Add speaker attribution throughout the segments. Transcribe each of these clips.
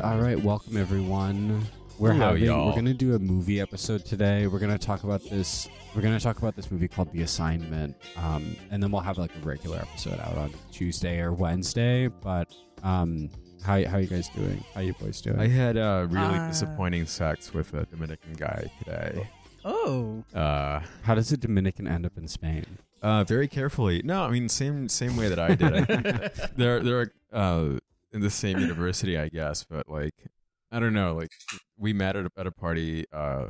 Speaker 1: welcome everyone. We're
Speaker 2: Hello,
Speaker 1: having
Speaker 2: y'all.
Speaker 1: we're gonna do a movie episode today. We're gonna talk about this. We're gonna talk about this movie called The Assignment, um, and then we'll have like a regular episode out on Tuesday or Wednesday. But um, how how you guys doing? How you boys doing?
Speaker 2: I had uh, really
Speaker 3: Uh.
Speaker 2: disappointing sex with a Dominican guy today.
Speaker 3: Oh,
Speaker 2: Uh,
Speaker 1: how does a Dominican end up in Spain?
Speaker 2: uh, very carefully. No, I mean same same way that I did. I think they're they're uh, in the same university, I guess. But like, I don't know. Like, we met at a, at a party uh,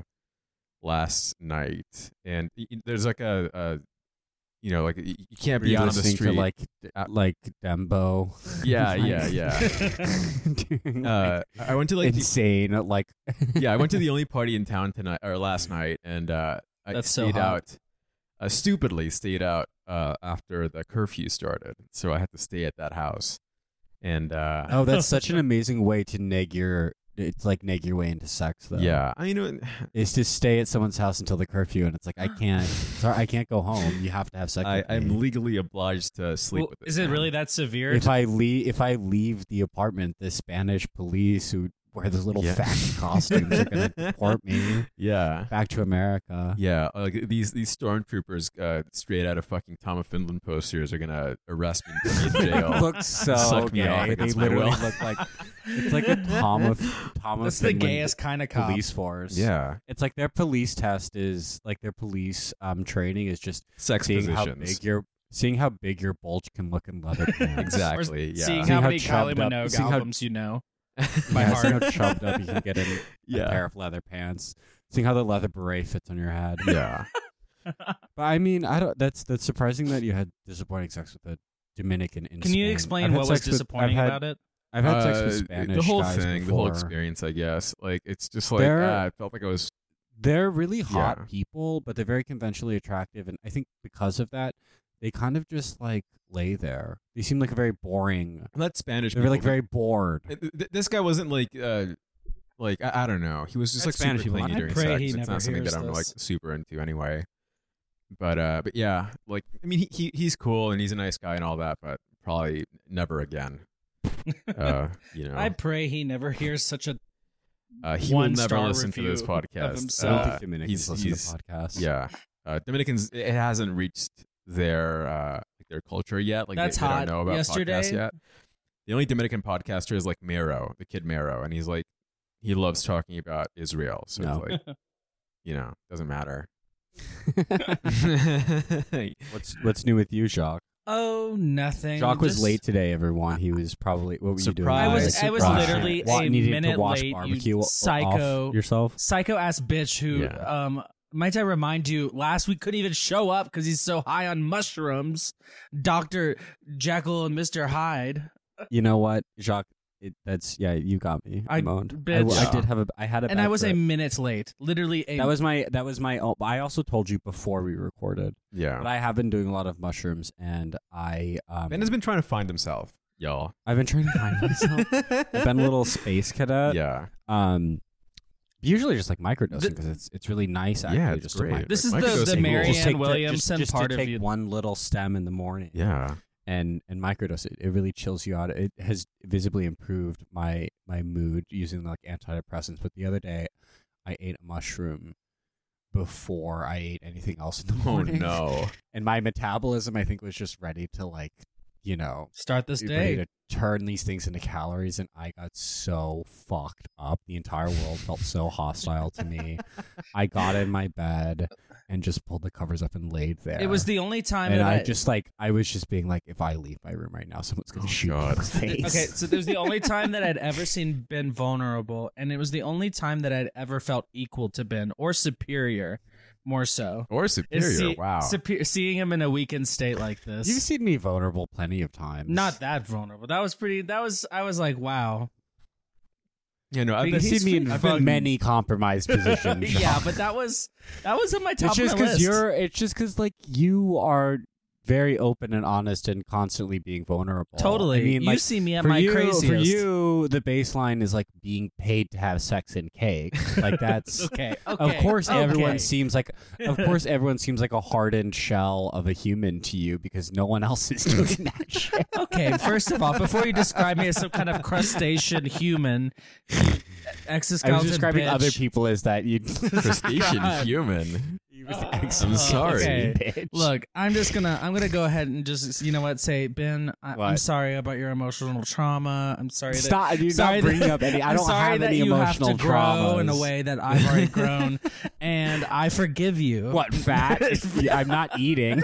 Speaker 2: last night, and y- y- there's like a, a you know, like y- y- you can't
Speaker 1: Were
Speaker 2: be
Speaker 1: you
Speaker 2: out on the
Speaker 1: listening
Speaker 2: street.
Speaker 1: to like d- like Dembo.
Speaker 2: yeah, yeah, yeah.
Speaker 1: Doing, like,
Speaker 2: Uh, I I went to like the-
Speaker 1: insane, like
Speaker 2: yeah, I went to the only party in town tonight or last night, and uh, I
Speaker 3: That's so
Speaker 2: stayed
Speaker 3: hot.
Speaker 2: out. Uh, stupidly stayed out uh, after the curfew started, so I had to stay at that house. And uh,
Speaker 1: Oh, that's such an amazing way to neg your. It's like neg your way into sex, though.
Speaker 2: yeah, I mean,
Speaker 1: is to stay at someone's house until the curfew, and it's like I can't. sorry, I can't go home. You have to have sex.
Speaker 2: I,
Speaker 1: with me.
Speaker 2: I'm legally obliged to sleep
Speaker 4: Well,
Speaker 2: with. This
Speaker 4: is it
Speaker 2: man.
Speaker 4: really that severe?
Speaker 1: If I leave, if I leave the apartment, the Spanish police who wear those little
Speaker 2: Yeah.
Speaker 1: fat costumes are gonna deport me
Speaker 2: Yeah.
Speaker 1: back to America.
Speaker 2: Yeah, like these these stormtroopers, uh, straight out of fucking Tom of Finland posters, are gonna arrest me and put me in jail.
Speaker 1: Look so
Speaker 2: Suck me
Speaker 1: gay.
Speaker 2: off
Speaker 1: they
Speaker 2: against my
Speaker 1: literally
Speaker 2: will.
Speaker 1: look like it's like a Tom of Tom of
Speaker 3: that's the
Speaker 1: Finland
Speaker 3: gayest kind of cop.
Speaker 1: police force.
Speaker 2: yeah,
Speaker 1: It's like their police test is like their police um training is just
Speaker 2: sex
Speaker 1: seeing how
Speaker 2: positions.
Speaker 1: big your seeing how big your bulge can look in leather pants.
Speaker 3: Or
Speaker 2: exactly. Yeah.
Speaker 3: Seeing
Speaker 1: Seeing
Speaker 3: how
Speaker 1: how
Speaker 3: many Kylie
Speaker 1: chubbed up-
Speaker 3: Minogue
Speaker 1: seeing how-
Speaker 3: albums you know.
Speaker 1: Yeah,
Speaker 3: My
Speaker 1: Seeing how
Speaker 3: heart.
Speaker 1: chubbed up you can get in a pair of leather pants. Seeing how the leather beret fits on your head.
Speaker 2: yeah.
Speaker 1: But I mean, I don't. That's that's surprising that you had disappointing sex with a Dominican. In
Speaker 4: Can you
Speaker 1: Spain.
Speaker 4: explain
Speaker 1: I've had
Speaker 4: what was
Speaker 1: sex with-
Speaker 4: disappointing
Speaker 1: I've had,
Speaker 4: about it?
Speaker 1: I've had sex with
Speaker 2: Uh,
Speaker 1: Spanish
Speaker 2: The whole
Speaker 1: guys
Speaker 2: thing, the
Speaker 1: before.
Speaker 2: whole experience, I guess. Like it's just like
Speaker 1: There-
Speaker 2: ah, I felt like I was.
Speaker 1: They're really hot
Speaker 2: Yeah.
Speaker 1: people, but they're very conventionally attractive, and I think because of that, they kind of just like lay there. They seem like a very boring.
Speaker 2: That Spanish.
Speaker 1: They're like
Speaker 2: people,
Speaker 1: very bored.
Speaker 2: th- th- This guy wasn't like. uh like I, I don't know, he was just
Speaker 1: That's
Speaker 2: like
Speaker 1: Spanish
Speaker 2: super
Speaker 1: people.
Speaker 2: clingy
Speaker 1: I
Speaker 2: during
Speaker 3: pray
Speaker 2: sex.
Speaker 3: he
Speaker 2: It's
Speaker 3: never
Speaker 2: not something that
Speaker 3: hears
Speaker 2: I'm like
Speaker 3: this.
Speaker 2: super into anyway. But uh, but yeah, like I mean, he, he he's cool and he's a nice guy and all that, but probably never again.
Speaker 1: Oh,
Speaker 2: Uh, you know,
Speaker 4: I pray he never hears such a.
Speaker 2: uh, he will
Speaker 4: one
Speaker 2: never
Speaker 4: star
Speaker 2: listen to
Speaker 4: review
Speaker 2: this
Speaker 4: of
Speaker 2: podcast.
Speaker 1: I don't
Speaker 4: himself.
Speaker 2: Uh,
Speaker 1: think Dominicans
Speaker 2: he's-
Speaker 1: listen
Speaker 2: he's-
Speaker 1: to podcasts.
Speaker 2: yeah, uh, Dominicans it hasn't reached their uh, like their culture yet. Like they-
Speaker 4: That's
Speaker 2: they,
Speaker 4: hot.
Speaker 2: don't know about
Speaker 4: Yesterday-
Speaker 2: podcasts yet. The only Dominican podcaster is like Mero, the kid Mero, and he's like he loves talking about Israel. So
Speaker 1: No.
Speaker 2: it's like you know doesn't matter.
Speaker 1: What's what's new with you, Jacques?
Speaker 4: Oh, nothing.
Speaker 1: Jacques was
Speaker 4: Just-
Speaker 1: late today, everyone. He was probably what were you doing?
Speaker 2: Surprise,
Speaker 4: I was.
Speaker 2: Surprise.
Speaker 4: I was literally
Speaker 1: Wa-
Speaker 4: a
Speaker 1: needed
Speaker 4: minute
Speaker 1: to wash
Speaker 4: late.
Speaker 1: barbecue
Speaker 4: you
Speaker 1: off
Speaker 4: psycho,
Speaker 1: yourself.
Speaker 4: psycho ass bitch. Who,
Speaker 2: Yeah.
Speaker 4: um, might I remind you? Last week couldn't even show up because he's so high on mushrooms. Doctor Jekyll and Mister Hyde.
Speaker 1: You know what, Jacques? It, that's yeah. You got me. I,
Speaker 4: I-
Speaker 1: moaned. I,
Speaker 4: bitch.
Speaker 1: w- I did have a. I had a.
Speaker 4: And
Speaker 1: bad
Speaker 4: I was a
Speaker 1: trip.
Speaker 4: minute late. Literally a.
Speaker 1: That was my. That was my. Oh, I also told you before we recorded, but
Speaker 2: yeah,
Speaker 1: I have been doing a lot of mushrooms, and I. Um,
Speaker 2: Ben has been trying to find himself, y'all.
Speaker 1: I've been trying to find myself. I've been a little space
Speaker 4: Uh,
Speaker 1: cadet.
Speaker 2: yeah,
Speaker 1: Um, usually just like microdosing
Speaker 4: Th-
Speaker 1: because it's it's really nice. Actually,
Speaker 2: yeah, it's
Speaker 1: just
Speaker 2: great.
Speaker 1: to microdose.
Speaker 4: This is
Speaker 2: Mike
Speaker 4: the-
Speaker 2: goes
Speaker 4: the
Speaker 2: to school.
Speaker 4: Marianne
Speaker 1: Just take the-
Speaker 4: Williamson
Speaker 1: just, just
Speaker 4: part
Speaker 1: to
Speaker 4: of
Speaker 1: take
Speaker 4: you.
Speaker 1: one little stem in the morning.
Speaker 2: Yeah,
Speaker 1: and and microdose it. It really chills you out. It has visibly improved my my mood using like antidepressants. But the other day, I ate a mushroom before I ate anything else in the
Speaker 2: oh
Speaker 1: morning.
Speaker 2: no,
Speaker 1: And my metabolism, I think, was just ready to like you know
Speaker 4: Start this
Speaker 1: ready
Speaker 4: day.
Speaker 1: to turn these things into calories, and I got so fucked up. The entire world felt so hostile to me. I got in my bed and just pulled the covers up and laid there
Speaker 4: It was the only time
Speaker 1: and
Speaker 4: that
Speaker 1: I, just like I was just being like, if I leave my room right now, someone's gonna
Speaker 2: Oh,
Speaker 1: shoot me
Speaker 2: God.
Speaker 1: in the face.
Speaker 4: Okay, so it was the only time that I'd ever seen Ben vulnerable, and it was the only time that I'd ever felt equal to Ben or superior, more so.
Speaker 2: or
Speaker 4: Is
Speaker 2: superior.
Speaker 4: see-
Speaker 2: wow,
Speaker 4: supe- seeing him in a weakened state like this.
Speaker 1: you've seen me vulnerable plenty of times.
Speaker 4: not that vulnerable. That was pretty. That was. I was like, wow.
Speaker 2: yeah, no, I've
Speaker 1: You've
Speaker 2: been,
Speaker 4: Because
Speaker 1: seen me in
Speaker 2: I've been-
Speaker 1: many compromised positions.
Speaker 4: yeah, but that was that was on my top
Speaker 1: it's just
Speaker 4: of my
Speaker 1: because
Speaker 4: list.
Speaker 1: you're. It's just because like you are very open and honest and constantly being vulnerable.
Speaker 4: totally.
Speaker 1: I mean,
Speaker 4: you
Speaker 1: like
Speaker 4: see me at
Speaker 1: for
Speaker 4: my
Speaker 1: you,
Speaker 4: craziest.
Speaker 1: for you, the baseline is like being paid to have sex and cake. Like that's.
Speaker 4: Okay.
Speaker 1: Of
Speaker 4: Okay.
Speaker 1: course,
Speaker 4: okay.
Speaker 1: everyone seems like. Of course, everyone seems like a hardened shell of a human to you because no one else is doing that shit.
Speaker 4: Okay, first of all, before you describe me as some kind of crustacean human,
Speaker 1: I was
Speaker 4: Exoskeleton
Speaker 1: describing
Speaker 4: bitch.
Speaker 1: other people as that. You
Speaker 2: crustacean
Speaker 1: God.
Speaker 2: human.
Speaker 1: He was
Speaker 4: I'm
Speaker 1: exoskeleton
Speaker 2: sorry.
Speaker 1: bitch.
Speaker 4: Oh, Look, I'm just gonna I'm gonna go ahead and just you know what say Ben. I, I'm
Speaker 1: What?
Speaker 4: sorry about your emotional trauma. I'm sorry. That,
Speaker 1: stop! You're
Speaker 4: sorry
Speaker 1: not bringing
Speaker 4: that-
Speaker 1: up any. I
Speaker 4: I'm
Speaker 1: don't
Speaker 4: sorry
Speaker 1: have
Speaker 4: that
Speaker 1: any
Speaker 4: you have
Speaker 1: emotional
Speaker 4: to grow
Speaker 1: traumas.
Speaker 4: in a way that I've already grown, and I forgive you.
Speaker 1: What fat? Yeah, I'm not eating.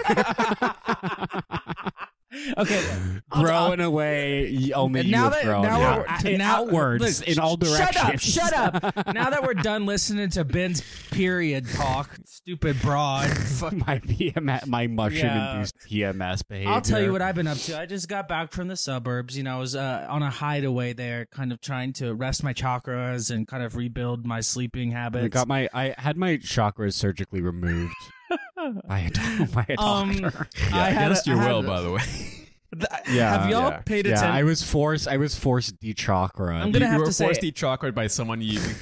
Speaker 4: Okay. I'll-
Speaker 1: grow in a way y- oh, only
Speaker 4: now
Speaker 1: you've
Speaker 4: that-
Speaker 1: grown.
Speaker 4: now
Speaker 1: yeah.
Speaker 4: we're-
Speaker 1: Out-
Speaker 4: t-
Speaker 1: in
Speaker 4: now-
Speaker 1: outwards
Speaker 4: look,
Speaker 1: in all directions.
Speaker 4: Shut up! Shut up! now that we're done listening to Ben's period talk, stupid broad. Fuck.
Speaker 1: my PMS, my mushroom-induced PMS behavior.
Speaker 4: I'll tell you what I've been up to. I just got back from the suburbs. You know, I was uh, on a hideaway there, kind of trying to rest my chakras and kind of rebuild my sleeping
Speaker 1: I
Speaker 4: habits.
Speaker 1: got my. I had my chakras surgically removed by a, do- by a
Speaker 4: Um,
Speaker 1: doctor.
Speaker 2: Yeah,
Speaker 4: I had
Speaker 2: against
Speaker 4: a- I
Speaker 2: your
Speaker 4: had
Speaker 2: will,
Speaker 4: a-
Speaker 2: by the way.
Speaker 1: Yeah.
Speaker 4: Have y'all
Speaker 2: Yeah.
Speaker 4: paid
Speaker 1: yeah,
Speaker 4: attention?
Speaker 1: I was forced. I was forced de chakra.
Speaker 4: I'm gonna
Speaker 2: you
Speaker 4: have
Speaker 2: were
Speaker 4: to say-
Speaker 2: forced to chocolate by someone you you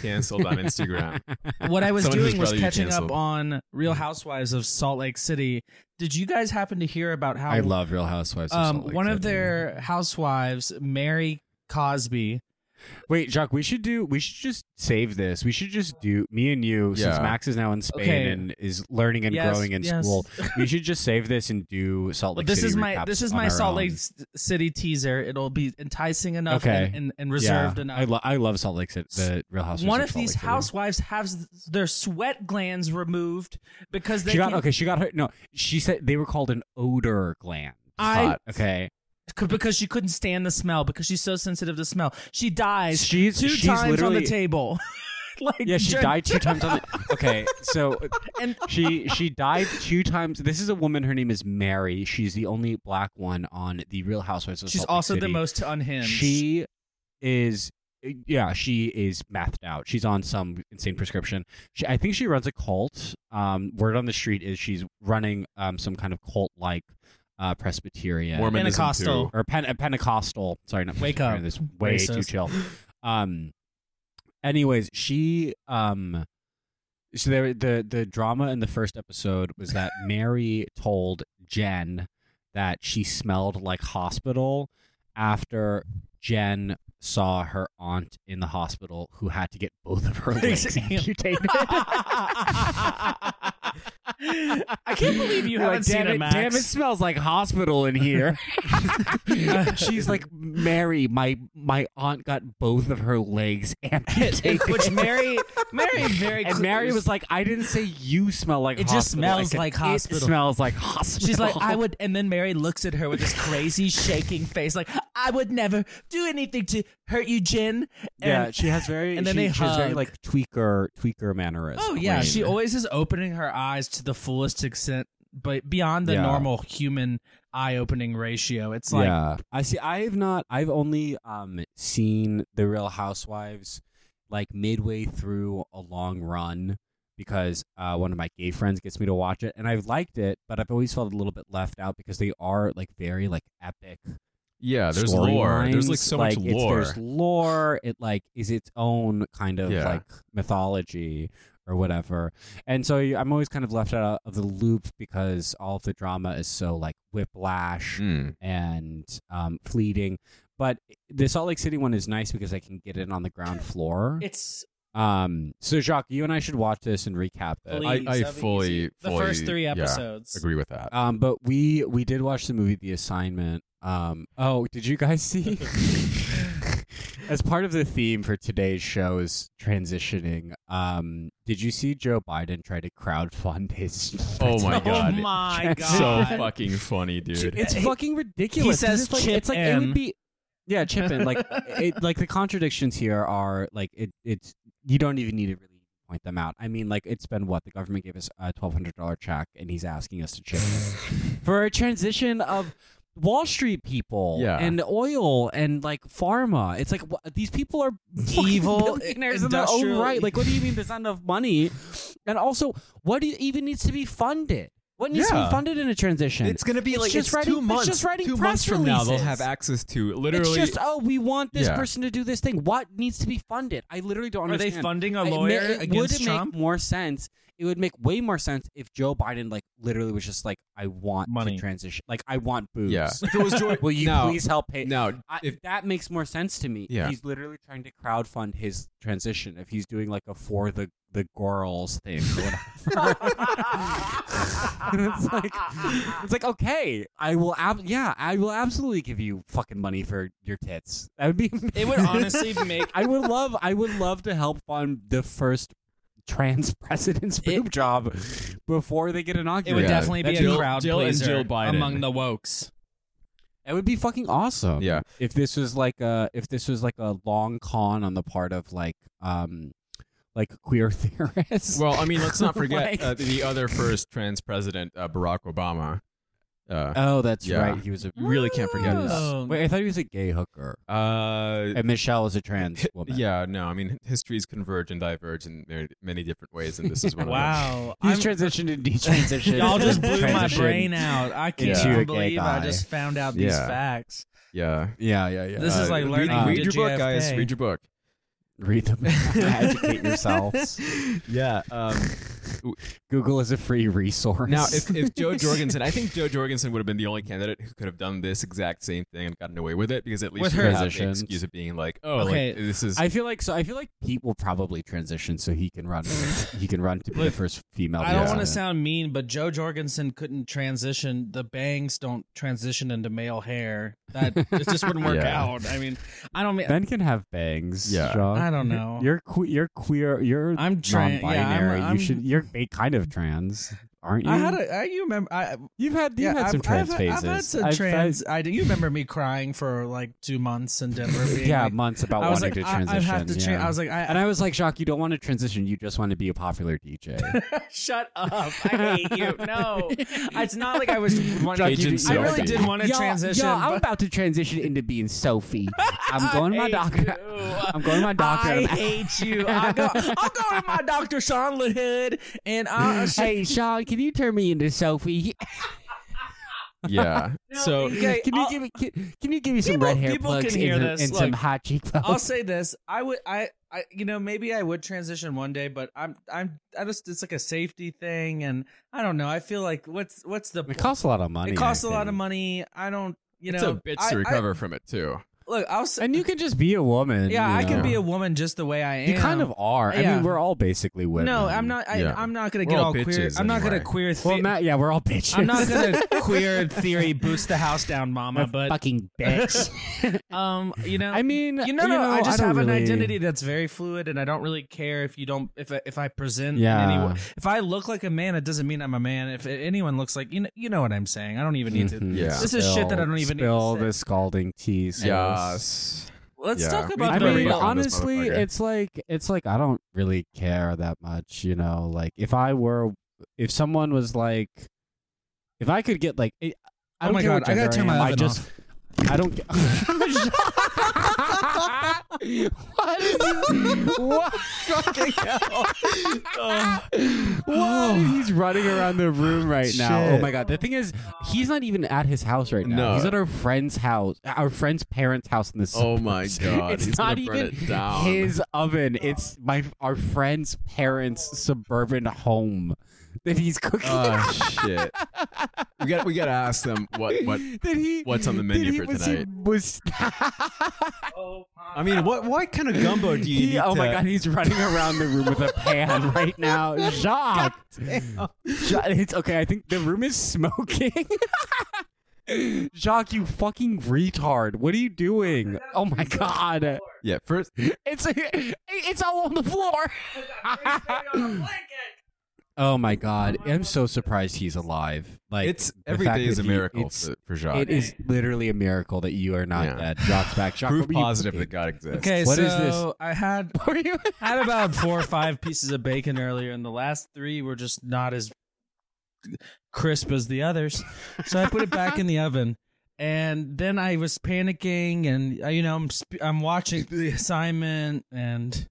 Speaker 2: canceled on Instagram.
Speaker 4: what I was
Speaker 2: Someone whose
Speaker 4: doing was
Speaker 2: brother you
Speaker 4: catching up
Speaker 2: canceled.
Speaker 4: on Real
Speaker 1: Mm.
Speaker 4: Housewives of Salt Lake City. Did you guys happen to hear about how
Speaker 1: I love Real Housewives. of
Speaker 4: um,
Speaker 1: Salt Lake
Speaker 4: one of
Speaker 1: City.
Speaker 4: their housewives, Mary Cosby?
Speaker 1: Wait, Jacques, we should do. We should just save this. We should just do me and you. Since
Speaker 2: Yeah.
Speaker 1: Max is now in Spain
Speaker 4: Okay.
Speaker 1: and is learning and
Speaker 4: Yes,
Speaker 1: growing in
Speaker 4: yes.
Speaker 1: school, we should just save this and do Salt Lake.
Speaker 4: this
Speaker 1: City
Speaker 4: is my
Speaker 1: recaps
Speaker 4: this is
Speaker 1: on
Speaker 4: my
Speaker 1: our
Speaker 4: Salt
Speaker 1: own.
Speaker 4: Lake S- City teaser. It'll be enticing enough
Speaker 1: Okay.
Speaker 4: and, and, and
Speaker 1: Yeah,
Speaker 4: reserved enough.
Speaker 1: I, lo- I love Salt Lake City. The Real Housewives.
Speaker 4: one
Speaker 1: of
Speaker 4: of
Speaker 1: Salt
Speaker 4: these
Speaker 1: Lake City.
Speaker 4: housewives has their sweat glands removed because they
Speaker 1: She got
Speaker 4: can-
Speaker 1: okay. She got her. No, she said they were called an odor gland.
Speaker 4: I
Speaker 2: Hot.
Speaker 1: Okay,
Speaker 4: could- because she couldn't stand the smell because she's so sensitive to smell. She dies
Speaker 1: she's
Speaker 4: two
Speaker 1: she's
Speaker 4: times on
Speaker 1: literally
Speaker 4: the table. like
Speaker 1: Yeah, she
Speaker 4: during-
Speaker 1: died two times on the. Okay, so
Speaker 4: And-
Speaker 1: she she died two times. This is a woman. Her name is Mary. She's the only black one on the Real Housewives of
Speaker 4: She's
Speaker 1: Salt Lake
Speaker 4: also the
Speaker 1: City.
Speaker 4: most unhinged.
Speaker 1: She is. Yeah, she is mathed out. She's on some insane prescription. She, I think she runs a cult. Um, word on the street is she's running um, some kind of cult like uh, Presbyterian
Speaker 2: Mormonism
Speaker 4: Pentecostal.
Speaker 2: too.
Speaker 1: or Pen- a Pentecostal. Sorry, not
Speaker 4: Wake
Speaker 1: Presbyterian.
Speaker 4: up,
Speaker 1: This is way too
Speaker 4: racist.
Speaker 1: chill. Um. Anyways, she um. So there, the the drama in the first episode was that Mary told Jen that she smelled like hospital after Jen saw her aunt in the hospital who had to get both of her legs
Speaker 4: Exactly.
Speaker 1: amputated.
Speaker 4: I can't believe you
Speaker 1: Like,
Speaker 4: haven't seen
Speaker 1: damn
Speaker 4: it,
Speaker 1: it,
Speaker 4: Max.
Speaker 1: Damn, it smells like hospital in here. She's like, Mary, my my aunt got both of her legs amputated.
Speaker 4: Which Mary, Mary very
Speaker 1: and Mary was like, I didn't say you smell like
Speaker 4: It
Speaker 1: hospital.
Speaker 4: just
Speaker 1: I
Speaker 4: smells
Speaker 1: said,
Speaker 4: like
Speaker 1: "It
Speaker 4: hospital."
Speaker 1: smells like hospital.
Speaker 4: She's like, I would, and then Mary looks at her with this crazy shaking face, like, I would never do anything to hurt you, Jen. And,
Speaker 1: Yeah, she has very
Speaker 4: and then
Speaker 1: she,
Speaker 4: they
Speaker 1: she has very
Speaker 4: hug.
Speaker 1: like tweaker tweaker mannerism.
Speaker 4: oh yeah, she always is opening her eyes to the fullest extent, but beyond the
Speaker 1: Yeah.
Speaker 4: normal human eye-opening ratio. It's like,
Speaker 1: yeah, I see. I've not. I've only um seen the Real Housewives like midway through a long run because uh, one of my gay friends gets me to watch it, and I've liked it, but I've always felt a little bit left out because they are like very like epic.
Speaker 2: Yeah, there's lore. There's
Speaker 1: storylines.
Speaker 2: like so much
Speaker 1: Like, it's-
Speaker 2: lore.
Speaker 1: there's lore. It like is its own kind of
Speaker 2: Yeah.
Speaker 1: like mythology or whatever. And so I'm always kind of left out of the loop because all of the drama is so like whiplash
Speaker 2: Mm.
Speaker 1: and um, fleeting. But the Salt Lake City one is nice because I can get in on the ground floor.
Speaker 4: it's
Speaker 1: Um, so Jacques, you and I should watch this and recap it.
Speaker 4: Please,
Speaker 2: I, I
Speaker 4: that'd be
Speaker 2: fully,
Speaker 4: easy. the
Speaker 2: fully,
Speaker 4: first three
Speaker 2: yeah,
Speaker 4: episodes.
Speaker 2: agree with that.
Speaker 1: Um, but we we did watch the movie The Assignment. Um, oh, did you guys see? As part of the theme for today's show is transitioning. Um, did you see Joe Biden try to crowdfund his?
Speaker 2: oh my
Speaker 4: Oh
Speaker 2: god,
Speaker 4: my
Speaker 1: It's
Speaker 4: god!
Speaker 2: so fucking funny, dude.
Speaker 1: Oh It's fucking ridiculous. 'cause
Speaker 4: says
Speaker 1: it's like,
Speaker 4: chip
Speaker 1: it's like it
Speaker 4: in.
Speaker 1: would be Yeah, chip in. Like it like the contradictions here are like it it's you don't even need to really point them out. I mean, like it's been what? The government gave us a twelve hundred dollar check and he's asking us to chip in for a transition of Wall Street people
Speaker 2: Yeah.
Speaker 1: and oil and like pharma. It's like wha- these people are fucking
Speaker 4: Evil,
Speaker 1: billionaires in their own
Speaker 4: industrial-
Speaker 1: right. Like, what do you mean there's not enough money? And also, what do you even needs to be funded? What needs to
Speaker 2: Yeah.
Speaker 1: be funded in a transition?
Speaker 2: It's gonna be
Speaker 1: It's
Speaker 2: like
Speaker 1: just
Speaker 2: it's
Speaker 1: writing-
Speaker 2: two
Speaker 1: it's
Speaker 2: months.
Speaker 1: just writing
Speaker 2: two
Speaker 1: press
Speaker 2: months from now, they'll
Speaker 1: releases.
Speaker 2: have access to
Speaker 1: It's
Speaker 2: literally.
Speaker 1: just oh, we want this
Speaker 2: Yeah.
Speaker 1: person to do this thing. What needs to be funded? I literally don't
Speaker 4: Are they
Speaker 1: understand.
Speaker 4: funding a
Speaker 1: I-
Speaker 4: lawyer
Speaker 1: it
Speaker 4: against
Speaker 1: would
Speaker 4: Trump?
Speaker 1: make more sense. It would make way more sense if Joe Biden like literally was just like, I want
Speaker 4: Money.
Speaker 1: to transition. Like I want boobs.
Speaker 2: yeah. If it was Joy,
Speaker 1: Will you
Speaker 2: No.
Speaker 1: please help pay?
Speaker 2: now,
Speaker 1: I,
Speaker 2: if
Speaker 1: that makes more sense to me.
Speaker 2: Yeah.
Speaker 1: He's literally trying to crowdfund his transition if he's doing like a for the the girls thing or whatever. and it's like it's like okay, I will ab- yeah, I will absolutely give you fucking money for your tits. That would be
Speaker 4: It would honestly make
Speaker 1: I would love I would love to help fund the first trans president's boob job before they get
Speaker 4: it
Speaker 1: inaugurated.
Speaker 4: would
Speaker 2: Yeah.
Speaker 4: definitely be
Speaker 1: Jill-
Speaker 4: a crowd
Speaker 2: Jill and
Speaker 4: pleaser
Speaker 2: Jill Biden.
Speaker 4: among the wokes.
Speaker 1: It would be fucking awesome.
Speaker 2: Yeah.
Speaker 1: If this was like a if this was like a long con on the part of like um like queer theorists.
Speaker 2: well, I mean, let's not forget
Speaker 1: Like-
Speaker 2: uh, the other first trans president, uh, Barack Obama. Uh,
Speaker 1: oh, that's
Speaker 2: Yeah.
Speaker 1: right. He was a
Speaker 2: Really can't forget
Speaker 1: he was-
Speaker 4: Oh.
Speaker 1: Wait, I thought he was a gay hooker.
Speaker 2: uh,
Speaker 1: And Michelle is a trans woman.
Speaker 2: yeah, no, I mean, histories converge and diverge in many- many different ways, and this is one of them.
Speaker 4: Wow.
Speaker 1: He's
Speaker 4: I'm-
Speaker 1: transitioned and detransitioned.
Speaker 4: Y'all just blew my
Speaker 1: Transitioned.
Speaker 4: brain out. I can't
Speaker 1: Into a gay
Speaker 4: believe
Speaker 1: guy.
Speaker 4: I just found out these
Speaker 2: Yeah.
Speaker 4: facts.
Speaker 2: Yeah.
Speaker 1: Yeah, yeah, yeah.
Speaker 4: This is
Speaker 2: Uh,
Speaker 4: like
Speaker 2: read-
Speaker 4: learning
Speaker 1: how
Speaker 2: Read,
Speaker 1: to
Speaker 2: your book,
Speaker 4: JFK.
Speaker 2: guys. Read your book.
Speaker 1: Read them. Educate yourselves.
Speaker 2: Yeah. Um,
Speaker 1: Google is a free resource.
Speaker 2: Now, if, if Joe Jorgensen, I think Joe Jorgensen would have been the only candidate who could have done this exact same thing and gotten away with it because at least
Speaker 4: With
Speaker 2: you
Speaker 4: her-
Speaker 2: have the
Speaker 1: Transitions.
Speaker 2: excuse of being like, oh,
Speaker 4: Okay.
Speaker 2: like, this is
Speaker 1: I feel like so. I feel like Pete will probably transition so he can run. he can run to be the
Speaker 4: Look,
Speaker 1: first female.
Speaker 4: I
Speaker 2: Oh,
Speaker 4: don't
Speaker 2: Yeah.
Speaker 4: want to
Speaker 1: president.
Speaker 4: sound mean, but Joe Jorgensen couldn't transition. The bangs don't transition into male hair. That it just wouldn't work
Speaker 2: Yeah.
Speaker 4: out. I mean, I don't mean.
Speaker 1: Men can have bangs.
Speaker 2: Yeah.
Speaker 1: Sean.
Speaker 4: I don't know.
Speaker 1: You're que- you're queer. You're
Speaker 4: I'm trans. Yeah, I'm-
Speaker 1: non-binary.
Speaker 4: I'm-
Speaker 1: you should. You're a kind of trans, aren't you?
Speaker 4: I had a. I, you remember? I,
Speaker 1: you've had
Speaker 4: yeah,
Speaker 1: you've had
Speaker 4: I've-
Speaker 1: some trans
Speaker 4: I've,
Speaker 1: phases.
Speaker 4: I've had some
Speaker 1: I've-
Speaker 4: trans. I, do. You remember me crying for like two months in Denver?
Speaker 1: I've-
Speaker 4: Being
Speaker 1: yeah,
Speaker 4: like,
Speaker 1: months about
Speaker 4: I was
Speaker 1: wanting
Speaker 4: like,
Speaker 1: to
Speaker 4: I,
Speaker 1: transition.
Speaker 4: I have to. Tra-
Speaker 1: yeah.
Speaker 4: I was like, I,
Speaker 1: and I was like, Shock, you don't want to transition. You just want to be a popular DJ.
Speaker 4: Shut up! I hate you. No, it's not like I was.
Speaker 1: Shock, you-
Speaker 2: Agent
Speaker 1: you-
Speaker 4: I
Speaker 2: Sophie.
Speaker 4: really did want to
Speaker 1: Y'all-
Speaker 4: transition.
Speaker 1: y'all, I'm
Speaker 4: but
Speaker 1: about to transition into being Sophie. I'm going to my
Speaker 4: hate
Speaker 1: doctor.
Speaker 4: you.
Speaker 1: I'm going to my doctor.
Speaker 4: I
Speaker 1: I'm-
Speaker 4: hate you. I'll go, I'll go to my doctor, Sean Hood, and I'll.
Speaker 1: hey, Sean, can you turn me into Sophie?
Speaker 2: yeah. so
Speaker 4: you- Okay,
Speaker 1: can you
Speaker 4: I'll-
Speaker 1: give me can, can you give me some
Speaker 4: People-
Speaker 1: red hair
Speaker 4: people
Speaker 1: plugs
Speaker 4: can hear
Speaker 1: and,
Speaker 4: this.
Speaker 1: and some
Speaker 4: Look,
Speaker 1: hot cheekbones?
Speaker 4: I'll say this: I would, I, I, you know, maybe I would transition one day, but I'm, I'm, I just, it's like a safety thing, and I don't know. I feel like what's, what's the?
Speaker 1: It costs a lot of money.
Speaker 4: it costs
Speaker 1: I
Speaker 4: a lot of
Speaker 1: think.
Speaker 4: money. I don't, you
Speaker 2: it's
Speaker 4: know,
Speaker 2: a bitch
Speaker 4: I-
Speaker 2: to
Speaker 4: I-
Speaker 2: recover from it too.
Speaker 4: look, I'll. s-
Speaker 1: And you can just be a woman.
Speaker 4: yeah, I
Speaker 1: you
Speaker 4: can
Speaker 1: know.
Speaker 4: be a woman just the way I am.
Speaker 1: You kind of are. I
Speaker 4: Yeah.
Speaker 1: mean, we're all basically women.
Speaker 4: No, I'm not. I,
Speaker 2: Yeah.
Speaker 4: I'm not gonna
Speaker 2: We're
Speaker 4: get
Speaker 2: all
Speaker 4: all, queer.
Speaker 2: bitches
Speaker 4: I'm not gonna
Speaker 2: anyway.
Speaker 4: queer. The-
Speaker 1: Well, Matt, yeah, we're all bitches.
Speaker 4: I'm not gonna queer theory boots the house down, Mama.
Speaker 1: a
Speaker 4: But
Speaker 1: fucking bitch.
Speaker 4: um, you know,
Speaker 1: I mean,
Speaker 4: you know, no, I just
Speaker 1: don't
Speaker 4: have an
Speaker 1: really-
Speaker 4: identity that's very fluid, and I don't really care if you don't if I- if I present in any
Speaker 1: Yeah.
Speaker 4: way. If I look like a man, it doesn't mean I'm a man. If anyone looks like you know, you know what I'm saying. I don't even need
Speaker 1: Mhm.
Speaker 4: to.
Speaker 2: Yeah.
Speaker 4: This is shit that I don't even need to
Speaker 1: spill
Speaker 4: say.
Speaker 1: the scalding tea. sis.
Speaker 2: Yes.
Speaker 4: Let's
Speaker 2: Yeah.
Speaker 4: talk
Speaker 2: We
Speaker 4: about.
Speaker 1: I
Speaker 2: Fuck
Speaker 4: the
Speaker 2: the
Speaker 1: mean,
Speaker 2: Republicans,
Speaker 4: real-
Speaker 1: honestly,
Speaker 2: motherfucker.
Speaker 1: it's like it's like I don't really care that much, you know. Like if I were, if someone was like, if I could get like, I I
Speaker 4: Oh
Speaker 1: don't
Speaker 4: my
Speaker 1: care what
Speaker 4: God, I gotta
Speaker 1: gender
Speaker 4: turn my
Speaker 1: am, I
Speaker 4: oven
Speaker 1: just, I don't. Ge- what is what? Fucking hell! What? He's running around the room right now. Oh
Speaker 2: Shit.
Speaker 1: my god! The thing is, he's not even at his house right now.
Speaker 2: No.
Speaker 1: He's at our friend's house, our friend's parents' house in the summer.
Speaker 2: Oh my god.
Speaker 1: It's
Speaker 2: He's
Speaker 1: not
Speaker 2: gonna burn
Speaker 1: even
Speaker 2: it down.
Speaker 1: his oven. It's my our friend's parents' suburban home that he's cooking.
Speaker 2: oh shit. We got we gotta ask them what what
Speaker 1: that he,
Speaker 2: what's on the
Speaker 1: that
Speaker 2: menu
Speaker 1: he
Speaker 2: for
Speaker 1: was-
Speaker 2: tonight?
Speaker 1: Was,
Speaker 4: Oh,
Speaker 2: I mean what what kind of gumbo do you
Speaker 1: he,
Speaker 2: need
Speaker 1: oh my
Speaker 2: to-
Speaker 1: god, he's running around the room with a pan right now. Jacques, Ja- it's okay. I think the room is smoking. Jacques, you fucking retard! What are you doing? Oh my god!
Speaker 2: Yeah, first
Speaker 1: It's it's all on the floor. oh my god! I'm so surprised he's alive. Like
Speaker 2: it's
Speaker 1: the
Speaker 2: every
Speaker 1: fact
Speaker 2: day is
Speaker 1: that
Speaker 2: a
Speaker 1: he-
Speaker 2: miracle
Speaker 1: it's-
Speaker 2: for, for Jacques.
Speaker 1: It is literally a miracle that you are not
Speaker 2: Yeah.
Speaker 1: dead. Jock's back. Jock,
Speaker 2: proof
Speaker 1: what were you
Speaker 2: positive that
Speaker 1: cooking?
Speaker 2: God exists.
Speaker 4: Okay,
Speaker 1: What
Speaker 4: so
Speaker 1: is
Speaker 4: I had
Speaker 1: What were you?
Speaker 4: I had about four or five pieces of bacon earlier, and the last three were just not as crisp as the others. So I put it back in the oven, and then I was panicking, and uh, you know I'm sp- I'm watching the assignment, and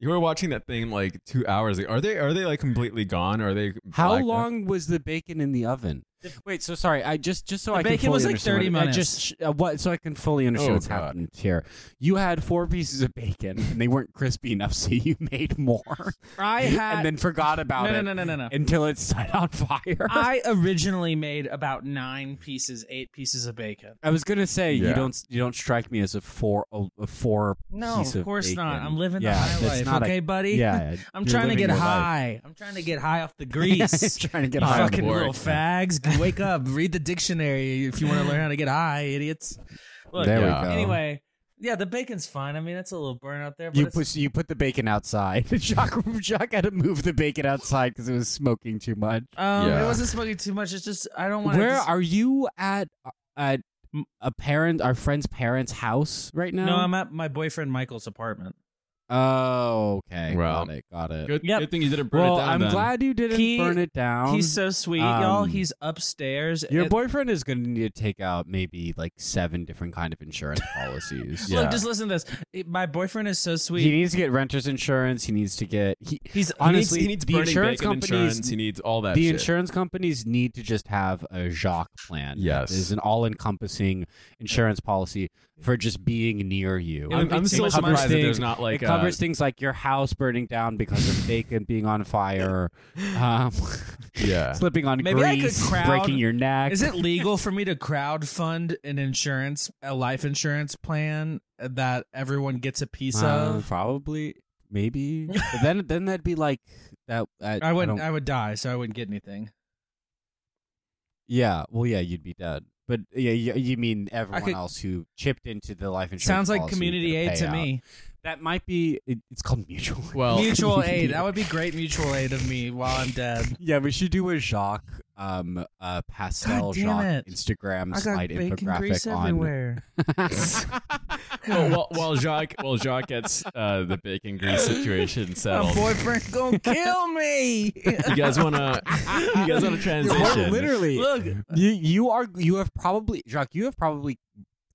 Speaker 2: You were watching that thing like two hours ago. Are they are they like completely gone? Are they
Speaker 1: How
Speaker 2: blacked out?
Speaker 1: long was the bacon in the oven? Wait, so sorry. I just just so
Speaker 4: The
Speaker 1: I can
Speaker 4: bacon
Speaker 1: fully
Speaker 4: was, like,
Speaker 1: understand
Speaker 4: 30
Speaker 1: what- I
Speaker 4: minutes.
Speaker 1: just uh, what so I can fully understand
Speaker 2: Oh,
Speaker 1: what's
Speaker 2: God.
Speaker 1: happened here. You had four pieces of bacon and they weren't crispy enough, so you made more
Speaker 4: I had
Speaker 1: and then forgot about
Speaker 4: no,
Speaker 1: it
Speaker 4: no, no, no, no, no.
Speaker 1: until it set on fire. I,
Speaker 4: I originally made about nine pieces, eight pieces of bacon.
Speaker 1: was gonna say
Speaker 2: Yeah.
Speaker 1: you don't you don't strike me as a four a, a four.
Speaker 4: No,
Speaker 1: piece
Speaker 4: of course not.
Speaker 1: bacon.
Speaker 4: I'm living
Speaker 1: Yeah,
Speaker 4: the
Speaker 1: that's
Speaker 4: high life,
Speaker 1: not a-
Speaker 4: okay, buddy?
Speaker 1: Yeah,
Speaker 4: I'm
Speaker 1: you're
Speaker 4: trying to
Speaker 1: living
Speaker 4: get
Speaker 1: your life.
Speaker 4: high. I'm trying to get high off the
Speaker 1: He's
Speaker 4: grease.
Speaker 1: trying to get
Speaker 4: You
Speaker 1: high.
Speaker 4: fucking
Speaker 2: work.
Speaker 4: little fags. G- Wake up. Read the dictionary if you want to learn how to get high, idiots. Look,
Speaker 1: There
Speaker 2: yeah.
Speaker 1: we go.
Speaker 4: anyway, yeah, the bacon's fine. I mean, it's a little burnout there, but
Speaker 1: You
Speaker 4: it's-
Speaker 1: put you put the bacon outside. Jacques, Jacques had to move the bacon outside because it was smoking too much.
Speaker 4: um,
Speaker 2: Yeah.
Speaker 4: it wasn't smoking too much. It's just I don't want
Speaker 1: Where
Speaker 4: to.
Speaker 1: are you at? At a parent, our friend's parents' house right now.
Speaker 4: No, I'm at my boyfriend Michael's apartment.
Speaker 1: Oh, okay.
Speaker 2: Well,
Speaker 1: got it. Got it.
Speaker 2: Good,
Speaker 4: Yep.
Speaker 2: good thing you didn't burn
Speaker 1: Well,
Speaker 2: it down.
Speaker 1: I'm
Speaker 2: then.
Speaker 1: glad you didn't
Speaker 4: He-
Speaker 1: burn it down.
Speaker 4: He's so sweet, y'all.
Speaker 1: um,
Speaker 4: He's upstairs.
Speaker 1: Your
Speaker 4: It-
Speaker 1: boyfriend is going to need to take out maybe like seven different kind of insurance policies.
Speaker 2: Yeah.
Speaker 4: Look, just listen to this. It- my boyfriend is so sweet.
Speaker 1: He needs to get renter's insurance. He needs to get he,
Speaker 4: He's
Speaker 1: honestly
Speaker 2: he needs, he
Speaker 1: the
Speaker 2: needs burning
Speaker 1: insurance
Speaker 2: bacon
Speaker 1: companies
Speaker 2: insurance. He needs all that.
Speaker 1: the
Speaker 2: shit.
Speaker 1: insurance companies need to just have a Jacques plan.
Speaker 2: Yes.
Speaker 1: It is an all encompassing insurance policy for just being near you.
Speaker 4: would
Speaker 2: I'm,
Speaker 4: be uh,
Speaker 2: I'm
Speaker 4: too
Speaker 2: still
Speaker 4: much
Speaker 2: surprised
Speaker 1: money.
Speaker 2: that there's not like
Speaker 1: it
Speaker 2: uh, a,
Speaker 1: covers things like your house burning down because of bacon being on fire, um,
Speaker 2: yeah.
Speaker 1: slipping on
Speaker 4: Maybe I could
Speaker 1: grease,
Speaker 4: crowd-
Speaker 1: breaking your neck.
Speaker 4: Is it legal for me to crowdfund an insurance, a life insurance plan that everyone gets a piece
Speaker 1: Uh,
Speaker 4: of?
Speaker 1: probably, maybe. But then, then that'd be like that. I,
Speaker 4: I
Speaker 1: I
Speaker 4: wouldn't.
Speaker 1: don't-
Speaker 4: I, would die, so I wouldn't get anything.
Speaker 1: yeah. Well, yeah, you'd be dead. But yeah, you, you mean everyone
Speaker 4: could-
Speaker 1: else who chipped into the life insurance?
Speaker 4: Sounds like
Speaker 1: policy
Speaker 4: community
Speaker 1: for the
Speaker 4: aid to
Speaker 1: payout.
Speaker 4: me.
Speaker 1: That might be. It, it's called mutual.
Speaker 2: Well-
Speaker 4: Mutual aid. That would be great. Mutual aid of me while I'm dead.
Speaker 1: Yeah, we should do a Jacques, um, uh, pastel
Speaker 4: God damn
Speaker 1: Jacques
Speaker 4: it.
Speaker 1: Instagram
Speaker 4: I got
Speaker 1: slide
Speaker 4: bacon
Speaker 1: infographic
Speaker 4: grease
Speaker 1: on.
Speaker 4: everywhere.
Speaker 2: well, while, while Jacques while Jacques gets uh, the bacon grease situation
Speaker 4: My
Speaker 2: settled,
Speaker 4: boyfriend gonna kill me.
Speaker 2: you guys wanna you guys wanna transition?
Speaker 1: literally,
Speaker 4: Look,
Speaker 1: you you are you have probably Jacques, you have probably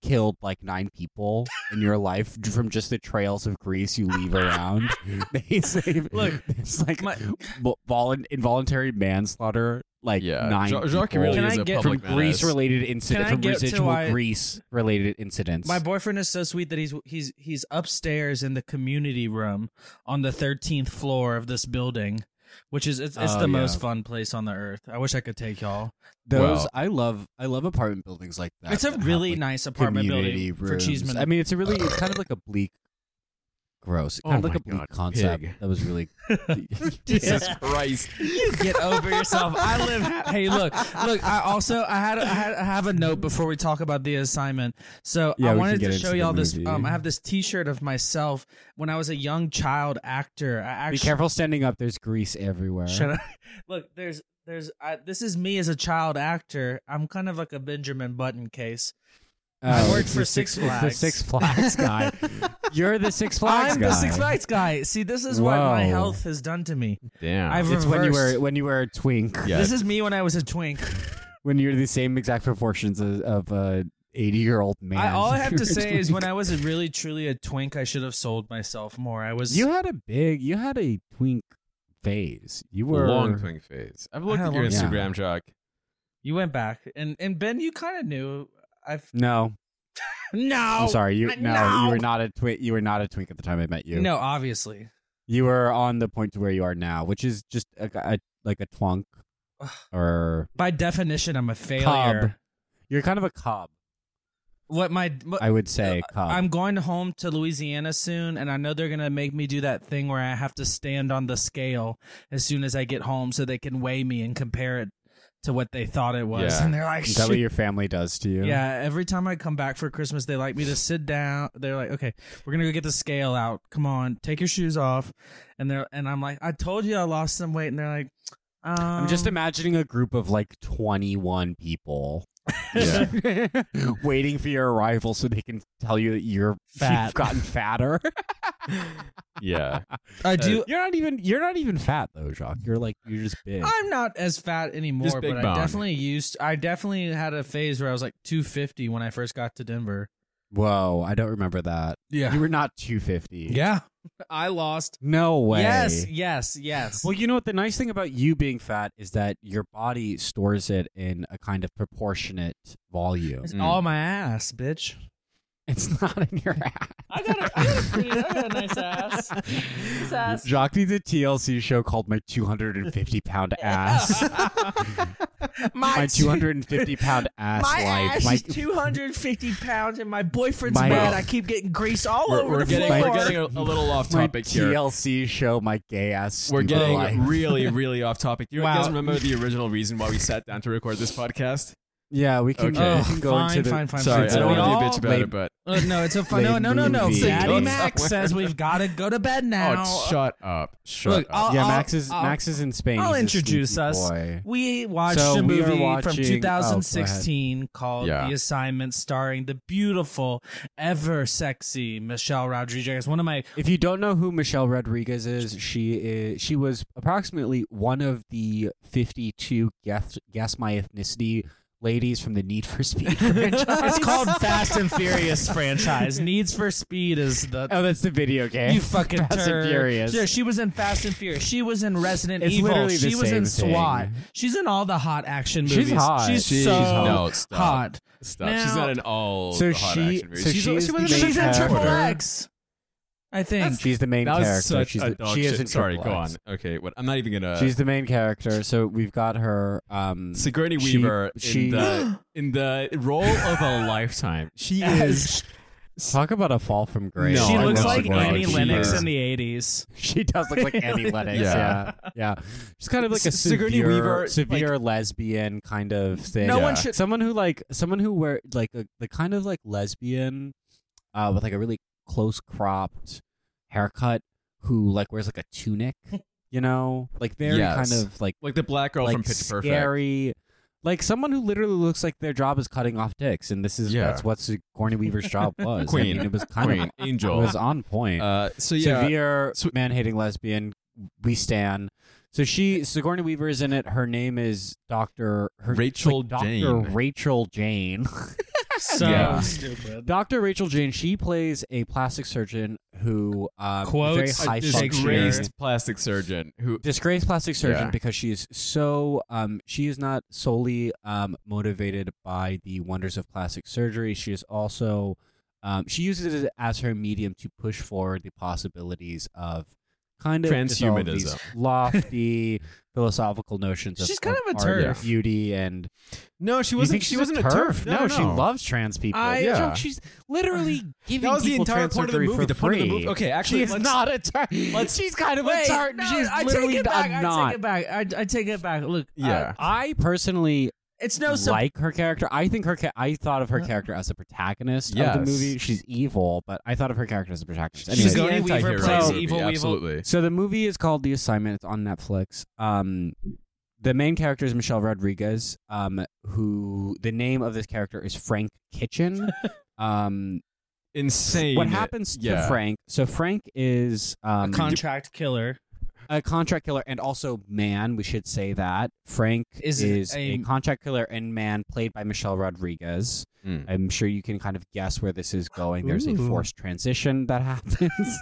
Speaker 1: killed like nine people in your life j- from just the trails of grease you leave around. they say
Speaker 4: Look,
Speaker 1: it's like
Speaker 4: my-
Speaker 1: vo- volun- involuntary manslaughter. Like
Speaker 2: Yeah,
Speaker 1: nine
Speaker 2: Ja- Jacques
Speaker 1: people
Speaker 2: really
Speaker 4: Can
Speaker 2: is
Speaker 4: I
Speaker 2: a
Speaker 4: get-
Speaker 1: from
Speaker 2: public menace.
Speaker 1: grease related incidents,
Speaker 4: I
Speaker 1: from
Speaker 4: get to
Speaker 1: residual
Speaker 4: why-
Speaker 1: grease related incidents.
Speaker 4: My boyfriend is so sweet that he's he's he's upstairs in the community room on the thirteenth floor of this building, which is it's, it's
Speaker 1: Oh,
Speaker 4: the most
Speaker 1: yeah.
Speaker 4: fun place on the earth. I wish I could take y'all.
Speaker 1: Those
Speaker 2: Well-
Speaker 1: I love. I love apartment buildings like that.
Speaker 4: it's a
Speaker 1: that have,
Speaker 4: really
Speaker 1: like,
Speaker 4: nice apartment
Speaker 1: community
Speaker 4: building for
Speaker 1: rooms.
Speaker 4: Cheeseman.
Speaker 1: I mean, it's a really. It's kind of like a bleak, gross. Kind
Speaker 2: Oh
Speaker 1: of like
Speaker 2: my
Speaker 1: a bleak
Speaker 2: God,
Speaker 1: concept.
Speaker 2: pig.
Speaker 1: That was really.
Speaker 2: Jesus Christ!
Speaker 4: Get over yourself. I live. Hey, look, look. I also I had I had- I have a note before we talk about the assignment. So
Speaker 1: Yeah,
Speaker 4: I
Speaker 1: we
Speaker 4: wanted
Speaker 1: can get
Speaker 4: to
Speaker 1: into
Speaker 4: show
Speaker 1: the
Speaker 4: y'all this.
Speaker 1: movie.
Speaker 4: Um, I have this T-shirt of myself when I was a young child actor. I
Speaker 1: Be
Speaker 4: actually
Speaker 1: careful standing up. There's grease everywhere.
Speaker 4: Shut up. Look, there's there's I, this is me as a child actor. I'm kind of like a Benjamin Button case.
Speaker 1: Oh,
Speaker 4: I worked
Speaker 1: it's
Speaker 4: for
Speaker 1: the
Speaker 4: Six
Speaker 1: it's
Speaker 4: Flags.
Speaker 1: the Six Flags guy. You're the Six Flags
Speaker 4: I'm
Speaker 1: guy.
Speaker 4: the Six Flags guy. See, this is what my
Speaker 1: Whoa.
Speaker 4: health has done to me.
Speaker 2: Damn.
Speaker 4: I've
Speaker 1: It's when you
Speaker 4: reversed.
Speaker 1: were when you were a twink.
Speaker 2: Yeah.
Speaker 4: This is me when I was a twink.
Speaker 1: When you're the same exact proportions of, of a 80 year old man.
Speaker 4: I, all I have
Speaker 1: You're
Speaker 4: to
Speaker 1: a
Speaker 4: say is
Speaker 1: twink.
Speaker 4: when I was a really truly a twink, I should have sold myself more. I was
Speaker 1: you had a big you had a twink phase. You were
Speaker 2: long twink phase. I've looked
Speaker 4: had
Speaker 2: at
Speaker 4: a
Speaker 2: your
Speaker 4: long-
Speaker 1: Yeah.
Speaker 2: Instagram, Jacques.
Speaker 4: you went back and and Ben, you kind of knew. I've
Speaker 1: No,
Speaker 4: no.
Speaker 1: I'm sorry. You
Speaker 4: I-
Speaker 1: no,
Speaker 4: Oh, no.
Speaker 1: you were not a twink. You were not a twink at the time I met you.
Speaker 4: No, obviously.
Speaker 1: you were on the point to where you are now, which is just a, a like a twunk
Speaker 4: Ugh.
Speaker 1: or
Speaker 4: By definition, I'm a failure.
Speaker 1: Cobb. you're kind of a cob.
Speaker 4: What my what,
Speaker 1: I would say cob.
Speaker 4: Uh, I'm going home to Louisiana soon, and I know they're gonna make me do that thing where I have to stand on the scale as soon as I get home, so they can weigh me and compare it to what they thought it was.
Speaker 2: Yeah.
Speaker 4: And they're like,
Speaker 1: is that what
Speaker 4: "Shoot."
Speaker 1: your family does to you?
Speaker 4: yeah. Every time I come back for Christmas, they like me to sit down. They're like, okay, we're gonna go get the scale out. Come on, take your shoes off. And they're and I'm like, I told you I lost some weight, and they're like, um,
Speaker 1: I'm just imagining a group of like 21 people
Speaker 2: Yeah.
Speaker 1: waiting for your arrival so they can tell you that you're
Speaker 4: Fat.
Speaker 1: you've gotten fatter.
Speaker 2: yeah.
Speaker 4: I do.
Speaker 1: you're not even you're not even fat though, Jacques. You're like you're just big.
Speaker 4: I'm not as fat anymore,
Speaker 2: Just
Speaker 4: but
Speaker 2: big
Speaker 4: I
Speaker 2: boned.
Speaker 4: definitely used. I definitely had a phase where I was like 250 when I first got to Denver.
Speaker 1: Whoa, I don't remember that.
Speaker 4: Yeah.
Speaker 1: You were not 250.
Speaker 4: Yeah. I lost.
Speaker 1: No way.
Speaker 4: Yes, yes, yes.
Speaker 1: Well, you know what? The nice thing about you being fat is that your body stores it in a kind of proportionate volume.
Speaker 4: it's
Speaker 2: Mm.
Speaker 4: all my ass, bitch.
Speaker 1: It's not in your ass.
Speaker 4: I got a, I got a pretty, I got a nice ass. This ass.
Speaker 1: Jacques needs a TLC show called My 250 Pound Ass.
Speaker 4: my,
Speaker 1: my 250 pound ass
Speaker 4: my
Speaker 1: life.
Speaker 4: ass
Speaker 1: my,
Speaker 4: is 250 pounds, and my boyfriend's
Speaker 1: My-
Speaker 4: mad. I keep getting grease all
Speaker 2: We're,
Speaker 4: over
Speaker 2: we're
Speaker 4: the
Speaker 2: getting
Speaker 4: floor.
Speaker 2: we're getting a, a little off
Speaker 1: my
Speaker 2: topic here.
Speaker 1: TLC show, my gay ass.
Speaker 2: We're
Speaker 1: stupid
Speaker 2: getting
Speaker 1: life.
Speaker 2: really, really off topic. You
Speaker 4: Wow.
Speaker 2: guys remember the original reason why we sat down to record this podcast?
Speaker 1: yeah. We can,
Speaker 2: Okay. Oh,
Speaker 1: we can go
Speaker 4: fine,
Speaker 1: into the
Speaker 4: fine, fine,
Speaker 2: Sorry,
Speaker 4: fine.
Speaker 2: I don't
Speaker 1: We
Speaker 2: want to be a
Speaker 4: all-
Speaker 2: bitch about
Speaker 1: Lame-
Speaker 2: it, but
Speaker 4: Uh, no, it's a fun. No,
Speaker 1: Lame
Speaker 4: no, no, no.
Speaker 1: movie.
Speaker 4: Daddy
Speaker 2: Go
Speaker 4: Max
Speaker 2: somewhere.
Speaker 4: says we've got to go to bed now.
Speaker 2: oh, shut up, shut
Speaker 4: Look,
Speaker 2: up.
Speaker 4: I'll-
Speaker 1: yeah,
Speaker 4: I'll-
Speaker 1: Max is
Speaker 4: I'll-
Speaker 1: Max is in Spain.
Speaker 4: I'll
Speaker 1: He's a
Speaker 4: introduce
Speaker 1: sneaky
Speaker 4: us.
Speaker 1: boy.
Speaker 4: We watched
Speaker 1: So
Speaker 4: a
Speaker 1: we are
Speaker 4: movie from
Speaker 1: watching-
Speaker 4: 2016 called
Speaker 2: oh, Yeah.
Speaker 4: The Assignment, starring the beautiful, ever sexy Michelle Rodriguez. One of my
Speaker 1: If you don't know who Michelle Rodriguez is, she is she was approximately one of the 52 guess guess my ethnicity ladies from the Need for Speed franchise.
Speaker 4: it's called Fast and Furious franchise. Needs for Speed is the
Speaker 1: Oh, that's the video game.
Speaker 4: You fucking
Speaker 1: Fast and
Speaker 4: turd.
Speaker 1: Furious.
Speaker 4: Yeah, she was in Fast and Furious. She was in Resident
Speaker 1: It's
Speaker 4: Evil.
Speaker 1: literally the
Speaker 4: She was in
Speaker 1: same
Speaker 4: SWAT.
Speaker 1: thing.
Speaker 4: She's in all the hot action
Speaker 1: She's
Speaker 4: movies.
Speaker 1: hot.
Speaker 4: She's
Speaker 1: She's
Speaker 4: so
Speaker 1: hot.
Speaker 2: no, stop.
Speaker 4: hot.
Speaker 2: Stop.
Speaker 4: Now-
Speaker 2: she's not in all
Speaker 1: So
Speaker 2: the hot
Speaker 1: she-
Speaker 2: action movies.
Speaker 1: so
Speaker 2: she's,
Speaker 1: she is
Speaker 2: wasn't
Speaker 1: the
Speaker 2: even
Speaker 4: She's in
Speaker 1: main
Speaker 4: Triple
Speaker 1: character.
Speaker 4: X. I think.
Speaker 1: She's the main
Speaker 2: That
Speaker 1: character.
Speaker 2: was such
Speaker 1: she's
Speaker 2: a
Speaker 1: the,
Speaker 2: dog
Speaker 1: she
Speaker 2: shit.
Speaker 1: is in
Speaker 2: Sorry,
Speaker 1: Triple
Speaker 2: go
Speaker 1: X.
Speaker 2: on. Okay, what? I'm not even gonna.
Speaker 1: She's the main character. So we've got her. Um,
Speaker 2: Sigourney
Speaker 1: she-
Speaker 2: Weaver
Speaker 1: she-
Speaker 2: in the in the role of a lifetime. She is.
Speaker 1: talk about a fall from grace.
Speaker 2: No,
Speaker 4: she
Speaker 2: I
Speaker 4: looks
Speaker 2: know
Speaker 4: like
Speaker 2: Sigourney
Speaker 4: Annie
Speaker 2: Weaver.
Speaker 4: Lennox
Speaker 2: She is.
Speaker 4: in the '80s.
Speaker 1: She does look like Annie Lennox. Yeah.
Speaker 2: Yeah.
Speaker 1: yeah, She's kind of like a
Speaker 2: S- Sigourney
Speaker 1: severe,
Speaker 2: Weaver,
Speaker 1: severe lesbian kind of thing.
Speaker 4: No
Speaker 2: Yeah.
Speaker 4: one should.
Speaker 1: Someone who like someone who wear like a, the kind of like lesbian, uh, with like a really close cropped haircut, who like wears like a tunic. You know, like very
Speaker 2: Yes.
Speaker 1: kind of like
Speaker 2: Like the black girl
Speaker 1: like
Speaker 2: from Pitch Perfect.
Speaker 1: scary. Like someone who literally looks like their job is cutting off dicks, and this is
Speaker 2: Yeah.
Speaker 1: that's what Sigourney Weaver's job was. I
Speaker 2: Queen.
Speaker 1: mean, it was kind
Speaker 2: Queen,
Speaker 1: of it
Speaker 2: Angel.
Speaker 1: was on point
Speaker 2: Uh, so yeah,
Speaker 1: severe
Speaker 2: So-
Speaker 1: man hating lesbian. We stand. So she Sigourney Weaver is in it. Her name is Doctor her,
Speaker 2: Rachel
Speaker 1: like Dr.
Speaker 2: Jane.
Speaker 1: Rachel Jane.
Speaker 4: So
Speaker 2: Yeah.
Speaker 4: stupid.
Speaker 1: Doctor Rachel Jane. She plays a plastic surgeon who um,
Speaker 4: Quotes,
Speaker 1: very high
Speaker 2: a
Speaker 1: functioning
Speaker 2: disgraced plastic surgeon who
Speaker 1: disgraced plastic surgeon
Speaker 2: Yeah.
Speaker 1: because she is so um, she is not solely um, motivated by the wonders of plastic surgery. She is also um, she uses it as her medium to push forward the possibilities of kind of just all of these
Speaker 2: Transhumanism.
Speaker 1: lofty philosophical notions. Of,
Speaker 4: She's kind of a
Speaker 1: art and
Speaker 4: turf.
Speaker 1: beauty, and
Speaker 2: No, she
Speaker 1: You
Speaker 2: wasn't.
Speaker 1: think
Speaker 2: She
Speaker 1: she's
Speaker 2: wasn't
Speaker 1: a turf.
Speaker 2: No,
Speaker 1: she loves trans people.
Speaker 4: I-
Speaker 2: Yeah.
Speaker 1: she's literally giving
Speaker 2: That was the
Speaker 1: people
Speaker 2: entire
Speaker 1: trans
Speaker 2: point of the
Speaker 1: surgery
Speaker 2: movie.
Speaker 1: for
Speaker 2: The point of the
Speaker 1: free.
Speaker 2: movie. Okay, actually,
Speaker 1: She is
Speaker 2: let's-
Speaker 1: not a turf. She's kind of a
Speaker 4: Wait,
Speaker 1: turf.
Speaker 4: no,
Speaker 1: she's
Speaker 4: I
Speaker 1: literally
Speaker 4: take it back.
Speaker 1: a
Speaker 4: I
Speaker 1: not.
Speaker 4: take it back. I, I take it back. Look,
Speaker 2: Yeah.
Speaker 4: yeah,
Speaker 1: I personally
Speaker 4: it's no Uh, surprise.
Speaker 1: like her character. I think her. Ca- I thought of her character as a protagonist of
Speaker 2: Yes.
Speaker 1: the movie. She's evil, but I thought of her character as a protagonist. Anyway,
Speaker 2: She's
Speaker 4: Sigourney
Speaker 2: an
Speaker 4: Weaver
Speaker 2: anti-hero
Speaker 1: plays
Speaker 2: movie,
Speaker 4: evil Weevil.
Speaker 2: Absolutely.
Speaker 1: so the movie is called The Assignment. It's on Netflix. Um, the main character is Michelle Rodriguez. Um, who the name of this character is Frank Kitchen. um,
Speaker 2: Insane.
Speaker 1: what happens to
Speaker 2: yeah.
Speaker 1: Frank? So Frank is um,
Speaker 4: contract killer.
Speaker 1: a contract killer and also man. We should say that Frank
Speaker 4: Is
Speaker 1: is, a,
Speaker 4: a-
Speaker 1: contract killer and man played by Michelle Rodriguez.
Speaker 2: Mm.
Speaker 1: I'm sure you can kind of guess where this is going. There's a
Speaker 4: Ooh.
Speaker 1: forced transition that happens.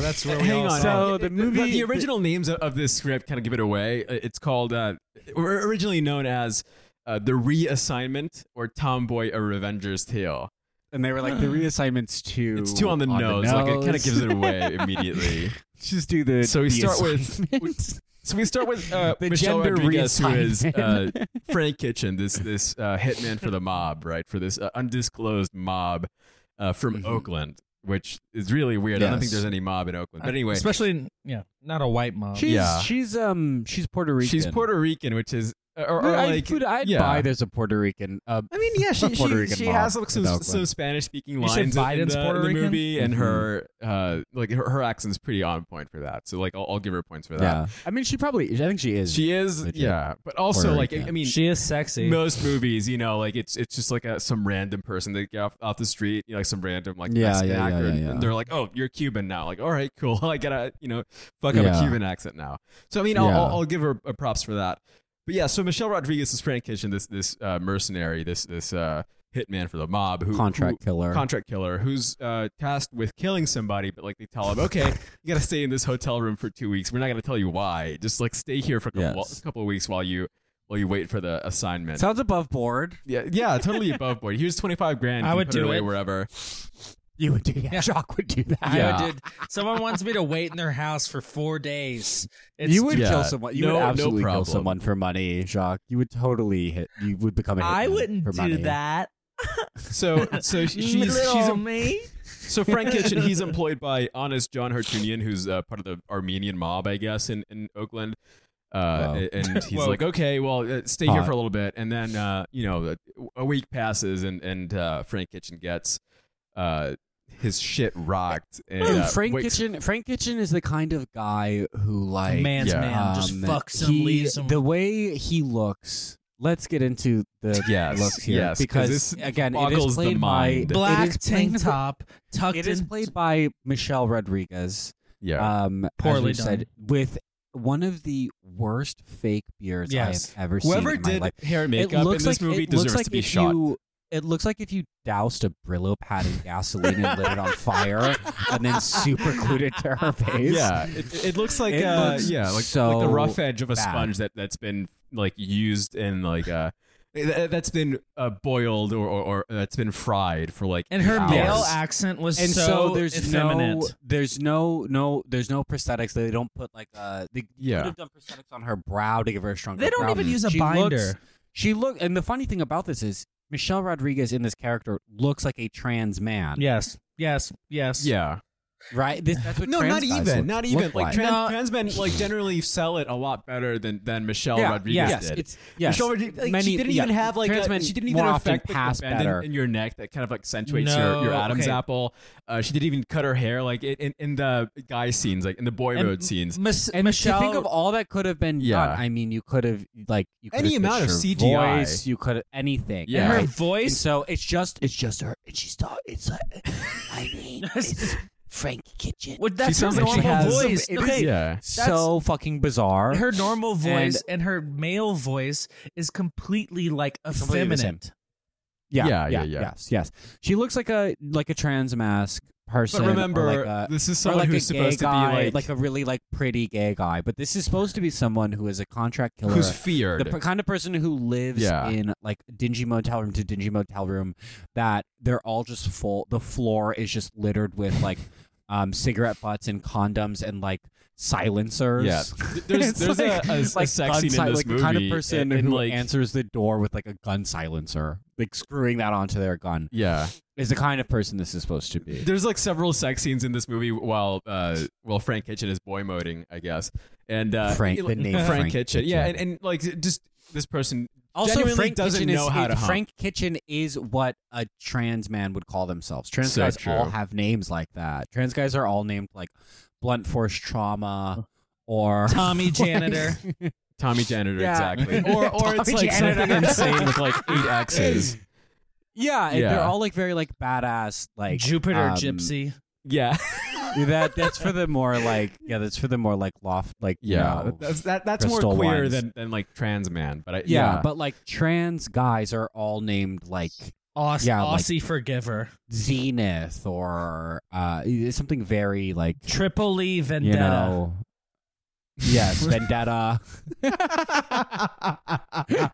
Speaker 4: that's where
Speaker 2: Hang on.
Speaker 1: So
Speaker 2: It-
Speaker 1: the
Speaker 2: it-
Speaker 1: movie-
Speaker 2: the original names of- of this script kind of give it away. Uh, It's called, uh, or- originally known as uh, the Reassignment or Tomboy: A Revenger's Tale.
Speaker 1: and they were like, the reassignment's too.
Speaker 2: It's two on the nose. Like it kind of
Speaker 1: nose."
Speaker 2: gives it away immediately.
Speaker 1: Just do the.
Speaker 2: So we
Speaker 1: the
Speaker 2: start with-
Speaker 1: assignment.
Speaker 2: So we start with uh,
Speaker 1: The
Speaker 2: Michelle
Speaker 1: gender
Speaker 2: Rodriguez, who is uh,
Speaker 1: reassignment.
Speaker 2: Frank Kitchen, this this uh, hitman for the mob, right? For this uh, undisclosed mob uh, from
Speaker 1: Mhm.
Speaker 2: Oakland, which is really weird. I don't think
Speaker 1: Yes.
Speaker 2: there's any mob in Oakland, but anyway,
Speaker 4: especially yeah, not a white mom.
Speaker 1: she's
Speaker 2: yeah.
Speaker 1: she's um she's Puerto Rican.
Speaker 2: she's Puerto Rican, which is or, or
Speaker 1: I
Speaker 2: like.
Speaker 1: would, I'd
Speaker 2: yeah.
Speaker 1: buy there's a Puerto Rican. Uh,
Speaker 2: I mean, yeah, she
Speaker 1: A Puerto
Speaker 2: she,
Speaker 1: Rican
Speaker 2: she
Speaker 1: mob
Speaker 2: has like some
Speaker 1: in Oakland.
Speaker 2: some Spanish speaking
Speaker 4: You said
Speaker 2: lines in- in
Speaker 4: Biden's
Speaker 2: the,
Speaker 4: Puerto
Speaker 2: in the
Speaker 4: Rican?
Speaker 2: movie, and
Speaker 1: Mhm.
Speaker 2: her uh, like her, her accent's pretty on point for that. So like, I'll, I'll give her points for that.
Speaker 1: yeah, I mean she probably. I think she is.
Speaker 2: She is,
Speaker 1: Legit.
Speaker 2: yeah, but also
Speaker 1: Puerto
Speaker 2: like, I,
Speaker 1: Rican.
Speaker 2: I mean,
Speaker 4: She is sexy.
Speaker 2: most movies, you know, like it's it's just like a, some random person that get off, off the street, you know, like some random like
Speaker 1: Yeah,
Speaker 2: Mexican
Speaker 1: yeah, yeah,
Speaker 2: actor,
Speaker 1: yeah, yeah.
Speaker 2: and they're like, "Oh, you're Cuban now." Like, all right, cool. I gotta, you know, fuck up
Speaker 1: Yeah.
Speaker 2: a Cuban accent now. So I mean, I'll,
Speaker 1: Yeah.
Speaker 2: I'll, I'll give her uh, props for that. But yeah, so Michelle Rodriguez is Frank Kitchen, this this uh, mercenary, this this uh, hitman for the mob who
Speaker 1: Contract
Speaker 2: who-
Speaker 1: killer.
Speaker 2: contract killer who's uh, tasked with killing somebody, but like they tell him, okay, you got to stay in this hotel room for two weeks. We're not going to tell you why. Just like stay here for a couple,
Speaker 1: Yes.
Speaker 2: a couple of weeks while you while you wait for the assignment.
Speaker 1: Sounds above board.
Speaker 2: yeah, yeah, totally above board. Here's twenty five grand.
Speaker 4: I
Speaker 2: You
Speaker 4: would
Speaker 2: put
Speaker 4: do
Speaker 2: it away
Speaker 4: it.
Speaker 2: wherever.
Speaker 1: You would do that. Jacques would do that.
Speaker 4: I
Speaker 2: Yeah.
Speaker 4: did. Someone wants me to wait in their house for four days. It's,
Speaker 1: you would
Speaker 2: Yeah.
Speaker 1: kill someone. You
Speaker 2: No-
Speaker 1: would
Speaker 2: no
Speaker 1: absolutely kill
Speaker 2: problem.
Speaker 1: someone for money, Jacques. You would totally hit. You would become a.
Speaker 4: I
Speaker 1: hitman
Speaker 4: wouldn't
Speaker 1: for
Speaker 4: do
Speaker 1: money.
Speaker 4: that.
Speaker 2: So so she's
Speaker 4: Little
Speaker 2: she's a,
Speaker 4: me.
Speaker 2: So Frank Kitchen, he's employed by honest John Hartunian, who's uh, part of the Armenian mob, I guess, in in Oakland. Uh,
Speaker 1: Wow.
Speaker 2: a- And he's
Speaker 4: Whoa.
Speaker 2: like, okay, well, uh, stay here
Speaker 1: Hot.
Speaker 2: for a little bit, and then uh, you know, a week passes, and and uh, Frank Kitchen gets uh, his shit rocked. And,
Speaker 1: Dude,
Speaker 2: uh,
Speaker 1: Frank
Speaker 2: wakes-
Speaker 1: Kitchen. Frank Kitchen is the kind of guy who like
Speaker 4: Man's
Speaker 2: yeah.
Speaker 4: man just
Speaker 1: um,
Speaker 4: fucks him,
Speaker 1: he-
Speaker 4: leaves him.
Speaker 1: The way he looks. Let's get into the
Speaker 2: Yes,
Speaker 1: looks here
Speaker 2: yes, 'cause
Speaker 1: because
Speaker 2: this
Speaker 1: again, it
Speaker 2: boggles
Speaker 1: is
Speaker 2: the
Speaker 1: played by
Speaker 2: mind.
Speaker 1: it
Speaker 4: black
Speaker 1: is played
Speaker 4: tank
Speaker 1: by-
Speaker 4: top tucked
Speaker 1: It is
Speaker 4: in.
Speaker 1: played by Michelle Rodriguez.
Speaker 2: yeah,
Speaker 1: Um, as
Speaker 4: Poorly
Speaker 1: we've said, with one of the worst fake beards
Speaker 4: Yes.
Speaker 1: I have ever
Speaker 2: whoever
Speaker 1: seen. in my
Speaker 2: did
Speaker 1: life.
Speaker 2: hair and makeup in this movie
Speaker 1: it
Speaker 2: deserves
Speaker 1: looks like
Speaker 2: to be
Speaker 1: if
Speaker 2: shot.
Speaker 1: You, it looks like if you doused a Brillo pad in gasoline and lit it on fire, and then super glued it to her face.
Speaker 2: yeah, it, it looks like
Speaker 1: It
Speaker 2: uh,
Speaker 1: looks
Speaker 2: yeah, like, like
Speaker 1: so
Speaker 2: the rough edge of a
Speaker 1: bad.
Speaker 2: sponge that that's been like used and like uh, th- that's been uh, boiled or, or or that's been fried for like
Speaker 4: And her
Speaker 1: Hours.
Speaker 4: male accent was
Speaker 1: And
Speaker 4: so,
Speaker 1: so, there's
Speaker 4: effeminate.
Speaker 1: no, there's no, no, there's no prosthetics. They don't put like uh, they
Speaker 2: Yeah.
Speaker 1: could have done prosthetics on her brow to give her a stronger.
Speaker 4: they don't
Speaker 1: brow.
Speaker 4: even use a
Speaker 1: She
Speaker 4: binder.
Speaker 1: looks- she look, and the funny thing about this is Michelle Rodriguez in this character looks like a trans man.
Speaker 4: yes, yes, yes.
Speaker 2: yeah
Speaker 1: right. This, that's what
Speaker 2: no
Speaker 1: trans
Speaker 2: not
Speaker 1: guys
Speaker 2: even
Speaker 1: look-
Speaker 2: not
Speaker 1: look
Speaker 2: even like, trans,
Speaker 4: No.
Speaker 2: trans men like generally sell it a lot better than than Michelle
Speaker 1: yeah,
Speaker 2: Rodriguez
Speaker 1: yes,
Speaker 2: did.
Speaker 1: It's, yes,
Speaker 2: Michelle Rodriguez, like,
Speaker 1: Many-
Speaker 2: she didn't
Speaker 1: yeah,
Speaker 2: even have like
Speaker 1: trans
Speaker 2: a,
Speaker 1: men
Speaker 2: she didn't
Speaker 1: more
Speaker 2: even
Speaker 1: often
Speaker 2: affect the-
Speaker 1: pass
Speaker 2: the bend
Speaker 1: better.
Speaker 2: in, in your neck that kind of accentuates
Speaker 4: No,
Speaker 2: your, your Adam's
Speaker 4: okay.
Speaker 2: apple. Uh, she didn't even cut her hair like in, in, in the guy scenes, like in the boy
Speaker 4: And
Speaker 2: mode scenes.
Speaker 4: Mis-
Speaker 1: And
Speaker 4: Michelle,
Speaker 1: to think of all that could have been
Speaker 2: Yeah.
Speaker 1: done. I mean, you could have like you could
Speaker 2: Any
Speaker 1: have
Speaker 2: amount of
Speaker 1: pitched her
Speaker 2: CGI.
Speaker 1: voice, you could have anything.
Speaker 2: Yeah.
Speaker 4: and her
Speaker 1: right? And
Speaker 4: voice.
Speaker 1: so it's just it's just her, and she's talking. It's like I mean, it's Frank Kitchen.
Speaker 4: Well, that's her
Speaker 2: sounds like
Speaker 4: normal
Speaker 2: she has-
Speaker 4: voice.
Speaker 1: it is-
Speaker 4: okay,
Speaker 2: yeah.
Speaker 1: so fucking bizarre.
Speaker 4: her normal voice
Speaker 1: And-
Speaker 4: and, her male voice is completely like
Speaker 1: Completely the same.
Speaker 4: effeminate.
Speaker 1: yeah,
Speaker 2: Yeah, yeah, yeah.
Speaker 1: yes, yes. She looks like a like a trans mask person.
Speaker 2: But
Speaker 1: or
Speaker 2: remember,
Speaker 1: like a,
Speaker 2: this is
Speaker 1: or
Speaker 2: someone
Speaker 1: like
Speaker 2: who's
Speaker 1: a gay
Speaker 2: supposed to be
Speaker 1: guy,
Speaker 2: like,
Speaker 1: a really like pretty gay guy, but this is supposed to be someone who is a contract killer,
Speaker 2: who's feared.
Speaker 1: the p- kind of person who lives
Speaker 2: Yeah.
Speaker 1: in like dingy motel room to dingy motel room that they're all just full the floor is just littered with like um cigarette butts and condoms and like silencers
Speaker 2: Yeah. There's-
Speaker 1: It's
Speaker 2: there's a-
Speaker 1: like,
Speaker 2: a- a
Speaker 1: like
Speaker 2: sex
Speaker 1: gun
Speaker 2: scene in
Speaker 1: si-
Speaker 2: this
Speaker 1: like the kind of
Speaker 2: movie
Speaker 1: person
Speaker 2: and,
Speaker 1: who
Speaker 2: like-
Speaker 1: answers the door with like a gun silencer like screwing that onto their gun
Speaker 2: yeah,
Speaker 1: is the kind of person this is supposed to be
Speaker 2: there's like several sex scenes in this movie while uh, while Frank Kitchen is boy moding, I guess, and uh,
Speaker 1: Frank-
Speaker 2: it-
Speaker 1: the name
Speaker 2: Frank,
Speaker 1: Frank
Speaker 2: Kitchen, yeah,
Speaker 1: Kitchen.
Speaker 2: and, and like just this person
Speaker 1: also
Speaker 2: genuinely
Speaker 1: frank
Speaker 2: doesn't
Speaker 1: kitchen
Speaker 2: know
Speaker 1: is,
Speaker 2: how
Speaker 1: is-
Speaker 2: to hump.
Speaker 1: frank kitchen is what a trans man would call themselves trans
Speaker 2: So
Speaker 1: guys
Speaker 2: true.
Speaker 1: all have names like that trans guys are all named like blunt force trauma or
Speaker 4: Tommy janitor.
Speaker 2: Tommy Janitor
Speaker 1: Yeah.
Speaker 2: exactly, or or it's
Speaker 1: Tommy
Speaker 2: like something
Speaker 1: Janitor.
Speaker 2: insane with like eight X's.
Speaker 1: yeah, and they're
Speaker 2: Yeah.
Speaker 1: all like very like badass like um,
Speaker 4: Jupiter Gypsy.
Speaker 2: Yeah,
Speaker 1: that that's for the more like yeah that's for the more like loft like you
Speaker 2: yeah,
Speaker 1: know,
Speaker 2: that's that, that's
Speaker 1: Crystal
Speaker 2: more queer
Speaker 1: ones.
Speaker 2: than than like trans man, but I,
Speaker 1: yeah,
Speaker 2: yeah,
Speaker 1: but like trans guys are all named like
Speaker 4: Auss-
Speaker 1: yeah, like-
Speaker 4: Aussie forgiver.
Speaker 1: Zenith or uh something very like
Speaker 4: Tripoli
Speaker 1: you
Speaker 4: vendetta.
Speaker 1: know yes vendetta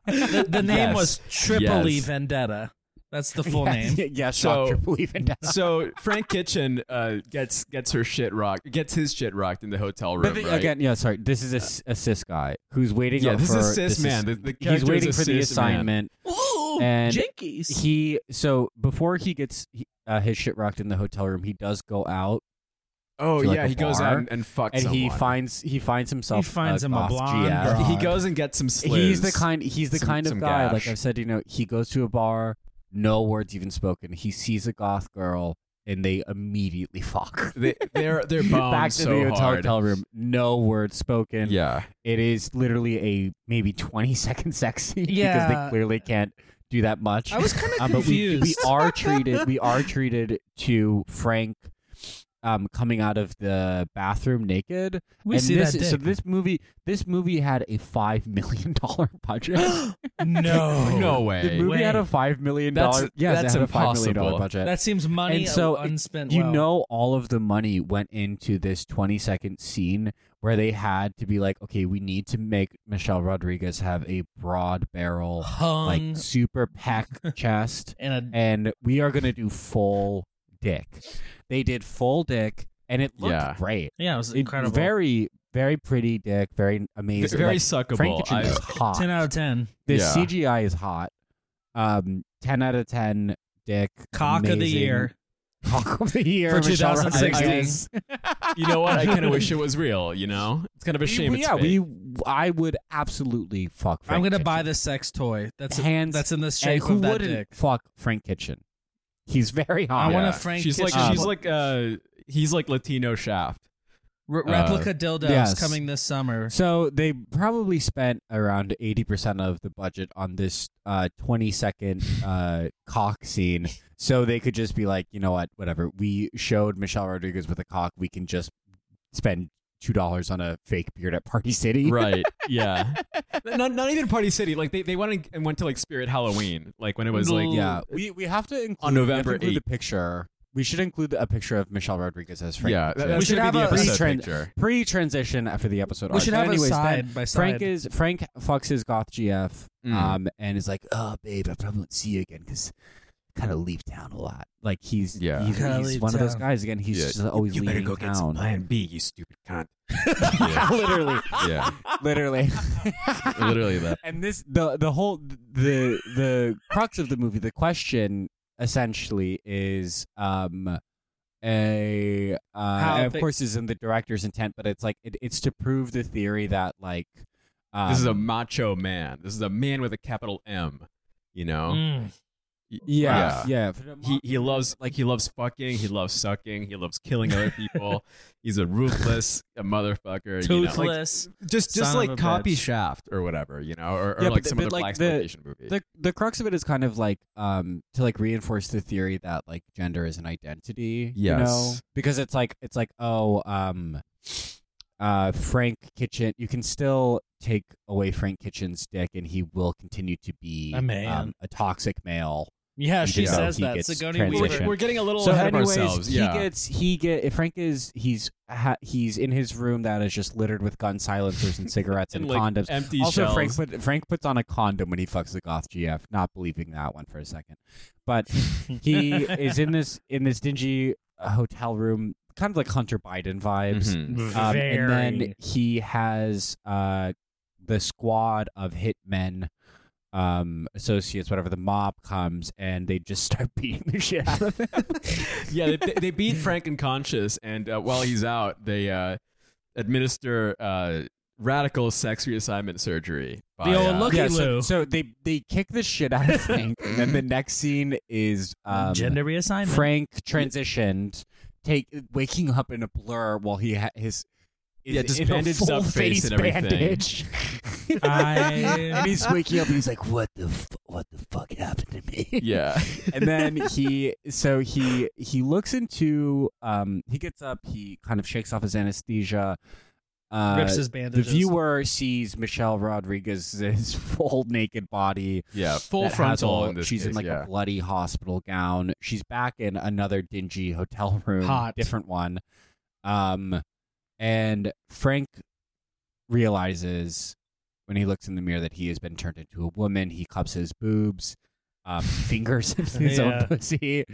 Speaker 4: the, the name
Speaker 2: Yes.
Speaker 4: was Tripoli
Speaker 2: Yes.
Speaker 4: vendetta. That's the full
Speaker 1: yeah,
Speaker 4: name.
Speaker 1: Yeah, yeah
Speaker 2: So-
Speaker 1: Shock Tripoli Vendetta.
Speaker 2: so Frank Kitchen uh, gets gets her shit rocked, gets his shit rocked in the hotel room.
Speaker 1: But the-
Speaker 2: right?
Speaker 1: again, yeah, sorry. This is a s- a, cis guy who's waiting
Speaker 2: yeah,
Speaker 1: up
Speaker 2: this
Speaker 1: for
Speaker 2: is cis
Speaker 1: this
Speaker 2: man.
Speaker 1: is-
Speaker 2: the, the
Speaker 1: he's
Speaker 2: character
Speaker 1: waiting
Speaker 2: is
Speaker 1: for
Speaker 2: a
Speaker 1: the
Speaker 2: cis man.
Speaker 1: assignment.
Speaker 4: Ooh,
Speaker 1: And
Speaker 4: Jinkies.
Speaker 1: He so before he gets he- uh, his shit rocked in the hotel room, he does go out
Speaker 2: Oh
Speaker 1: to, like,
Speaker 2: yeah,
Speaker 1: a
Speaker 2: he goes
Speaker 1: bar,
Speaker 2: out and, and fucks
Speaker 1: and he
Speaker 2: someone.
Speaker 1: finds he finds himself
Speaker 4: finds
Speaker 1: a,
Speaker 4: him a
Speaker 1: goth
Speaker 4: blonde
Speaker 1: GF.
Speaker 4: broad.
Speaker 2: he goes and gets some slurs.
Speaker 1: he's the kind he's the
Speaker 2: Some-
Speaker 1: kind of
Speaker 2: some
Speaker 1: guy
Speaker 2: gash.
Speaker 1: like i've said you know he goes to a bar no words even spoken he sees a goth girl and they immediately fuck
Speaker 2: They, they're they're boned
Speaker 1: back to
Speaker 2: so
Speaker 1: the hotel,
Speaker 2: hard.
Speaker 1: hotel room no words spoken
Speaker 2: Yeah,
Speaker 1: it is literally a maybe 20 second sex scene because
Speaker 4: Yeah.
Speaker 1: they clearly can't do that much
Speaker 4: I was kind of
Speaker 1: um, Uh, but we,
Speaker 4: confused.
Speaker 1: we are treated we are treated to frank um, coming out of the bathroom naked.
Speaker 4: We
Speaker 1: and
Speaker 4: see
Speaker 1: this,
Speaker 4: that dick.
Speaker 1: So this movie, this movie had a five million dollar budget.
Speaker 4: no,
Speaker 2: no
Speaker 1: Oh, the
Speaker 2: way.
Speaker 1: movie had a
Speaker 4: Wait.
Speaker 1: five million
Speaker 2: That's-
Speaker 1: dollar. Yes,
Speaker 2: that's
Speaker 1: it had a five million dollar
Speaker 2: impossible.
Speaker 1: budget.
Speaker 4: that seems money
Speaker 1: And so it-
Speaker 4: unspent.
Speaker 1: you
Speaker 4: well.
Speaker 1: know, all of the money went into this twenty second scene where they had to be like, okay, we need to make Michelle Rodriguez have a broad barrel,
Speaker 4: hung
Speaker 1: like super packed chest,
Speaker 4: and a
Speaker 1: and we are gonna do full dick. They did full dick, and it looked
Speaker 2: Yeah.
Speaker 1: great.
Speaker 4: yeah, it was
Speaker 1: It-
Speaker 4: incredible.
Speaker 1: Very, very pretty dick. Very
Speaker 2: V-
Speaker 1: amazing.
Speaker 2: Very
Speaker 1: Like, Frank
Speaker 2: suckable.
Speaker 1: Kitchen
Speaker 2: I,
Speaker 1: is hot.
Speaker 4: ten out of ten.
Speaker 1: The
Speaker 2: Yeah.
Speaker 1: CGI is hot. Um, ten out of ten. Dick.
Speaker 4: Cock of the
Speaker 1: amazing.
Speaker 4: year.
Speaker 1: Cock of the year
Speaker 4: For
Speaker 1: Michelle
Speaker 4: 2016.
Speaker 1: Rodriguez.
Speaker 2: you know what? I kind of wish it was real. You know, it's kind of a shame.
Speaker 1: We-
Speaker 2: it's
Speaker 1: yeah,
Speaker 2: fake.
Speaker 1: we. I would absolutely fuck. Frank
Speaker 4: I'm gonna
Speaker 1: Kitchen.
Speaker 4: buy this sex toy. That's
Speaker 1: Hands
Speaker 4: that's in the
Speaker 1: And
Speaker 4: shape
Speaker 1: who
Speaker 4: of that
Speaker 1: wouldn't
Speaker 4: dick.
Speaker 1: fuck Frank Kitchen? He's very hot.
Speaker 4: I
Speaker 2: Yeah.
Speaker 4: want a Frank
Speaker 2: She's like
Speaker 4: Kitchen.
Speaker 2: she's like uh he's like Latino Shaft.
Speaker 4: Re-
Speaker 2: Uh,
Speaker 4: replica dildos
Speaker 1: yes.
Speaker 4: coming this summer.
Speaker 1: So they probably spent around eighty percent of the budget on this uh, twenty second uh, cock scene, so they could just be like, you know what, whatever. We showed Michelle Rodriguez with a cock. We can just spend two dollars on a fake beard at Party City.
Speaker 2: Right. Yeah. not not even Party City. Like they, they went and went to like Spirit Halloween. Like when it was like
Speaker 1: Yeah, we we have to include
Speaker 2: On
Speaker 1: we have to
Speaker 2: November
Speaker 1: include the picture. We should include a picture of Michelle Rodriguez as Frank.
Speaker 2: yeah. That, that
Speaker 4: We should
Speaker 2: be
Speaker 4: have
Speaker 2: the
Speaker 4: a-
Speaker 2: episode
Speaker 1: Retran-
Speaker 2: picture.
Speaker 1: Pre transition after the episode.
Speaker 4: We
Speaker 1: arc.
Speaker 4: should
Speaker 1: But
Speaker 4: have
Speaker 1: anyways,
Speaker 4: a
Speaker 1: then-
Speaker 4: side by side.
Speaker 1: Frank is Frank fucks his goth GF,
Speaker 2: Mm.
Speaker 1: um, and is like, "Oh, babe, I probably won't see you again because kind of leave town a lot." Like he's
Speaker 2: Yeah.
Speaker 1: he's,
Speaker 4: Kinda
Speaker 1: he's
Speaker 4: leave
Speaker 1: one of those
Speaker 4: town.
Speaker 1: guys again. He's
Speaker 2: Yeah.
Speaker 1: just always leaving town.
Speaker 2: B, you stupid cunt.
Speaker 1: literally,
Speaker 2: Yeah.
Speaker 1: literally,
Speaker 2: Literally that.
Speaker 1: and this the the whole the the crux of the movie. The question essentially is, um, a uh, and of
Speaker 4: big-
Speaker 1: course is in the director's intent, but it's like it, it's to prove the theory that like. Um,
Speaker 2: This is a macho man. This is a man with a capital M. You know?
Speaker 4: Mm.
Speaker 2: Y-
Speaker 1: Yeah, yeah.
Speaker 2: He he loves like he loves fucking, he loves sucking, he loves killing other people. He's a ruthless a motherfucker. you know? Like,
Speaker 4: toothless.
Speaker 2: just just
Speaker 4: Son of
Speaker 2: like
Speaker 4: a
Speaker 2: copy
Speaker 4: bitch.
Speaker 2: Shaft or whatever, you know, or, or
Speaker 1: Yeah,
Speaker 2: like
Speaker 1: but-
Speaker 2: some
Speaker 1: but,
Speaker 2: other
Speaker 1: like,
Speaker 2: black
Speaker 1: the-
Speaker 2: exploitation movie.
Speaker 1: the the crux of it is kind of like um to like reinforce the theory that like gender is an identity.
Speaker 2: Yes.
Speaker 1: You know? Because it's like it's like oh um uh Frank Kitchen you can still take away Frank Kitchen's dick and he will continue to be
Speaker 4: A man.
Speaker 1: um, a toxic male.
Speaker 4: Yeah, she
Speaker 1: Yeah.
Speaker 4: says
Speaker 1: He
Speaker 4: that.
Speaker 1: gets
Speaker 4: Sigourney
Speaker 1: transition.
Speaker 4: Weaver.
Speaker 2: we're, we're getting a little
Speaker 1: so
Speaker 2: ahead of
Speaker 1: anyways,
Speaker 2: ourselves.
Speaker 1: he
Speaker 2: yeah.
Speaker 1: gets he get if Frank is he's ha, he's in his room that is just littered with gun silencers and cigarettes and,
Speaker 2: like,
Speaker 1: condoms.
Speaker 2: Empty
Speaker 1: also,
Speaker 2: shells.
Speaker 1: Frank put, Frank puts on a condom when he fucks the goth GF. Not believing that one for a second, but he is in this in this dingy uh, hotel room, kind of like Hunter Biden vibes.
Speaker 2: Mhm.
Speaker 4: Mm-hmm.
Speaker 1: Um, and then
Speaker 4: Very.
Speaker 1: he has uh, the squad of hitmen, um, associates, whatever. The mob comes and they just start beating the shit out of him.
Speaker 2: yeah, they, they beat Frank unconscious, and uh, while he's out, they uh, administer uh, radical sex reassignment surgery. By,
Speaker 4: The old
Speaker 2: uh,
Speaker 4: look-
Speaker 1: yeah,
Speaker 4: Looky
Speaker 1: so,
Speaker 4: Lou.
Speaker 1: so they they kick the shit out of Frank, and then the next scene is um,
Speaker 4: Gender reassignment.
Speaker 1: Frank transitioned, take waking up in a blur while he ha- his is
Speaker 2: Yeah, just
Speaker 1: in a
Speaker 2: bandaged
Speaker 1: full
Speaker 2: up face
Speaker 1: face
Speaker 2: and everything.
Speaker 1: bandage. and
Speaker 4: I,
Speaker 1: he's waking up and he's like, "What the f- what the fuck happened to me?"
Speaker 2: Yeah,
Speaker 1: and then he so he he looks into um he gets up, he kind of shakes off his anesthesia. Uh,
Speaker 4: rips his
Speaker 1: the
Speaker 4: bandages.
Speaker 1: viewer sees Michelle Rodriguez's full naked body
Speaker 2: yeah, full
Speaker 1: that has
Speaker 2: frontal.
Speaker 1: all-
Speaker 2: in this
Speaker 1: she's in
Speaker 2: case,
Speaker 1: like
Speaker 2: yeah.
Speaker 1: a bloody hospital gown. She's back in another dingy hotel room,
Speaker 4: Hot.
Speaker 1: different one. Um, and Frank realizes when he looks in the mirror that he has been turned into a woman. He cups his boobs, um, fingers his
Speaker 4: Yeah.
Speaker 1: own pussy,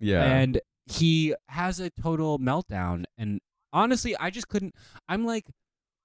Speaker 2: yeah.
Speaker 1: and he has a total meltdown. And honestly, I just couldn't. I'm like,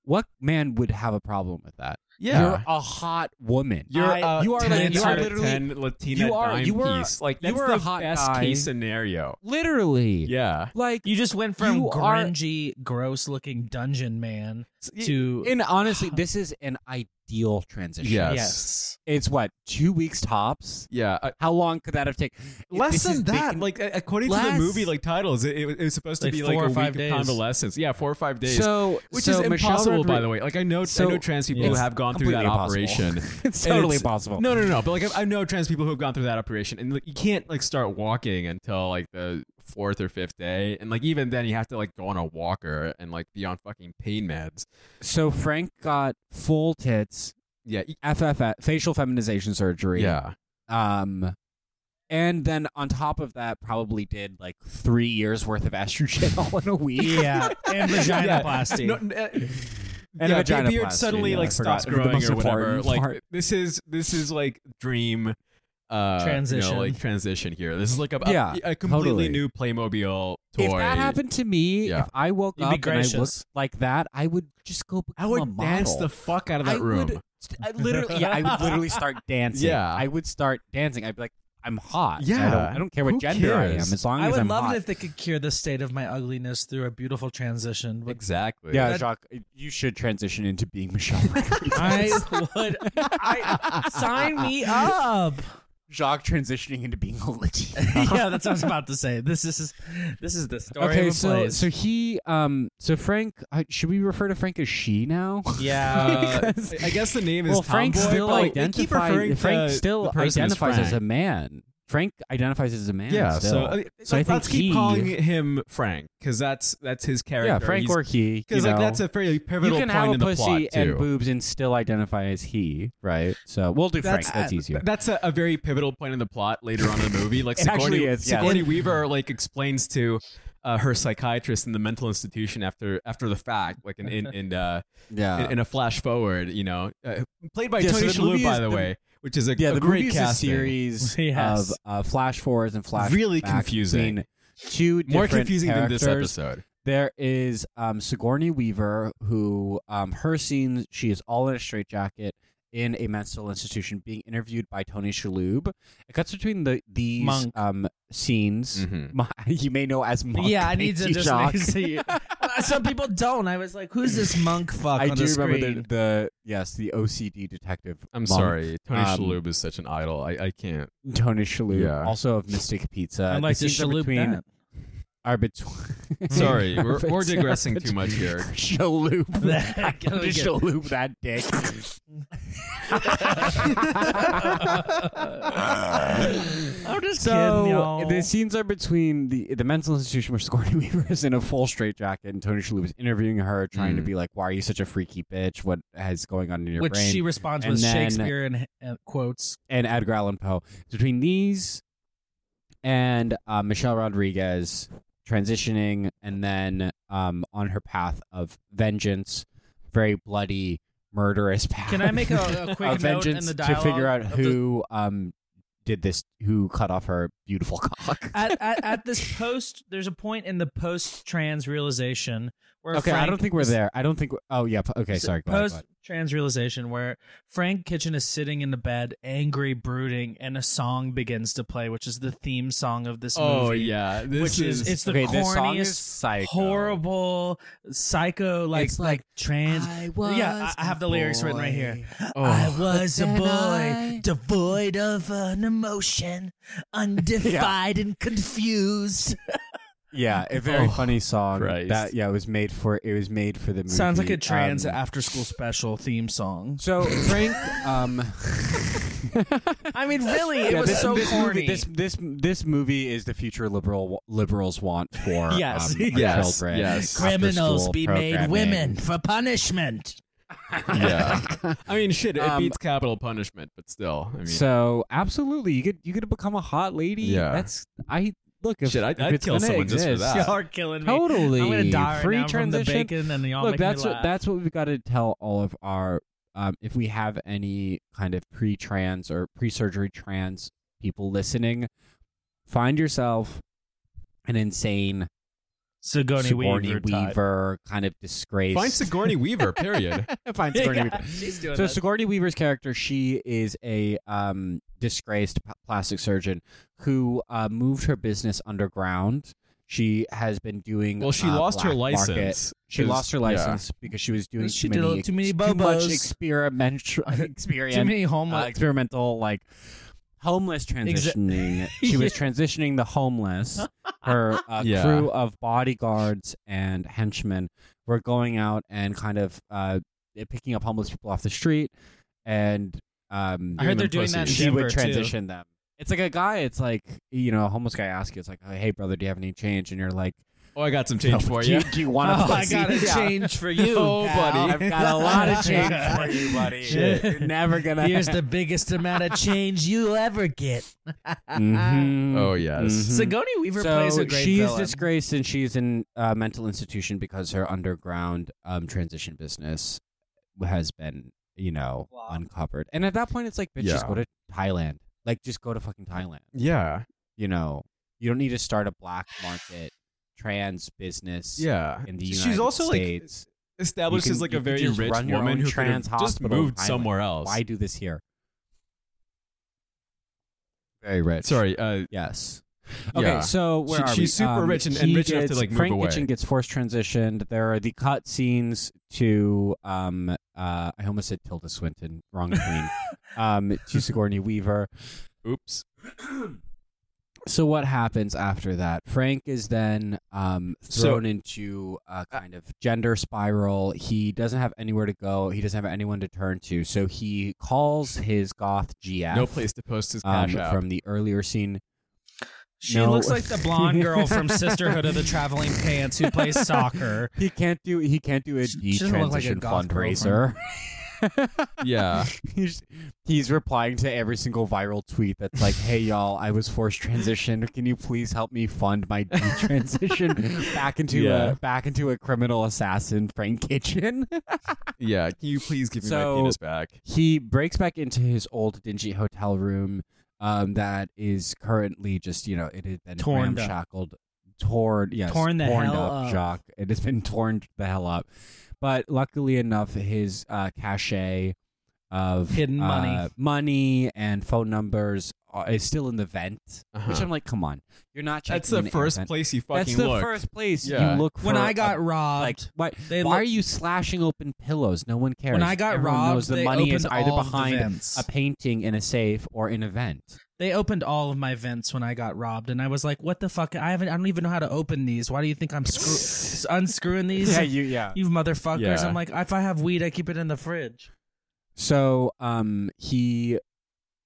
Speaker 1: what man would have a problem with that? You're
Speaker 2: yeah.
Speaker 1: a hot woman. Uh,
Speaker 4: I-
Speaker 2: a
Speaker 1: you are like-
Speaker 2: 10
Speaker 1: you are
Speaker 2: out of
Speaker 1: literally-
Speaker 2: 10 Latina
Speaker 1: you are-
Speaker 2: dime
Speaker 1: you were-
Speaker 2: piece. Like
Speaker 1: you
Speaker 2: that's
Speaker 1: were
Speaker 2: the
Speaker 1: a hot
Speaker 2: best
Speaker 1: guy.
Speaker 2: case scenario.
Speaker 1: Literally.
Speaker 2: Yeah.
Speaker 1: Like
Speaker 4: You just went from
Speaker 1: You are-
Speaker 4: grungy, gross-looking dungeon man
Speaker 2: Y-
Speaker 4: to
Speaker 1: And honestly, this is an ideal transition.
Speaker 2: Yes.
Speaker 4: yes.
Speaker 1: It's what, two weeks tops?
Speaker 2: yeah. uh,
Speaker 1: How long could that have taken?
Speaker 2: less
Speaker 1: This is
Speaker 2: than that.
Speaker 1: bacon-
Speaker 2: Like a- according to the
Speaker 1: Less.
Speaker 2: movie, like titles, it, it, was- it was supposed to
Speaker 4: Like
Speaker 2: be
Speaker 4: four
Speaker 2: like
Speaker 4: or
Speaker 2: a week
Speaker 4: five
Speaker 2: of
Speaker 4: days.
Speaker 2: convalescence. Yeah, four or five days.
Speaker 1: so,
Speaker 2: which
Speaker 1: so
Speaker 2: is
Speaker 1: Michelle
Speaker 2: impossible, by
Speaker 1: Rodri-
Speaker 2: the way. Like I know,
Speaker 1: So-
Speaker 2: I know trans people who
Speaker 4: It's
Speaker 2: have gone through that
Speaker 1: completely impossible.
Speaker 2: operation.
Speaker 1: it's
Speaker 2: And
Speaker 1: totally
Speaker 2: it's-
Speaker 1: impossible.
Speaker 2: No, no, no. But like I, I know trans people who have gone through that operation, and like, you can't like start walking until like the fourth or fifth day, and like even then you have to like go on a walker and like be on fucking pain meds.
Speaker 1: So Frank got full tits,
Speaker 2: Yeah, e-
Speaker 1: FF facial feminization surgery.
Speaker 2: yeah,
Speaker 1: Um, and then on top of that, probably did like three years worth of estrogen all in a week.
Speaker 4: Yeah, and vaginoplasty.
Speaker 2: No, n- uh,
Speaker 1: And
Speaker 2: yeah,
Speaker 1: vaginoplasty,
Speaker 2: beard suddenly
Speaker 1: yeah, I
Speaker 2: like
Speaker 1: forgot.
Speaker 2: stops
Speaker 1: The
Speaker 2: growing
Speaker 1: most
Speaker 2: or whatever.
Speaker 1: important
Speaker 2: Like
Speaker 1: part.
Speaker 2: this is this is like dream uh, you
Speaker 4: Transition.
Speaker 2: know, like transition here. This is like a, a-
Speaker 1: Yeah,
Speaker 2: a, completely
Speaker 1: totally.
Speaker 2: new Playmobil toy.
Speaker 1: If that happened to me,
Speaker 2: Yeah.
Speaker 1: if I woke
Speaker 4: You'd be
Speaker 1: up and I
Speaker 4: gracious.
Speaker 1: looked like that, I would just go become
Speaker 2: I
Speaker 1: a
Speaker 2: would
Speaker 1: model.
Speaker 2: dance the fuck out of that
Speaker 1: I
Speaker 2: room.
Speaker 1: Would, st- I literally, yeah, I would literally start dancing.
Speaker 2: Yeah.
Speaker 1: I would start dancing. I'd be like, I'm hot. I
Speaker 2: Yeah.
Speaker 1: don't, I don't care what
Speaker 2: Who
Speaker 1: gender I am,
Speaker 2: cares?
Speaker 1: as long
Speaker 4: I
Speaker 1: as
Speaker 4: would
Speaker 1: I'm
Speaker 4: love
Speaker 1: hot.
Speaker 4: it if they could cure the state of my ugliness through a beautiful transition. But
Speaker 2: exactly.
Speaker 1: yeah,
Speaker 4: that-
Speaker 1: Jacques, you should transition into being Michelle.
Speaker 4: I would. I sign me up.
Speaker 1: Jacques transitioning into being a legit.
Speaker 4: yeah, that's what I was about to say. This is this is the story.
Speaker 1: okay,
Speaker 4: of a
Speaker 1: so
Speaker 4: place.
Speaker 1: so he, um, so Frank, uh, should we refer to Frank as she now?
Speaker 2: Uh, I
Speaker 1: Because-
Speaker 2: I guess the name is
Speaker 1: well, Frank
Speaker 2: Tomboy,
Speaker 1: still
Speaker 2: but we keep referring
Speaker 1: identifies.
Speaker 2: to
Speaker 1: Frank
Speaker 2: the
Speaker 1: still
Speaker 2: person as
Speaker 1: identifies as a
Speaker 2: Frank.
Speaker 1: man. Frank identifies as a man.
Speaker 2: Yeah, so,
Speaker 1: still.
Speaker 2: I mean,
Speaker 1: So uh, I
Speaker 2: let- let's
Speaker 1: think
Speaker 2: keep
Speaker 1: he-
Speaker 2: calling him Frank because that's that's his character.
Speaker 1: yeah, Frank or he. you
Speaker 2: because like
Speaker 1: know.
Speaker 2: that's a fairly
Speaker 1: you
Speaker 2: pivotal
Speaker 1: can
Speaker 2: point
Speaker 1: have a
Speaker 2: in the plot
Speaker 1: pussy
Speaker 2: too.
Speaker 1: and boobs and still identify as he, right? So we'll do Frank. That's
Speaker 2: uh,
Speaker 1: easier.
Speaker 2: That's a, a very pivotal point in the plot later on in the movie. Like
Speaker 1: It actually
Speaker 2: Sigourney,
Speaker 1: is, yes.
Speaker 2: Sigourney Weaver like explains to uh, her psychiatrist in the mental institution after after the fact, like in in in, uh,
Speaker 1: yeah,
Speaker 2: in, in a flash forward. You know, uh, played by
Speaker 1: Yeah, so
Speaker 2: Tony
Speaker 1: the
Speaker 2: Shalhoub,
Speaker 1: movie
Speaker 2: by
Speaker 1: is
Speaker 2: the,
Speaker 1: the-
Speaker 2: way, which is a,
Speaker 1: yeah.
Speaker 2: a
Speaker 1: The
Speaker 2: great
Speaker 1: movie is a
Speaker 2: casting.
Speaker 1: series
Speaker 4: Yes.
Speaker 1: of uh, flash forwards and flash
Speaker 2: Really
Speaker 1: backs
Speaker 2: confusing.
Speaker 1: between Two
Speaker 2: More
Speaker 1: different
Speaker 2: confusing than this
Speaker 1: characters.
Speaker 2: episode.
Speaker 1: There is um, Sigourney Weaver, who um, her scenes she is all in a straitjacket in a mental institution, being interviewed by Tony Shalhoub. It cuts between the these
Speaker 4: Monk.
Speaker 1: um, scenes.
Speaker 2: Mhm.
Speaker 1: My, you may know as monk.
Speaker 4: yeah, I need to
Speaker 1: Thank you,
Speaker 4: just
Speaker 1: Jacques.
Speaker 4: need to see. Some people don't. I was like, "Who's this monk fuck?"
Speaker 1: I
Speaker 4: on
Speaker 1: do
Speaker 4: the
Speaker 1: remember the,
Speaker 4: screen?
Speaker 1: the yes, the OCD detective.
Speaker 2: I'm
Speaker 1: monk,
Speaker 2: sorry, Tony
Speaker 1: Um,
Speaker 2: Shalhoub is such an idol. I, I can't.
Speaker 1: Tony Shalhoub,
Speaker 2: Yeah.
Speaker 1: also of Mystic Pizza.
Speaker 4: I'd like
Speaker 1: uh, The
Speaker 4: to
Speaker 1: scenes are
Speaker 4: Shalhoub
Speaker 1: between
Speaker 4: that.
Speaker 1: are between.
Speaker 2: Sorry, we're-
Speaker 1: are
Speaker 2: we're
Speaker 1: bet-
Speaker 2: digressing
Speaker 1: are
Speaker 2: too much
Speaker 1: bet-
Speaker 2: here.
Speaker 1: Shaloop.
Speaker 4: That-
Speaker 1: I
Speaker 4: Can we
Speaker 1: wanna
Speaker 4: get-
Speaker 1: Shaloop that dick.
Speaker 4: I'm just
Speaker 1: so
Speaker 4: kidding, y'all.
Speaker 1: the scenes are between the the mental institution where Sigourney Weaver is in a full straitjacket and Tony Shalhoub is interviewing her, trying to
Speaker 2: Mm.
Speaker 1: be like, "Why are you such a freaky bitch? What has going on in your
Speaker 4: which
Speaker 1: brain?"
Speaker 4: she responds
Speaker 1: And
Speaker 4: with
Speaker 1: then-
Speaker 4: Shakespeare in uh, quotes.
Speaker 1: and Edgar Allan Poe. Between these and uh, Michelle Rodriguez transitioning, and then um, on her path of vengeance, very bloody, murderous path.
Speaker 4: Can I make a, a quick
Speaker 1: of
Speaker 4: note in
Speaker 1: vengeance
Speaker 4: the
Speaker 1: to
Speaker 4: dialogue
Speaker 1: figure out
Speaker 4: of the-
Speaker 1: who um, did this? Who cut off her beautiful cock?
Speaker 4: at, at, at this post, there's a point in the post trans realization where
Speaker 1: okay, I
Speaker 4: Frank-
Speaker 1: don't think we're there. I don't think. Oh yeah. p- Okay,
Speaker 4: so-
Speaker 1: sorry. go ahead, go
Speaker 4: Post
Speaker 1: ahead.
Speaker 4: trans realization where Frank Kitchen is sitting in the bed, angry, brooding, and a song begins to play, which is the theme song of this
Speaker 2: Oh
Speaker 4: movie.
Speaker 2: yeah, this
Speaker 4: which is, it's the
Speaker 1: okay,
Speaker 4: corniest,
Speaker 1: this song is psycho.
Speaker 4: horrible, psycho, like
Speaker 1: It's
Speaker 4: like,
Speaker 1: like,
Speaker 4: trans. yeah,
Speaker 1: was
Speaker 4: I, I
Speaker 1: a
Speaker 4: have the lyrics written right here.
Speaker 2: Oh.
Speaker 4: I was a
Speaker 1: then
Speaker 4: boy,
Speaker 1: I-
Speaker 4: devoid of an emotion, undefined and confused.
Speaker 1: Yeah, a very
Speaker 2: Oh,
Speaker 1: funny song.
Speaker 2: Christ.
Speaker 1: That yeah, it was made for it was made for the movie.
Speaker 4: Sounds like a trans
Speaker 1: Um,
Speaker 4: after school special theme song.
Speaker 1: so Frank, um,
Speaker 4: I mean, really, it
Speaker 1: yeah,
Speaker 4: was
Speaker 1: this,
Speaker 4: so
Speaker 1: this
Speaker 4: corny.
Speaker 1: Movie, this this this movie is the future liberal liberals want for
Speaker 4: Yes.
Speaker 1: um, our
Speaker 2: Yes,
Speaker 1: children.
Speaker 2: yes.
Speaker 4: Criminals
Speaker 1: After-school
Speaker 4: be made
Speaker 1: programming.
Speaker 4: women for punishment.
Speaker 2: yeah. I mean, shit, it
Speaker 1: Um,
Speaker 2: beats capital punishment, but still, I mean,
Speaker 1: So absolutely, you could you could become a hot lady.
Speaker 2: Yeah.
Speaker 1: that's I look. If,
Speaker 2: Shit, I'd-
Speaker 1: if
Speaker 2: I'd
Speaker 1: it's
Speaker 2: kill
Speaker 1: gonna
Speaker 2: someone just
Speaker 1: exist,
Speaker 2: for that.
Speaker 4: Y'all are killing me.
Speaker 1: Uh, Totally.
Speaker 4: I'm gonna die right
Speaker 1: Free
Speaker 4: now from the
Speaker 1: transition.
Speaker 4: bacon and y'all
Speaker 1: Look,
Speaker 4: make me
Speaker 1: that's what
Speaker 4: laugh.
Speaker 1: that's what we've got to tell all of our um, if we have any kind of pre-trans or pre-surgery trans people listening, find yourself an insane
Speaker 4: Sigourney
Speaker 1: Sigourney
Speaker 4: Weaver. type.
Speaker 1: Weaver kind of disgrace.
Speaker 2: find Sigourney Weaver. Period.
Speaker 1: Find Sigourney Weaver.
Speaker 4: Yeah, she's doing
Speaker 1: So
Speaker 4: that.
Speaker 1: Sigourney Weaver's character, she is a um, disgraced p- plastic surgeon who uh, moved her business underground. She has been doing
Speaker 2: Well, she
Speaker 1: uh,
Speaker 2: lost her
Speaker 1: black market.
Speaker 2: license.
Speaker 1: She
Speaker 2: 'cause-
Speaker 1: lost her
Speaker 2: yeah.
Speaker 1: license because she was doing
Speaker 4: She
Speaker 1: too
Speaker 4: did a
Speaker 1: many,
Speaker 4: little too many
Speaker 1: too much
Speaker 4: bobos.
Speaker 1: experimental, experience,
Speaker 4: Too many
Speaker 1: uh,
Speaker 4: homeless.
Speaker 1: experimental like homeless transitioning. she was transitioning the homeless. Her uh,
Speaker 2: Yeah.
Speaker 1: crew of bodyguards and henchmen were going out and kind of uh, picking up homeless people off the street, and um,
Speaker 4: I heard they're doing
Speaker 2: Giving them
Speaker 4: that in
Speaker 1: she
Speaker 4: Denver
Speaker 1: would
Speaker 4: too.
Speaker 1: transition them. It's like a guy. It's like you know, a homeless guy asks you. It's like, hey, brother, do you have any change? And you're like,
Speaker 2: Oh, I got some change for
Speaker 1: do
Speaker 2: you.
Speaker 1: you, do you want
Speaker 4: Oh,
Speaker 1: to?
Speaker 4: I got a change for you,
Speaker 2: Oh,
Speaker 4: pal.
Speaker 2: buddy.
Speaker 1: I've got a lot of change for you, buddy.
Speaker 4: Shit.
Speaker 1: You're never gonna.
Speaker 4: Here's the biggest amount of change you'll ever get.
Speaker 1: Mhm.
Speaker 2: Oh, yes.
Speaker 1: Mhm.
Speaker 4: Sigourney Weaver
Speaker 1: so
Speaker 4: Uh, plays a great
Speaker 1: she's
Speaker 4: villain.
Speaker 1: disgraced and she's in a mental institution because her underground um, transition business has been, you know,
Speaker 4: Wow.
Speaker 1: uncovered. And at that point, it's like, bitch, just
Speaker 2: Yeah.
Speaker 1: go to Thailand. Like, just go to fucking Thailand.
Speaker 2: Yeah,
Speaker 1: You know, you don't need to start a black market trans business.
Speaker 2: yeah.
Speaker 1: In the
Speaker 2: She's
Speaker 1: United
Speaker 2: also, like,
Speaker 1: States.
Speaker 2: Established
Speaker 1: You can-
Speaker 2: as like
Speaker 1: you
Speaker 2: a
Speaker 1: could
Speaker 2: very
Speaker 1: just
Speaker 2: rich
Speaker 1: run your own
Speaker 2: woman who could
Speaker 1: trans
Speaker 2: have just
Speaker 1: hospital
Speaker 2: moved
Speaker 1: pilot.
Speaker 2: somewhere else.
Speaker 1: Why do this here? Very rich.
Speaker 2: Sorry. Uh,
Speaker 1: Yes. Okay,
Speaker 2: Yeah.
Speaker 1: so where
Speaker 2: She-
Speaker 1: are
Speaker 2: she's
Speaker 1: we?
Speaker 2: super
Speaker 1: Um,
Speaker 2: rich and-
Speaker 1: he
Speaker 2: and rich enough to,
Speaker 1: gets-
Speaker 2: like, move
Speaker 1: Frank
Speaker 2: away.
Speaker 1: Kitchen gets force transitioned. There are the cut scenes to um uh I almost said Tilda Swinton, wrong queen. um to Sigourney Weaver.
Speaker 2: oops.
Speaker 1: So what happens after that? Frank is then um, thrown into a kind of gender spiral. He doesn't have anywhere to go. He doesn't have anyone to turn to. So he calls his goth GF
Speaker 2: No place to post his
Speaker 1: um,
Speaker 2: cash out.
Speaker 1: from the earlier scene.
Speaker 4: She
Speaker 1: No.
Speaker 4: looks like the blonde girl from Sisterhood of the Traveling Pants who plays soccer.
Speaker 1: He can't do. He can't do a
Speaker 4: She- she doesn't look like a
Speaker 1: transition
Speaker 4: goth
Speaker 1: fundraiser.
Speaker 2: yeah.
Speaker 1: he's, he's replying to every single viral tweet that's like, "Hey y'all, I was forced transitioned. Can you please help me fund my transition back into
Speaker 2: Yeah.
Speaker 1: a back into a criminal assassin, Frank Kitchen?"
Speaker 2: Yeah. Can you please give me
Speaker 1: So-
Speaker 2: my penis back?
Speaker 1: he breaks back into his old dingy hotel room um, that is currently just you know it had been
Speaker 4: Torned up.
Speaker 1: ramshackled, torn, yes,
Speaker 4: Torn the
Speaker 1: torned
Speaker 4: hell
Speaker 1: up,
Speaker 4: up.
Speaker 1: Jacques. It has been torn the hell up. But luckily enough, his uh, cachet of
Speaker 4: Hidden
Speaker 1: uh,
Speaker 4: money.
Speaker 1: money and phone numbers are, is still in the vent. Which
Speaker 2: Uh-huh.
Speaker 1: I'm like, come on, you're not checking.
Speaker 2: That's the
Speaker 1: in every
Speaker 2: first
Speaker 1: vent.
Speaker 2: place you fucking
Speaker 1: That's the
Speaker 2: look.
Speaker 1: first place
Speaker 2: Yeah.
Speaker 1: you look for.
Speaker 4: When I
Speaker 1: a
Speaker 4: got robbed,
Speaker 1: like why?
Speaker 4: they
Speaker 1: why
Speaker 4: look-
Speaker 1: are you slashing open pillows? No one cares.
Speaker 4: when I got
Speaker 1: Everyone
Speaker 4: robbed,
Speaker 1: knows the
Speaker 4: they
Speaker 1: money
Speaker 4: opened
Speaker 1: is either
Speaker 4: all of the
Speaker 1: behind
Speaker 4: vents.
Speaker 1: a painting in a safe or in a vent.
Speaker 4: They opened all of my vents when I got robbed, and I was like, "What the fuck? I haven't. I don't even know how to open these. Why do you think I'm screw- unscrewing these?
Speaker 1: you yeah.
Speaker 4: you motherfuckers!"
Speaker 2: Yeah.
Speaker 4: I'm like, "If I have weed, I keep it in the fridge."
Speaker 1: So um, he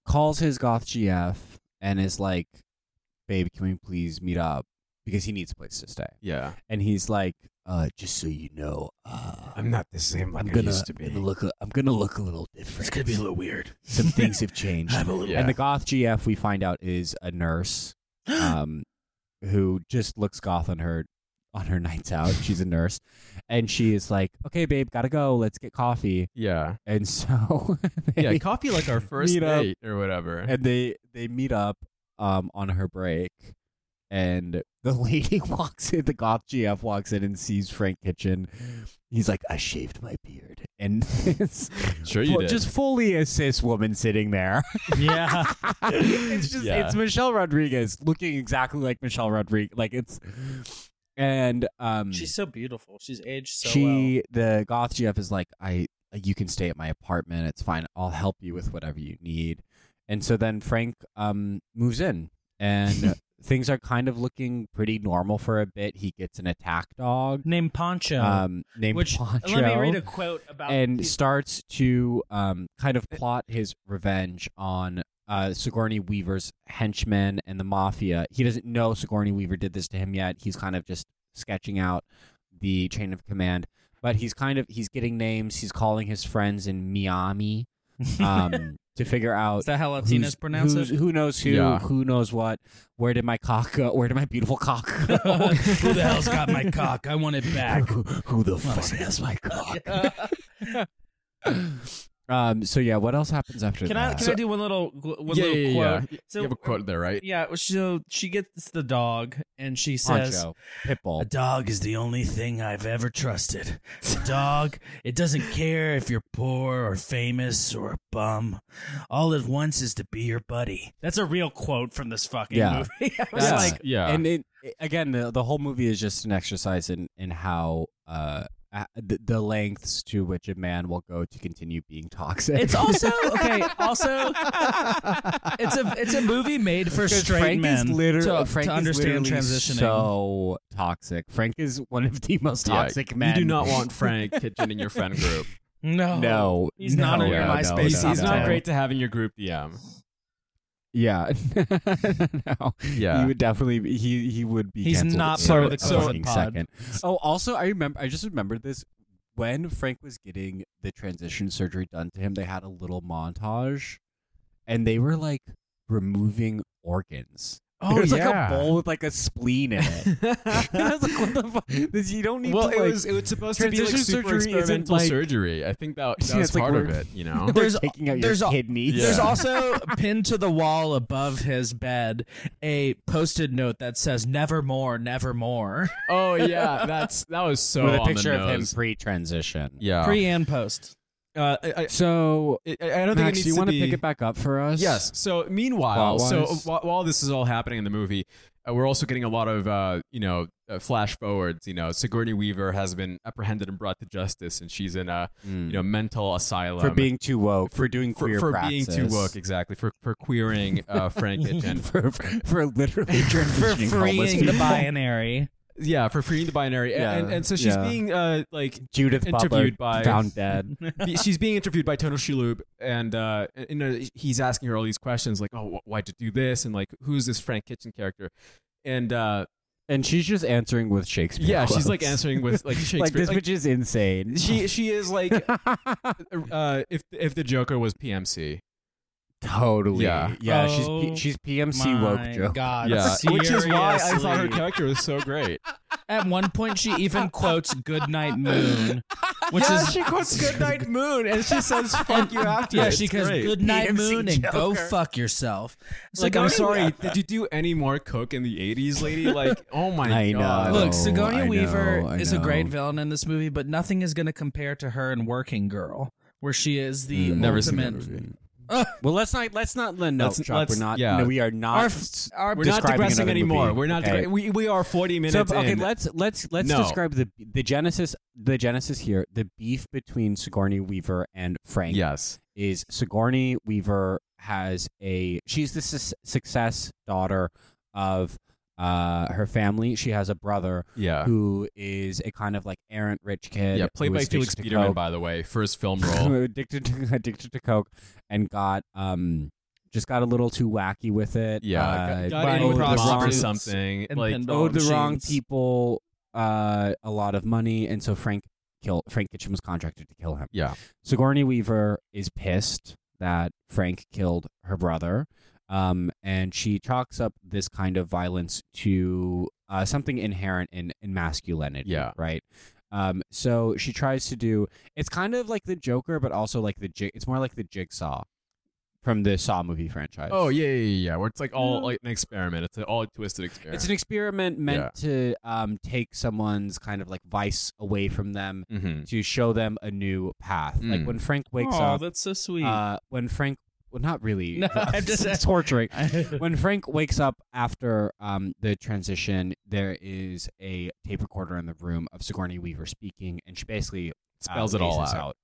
Speaker 1: calls his goth GF and is like, "Babe, can we please meet up?" Because he needs a place to stay,
Speaker 2: Yeah.
Speaker 1: and he's like, "Uh, just so you know, uh,
Speaker 2: not the same
Speaker 1: I'm gonna, gonna look. A, I'm gonna look a little different. It's gonna be a little weird. Some things have changed.
Speaker 2: a little-
Speaker 1: And the goth GF we find out is a nurse, um, who just looks goth on her on her nights out. She's a nurse, and she is like, "Okay, babe, gotta go. Let's get coffee."
Speaker 2: Yeah.
Speaker 1: And so, they,
Speaker 2: Yeah. Coffee like our first
Speaker 1: Meet up.
Speaker 2: date or whatever.
Speaker 1: and they they meet up um on her break, and the lady walks in. The goth GF walks in and sees Frank Kitchen. He's like, "I shaved my beard," and this
Speaker 2: Sure you
Speaker 1: fu-
Speaker 2: did.
Speaker 1: just fully a cis woman sitting there.
Speaker 4: yeah,
Speaker 1: it's just
Speaker 2: Yeah.
Speaker 1: it's Michelle Rodriguez looking exactly like Michelle Rodriguez. Like it's and um
Speaker 4: she's so beautiful. She's aged so well.
Speaker 1: she the goth GF is like I you can stay at my apartment. It's fine. I'll help you with whatever you need. And so then Frank um moves in and things are kind of looking pretty normal for a bit. He gets an attack dog
Speaker 4: Named Poncho.
Speaker 1: um named
Speaker 4: which
Speaker 1: Poncho
Speaker 4: let me read a quote about
Speaker 1: and
Speaker 4: the-
Speaker 1: starts to um, kind
Speaker 4: Uh,
Speaker 1: of plot his revenge on uh, Sigourney Weaver's henchmen and the mafia. He doesn't know Sigourney Weaver did this to him yet. He's kind of just sketching out the chain of command, but he's kind of he's getting names. He's calling his friends in Miami um, to figure out
Speaker 4: is that how
Speaker 1: who's-
Speaker 4: Latinas pronounce
Speaker 1: who's-
Speaker 4: it?
Speaker 1: who knows who,
Speaker 2: Yeah.
Speaker 1: who knows what. Where did my cock go? Where did my beautiful cock go?
Speaker 4: Oh, who the hell's got my cock? I want it back.
Speaker 1: Who, who the fuck has my cock? um. So yeah, what else happens after
Speaker 4: Can I
Speaker 1: that?
Speaker 4: can I do one little one
Speaker 2: yeah,
Speaker 4: little
Speaker 2: yeah, yeah.
Speaker 4: quote? So,
Speaker 2: you have a quote there, right?
Speaker 4: Yeah, so she gets the dog and she says
Speaker 1: Poncho, Pitbull.
Speaker 4: dog is the only thing I've ever trusted. A dog, it doesn't care if you're poor or famous or a bum. All it wants is to be your buddy. That's a real quote from this fucking
Speaker 1: Yeah.
Speaker 4: movie. I was
Speaker 1: Yeah.
Speaker 4: like,
Speaker 2: yeah.
Speaker 1: And it, again, the the whole movie is just an exercise in in how uh a- the, the lengths to which a man will go to continue being toxic.
Speaker 4: it's also okay. Also, it's a it's a movie made for
Speaker 1: Because
Speaker 4: straight
Speaker 1: Frank
Speaker 4: men
Speaker 1: Is liter-
Speaker 4: to,
Speaker 1: Frank
Speaker 4: to
Speaker 1: is
Speaker 4: understand
Speaker 1: literally
Speaker 4: transitioning.
Speaker 1: So toxic. Frank is one of the most
Speaker 2: Yeah,
Speaker 1: toxic men.
Speaker 2: You do not want Frank Kitchen in your friend group.
Speaker 4: no,
Speaker 1: No,
Speaker 4: He's
Speaker 1: no,
Speaker 4: not on your
Speaker 1: no,
Speaker 4: MySpace
Speaker 1: no,
Speaker 2: He's,
Speaker 1: no,
Speaker 2: he's
Speaker 1: no.
Speaker 2: not great to have in your group DM.
Speaker 1: Yeah, no,
Speaker 2: Yeah.
Speaker 1: he would definitely. Be, he he would be.
Speaker 4: He's
Speaker 1: canceled
Speaker 4: not
Speaker 1: in
Speaker 2: part of
Speaker 1: a
Speaker 2: the
Speaker 1: fucking
Speaker 4: COVID pod.
Speaker 1: Second. Oh, also, I remember. I just remembered this when Frank was getting the transition surgery done to him. They had a little montage, and they were like removing organs.
Speaker 2: Oh,
Speaker 1: it was
Speaker 2: yeah.
Speaker 1: like a bowl with like a spleen in it. And I was like, what the fuck? This- You don't need
Speaker 2: well,
Speaker 1: to
Speaker 2: it
Speaker 1: like.
Speaker 2: was it was supposed to be like
Speaker 1: Transition
Speaker 2: super
Speaker 1: surgery isn't,
Speaker 2: experimental
Speaker 1: like-
Speaker 2: surgery. I think that, that
Speaker 1: Yeah,
Speaker 2: was
Speaker 1: it's like
Speaker 2: part of
Speaker 1: we're-
Speaker 2: it. You know,
Speaker 4: There's-
Speaker 1: taking out
Speaker 4: there's
Speaker 1: your
Speaker 4: a-
Speaker 1: kidneys.
Speaker 2: Yeah.
Speaker 4: There's also pinned to the wall above his bed a post-it note that says "Nevermore, Nevermore."
Speaker 2: oh yeah, that's that was so
Speaker 1: with a
Speaker 2: on the
Speaker 1: picture of him
Speaker 2: nose.
Speaker 1: pre-transition.
Speaker 2: Yeah,
Speaker 4: Pre and post.
Speaker 2: uh, I, I,
Speaker 1: So,
Speaker 2: I- I don't think
Speaker 1: Max,
Speaker 2: it needs
Speaker 1: do you
Speaker 2: to
Speaker 1: want to
Speaker 2: be-
Speaker 1: pick it back up for us?
Speaker 2: Yes. So meanwhile, so
Speaker 1: Plot-wise?
Speaker 2: while, while this is all happening in the movie, uh, we're also getting a lot of uh, you know uh, flash forwards. You know, Sigourney Weaver has been apprehended and brought to justice, and she's in a
Speaker 1: Mm.
Speaker 2: you know mental asylum
Speaker 1: for being too woke, for, doing
Speaker 2: for,
Speaker 1: queer
Speaker 2: for being
Speaker 1: praxis.
Speaker 2: too woke, exactly for for queering uh, Frank Kitchen.
Speaker 1: for, for, for literally
Speaker 4: For
Speaker 1: transitioning homeless
Speaker 4: freeing the
Speaker 1: people.
Speaker 4: binary.
Speaker 2: Yeah, for freeing the binary, A-
Speaker 1: Yeah.
Speaker 2: and, and so she's
Speaker 1: Yeah.
Speaker 2: being uh, like
Speaker 1: Judith Butler
Speaker 2: Interviewed by-
Speaker 1: found dead.
Speaker 2: be- she's being interviewed by Tonal Shilub, and uh, and, you know, he's asking her all these questions like, oh, wh- why'd you do this, and like, who's this Frank Kitchen character, and uh,
Speaker 1: And she's just answering with Shakespeare.
Speaker 2: yeah, she's like
Speaker 1: quotes.
Speaker 2: answering with like Shakespeare.
Speaker 1: Like, this
Speaker 2: like,
Speaker 1: bitch is insane.
Speaker 2: she she is like uh, if if the Joker was PMC,
Speaker 1: totally.
Speaker 2: Yeah.
Speaker 1: yeah she's
Speaker 4: Oh
Speaker 1: P- she's PMC
Speaker 4: My
Speaker 1: woke joke.
Speaker 4: God,
Speaker 2: yeah, which is why I thought her
Speaker 4: seriously.
Speaker 2: character was so great.
Speaker 4: At one point, she even quotes "Goodnight Moon," which
Speaker 2: yeah,
Speaker 4: is
Speaker 2: she quotes "Goodnight Moon" and she says "fuck you" after.
Speaker 4: yeah,
Speaker 2: it.
Speaker 4: she
Speaker 2: It's
Speaker 4: goes
Speaker 2: great.
Speaker 4: "Goodnight
Speaker 1: PMC
Speaker 4: Moon" and go
Speaker 1: Joker.
Speaker 4: fuck yourself. It's
Speaker 2: Like,
Speaker 4: like I'm
Speaker 2: I'm
Speaker 4: sorry.
Speaker 2: sorry, did you do any more coke in the '80s, lady? Like, oh my
Speaker 1: I know.
Speaker 2: god!
Speaker 4: Look,
Speaker 1: Oh,
Speaker 4: Sigourney
Speaker 1: I
Speaker 4: Weaver
Speaker 1: know, I
Speaker 4: is a great
Speaker 1: know.
Speaker 4: villain in this movie, but nothing is going to compare to her in Working Girl, where she is the
Speaker 1: Mm.
Speaker 2: never seen that
Speaker 4: ultimate.
Speaker 2: movie.
Speaker 1: Well, let's not let's not let no
Speaker 2: Let's-
Speaker 1: Chuck,
Speaker 2: let's-
Speaker 1: We're not.
Speaker 2: yeah.
Speaker 1: no, we are not.
Speaker 4: Our f- our-
Speaker 2: We're not
Speaker 1: describing
Speaker 2: digressing
Speaker 1: another
Speaker 2: anymore.
Speaker 1: movie,
Speaker 2: We're not.
Speaker 1: okay?
Speaker 2: digre- we we are 40
Speaker 1: So,
Speaker 2: minutes.
Speaker 1: okay,
Speaker 2: in.
Speaker 1: let's let's let's
Speaker 2: No.
Speaker 1: describe the the genesis the genesis here. The beef between Sigourney Weaver and Frank
Speaker 2: yes.
Speaker 1: is Sigourney Weaver has a she's the su- success daughter of uh her family. She has a brother
Speaker 2: Yeah.
Speaker 1: who is a kind of like errant rich kid.
Speaker 2: yeah. Played
Speaker 1: who
Speaker 2: by
Speaker 1: is
Speaker 2: Felix
Speaker 1: addicted to
Speaker 2: Peterman,
Speaker 1: coke-
Speaker 2: by the way, for his film role.
Speaker 1: who addicted to, addicted to coke and got um just got a little too wacky with it.
Speaker 2: Yeah.
Speaker 1: uh,
Speaker 2: got got
Speaker 1: by
Speaker 2: in
Speaker 4: oh,
Speaker 2: with
Speaker 1: the
Speaker 2: Rob
Speaker 1: wrong-
Speaker 2: or something.
Speaker 4: and
Speaker 2: like
Speaker 4: pinball
Speaker 1: owed the wrong
Speaker 4: machines.
Speaker 1: people uh, a lot of money, and so Frank kill Frank Kitchen was contracted to kill him.
Speaker 2: yeah.
Speaker 1: Sigourney Weaver is pissed that Frank killed her brother, um, and she chalks up this kind of violence to uh, something inherent in, in masculinity.
Speaker 2: Yeah.
Speaker 1: right. Um, so she tries to do. It's kind of like the Joker, but also like the jig. It's more like the Jigsaw from the Saw movie franchise.
Speaker 2: Oh yeah, yeah, yeah, yeah. Where it's like all like an experiment. It's an all twisted experiment.
Speaker 1: It's an experiment meant to um, take someone's kind of like vice away from them
Speaker 2: Mhm.
Speaker 1: to show them a new path. Like
Speaker 2: Mm.
Speaker 1: when Frank wakes
Speaker 4: Aw,
Speaker 1: up,
Speaker 4: that's so sweet.
Speaker 1: uh, when Frank, well, not really,
Speaker 4: No, I'm just-
Speaker 1: it's torturing. When Frank wakes up after um, the transition, there is a tape recorder in the room of Sigourney Weaver speaking, and she basically uh,
Speaker 2: Spells it all
Speaker 1: lays this
Speaker 2: out.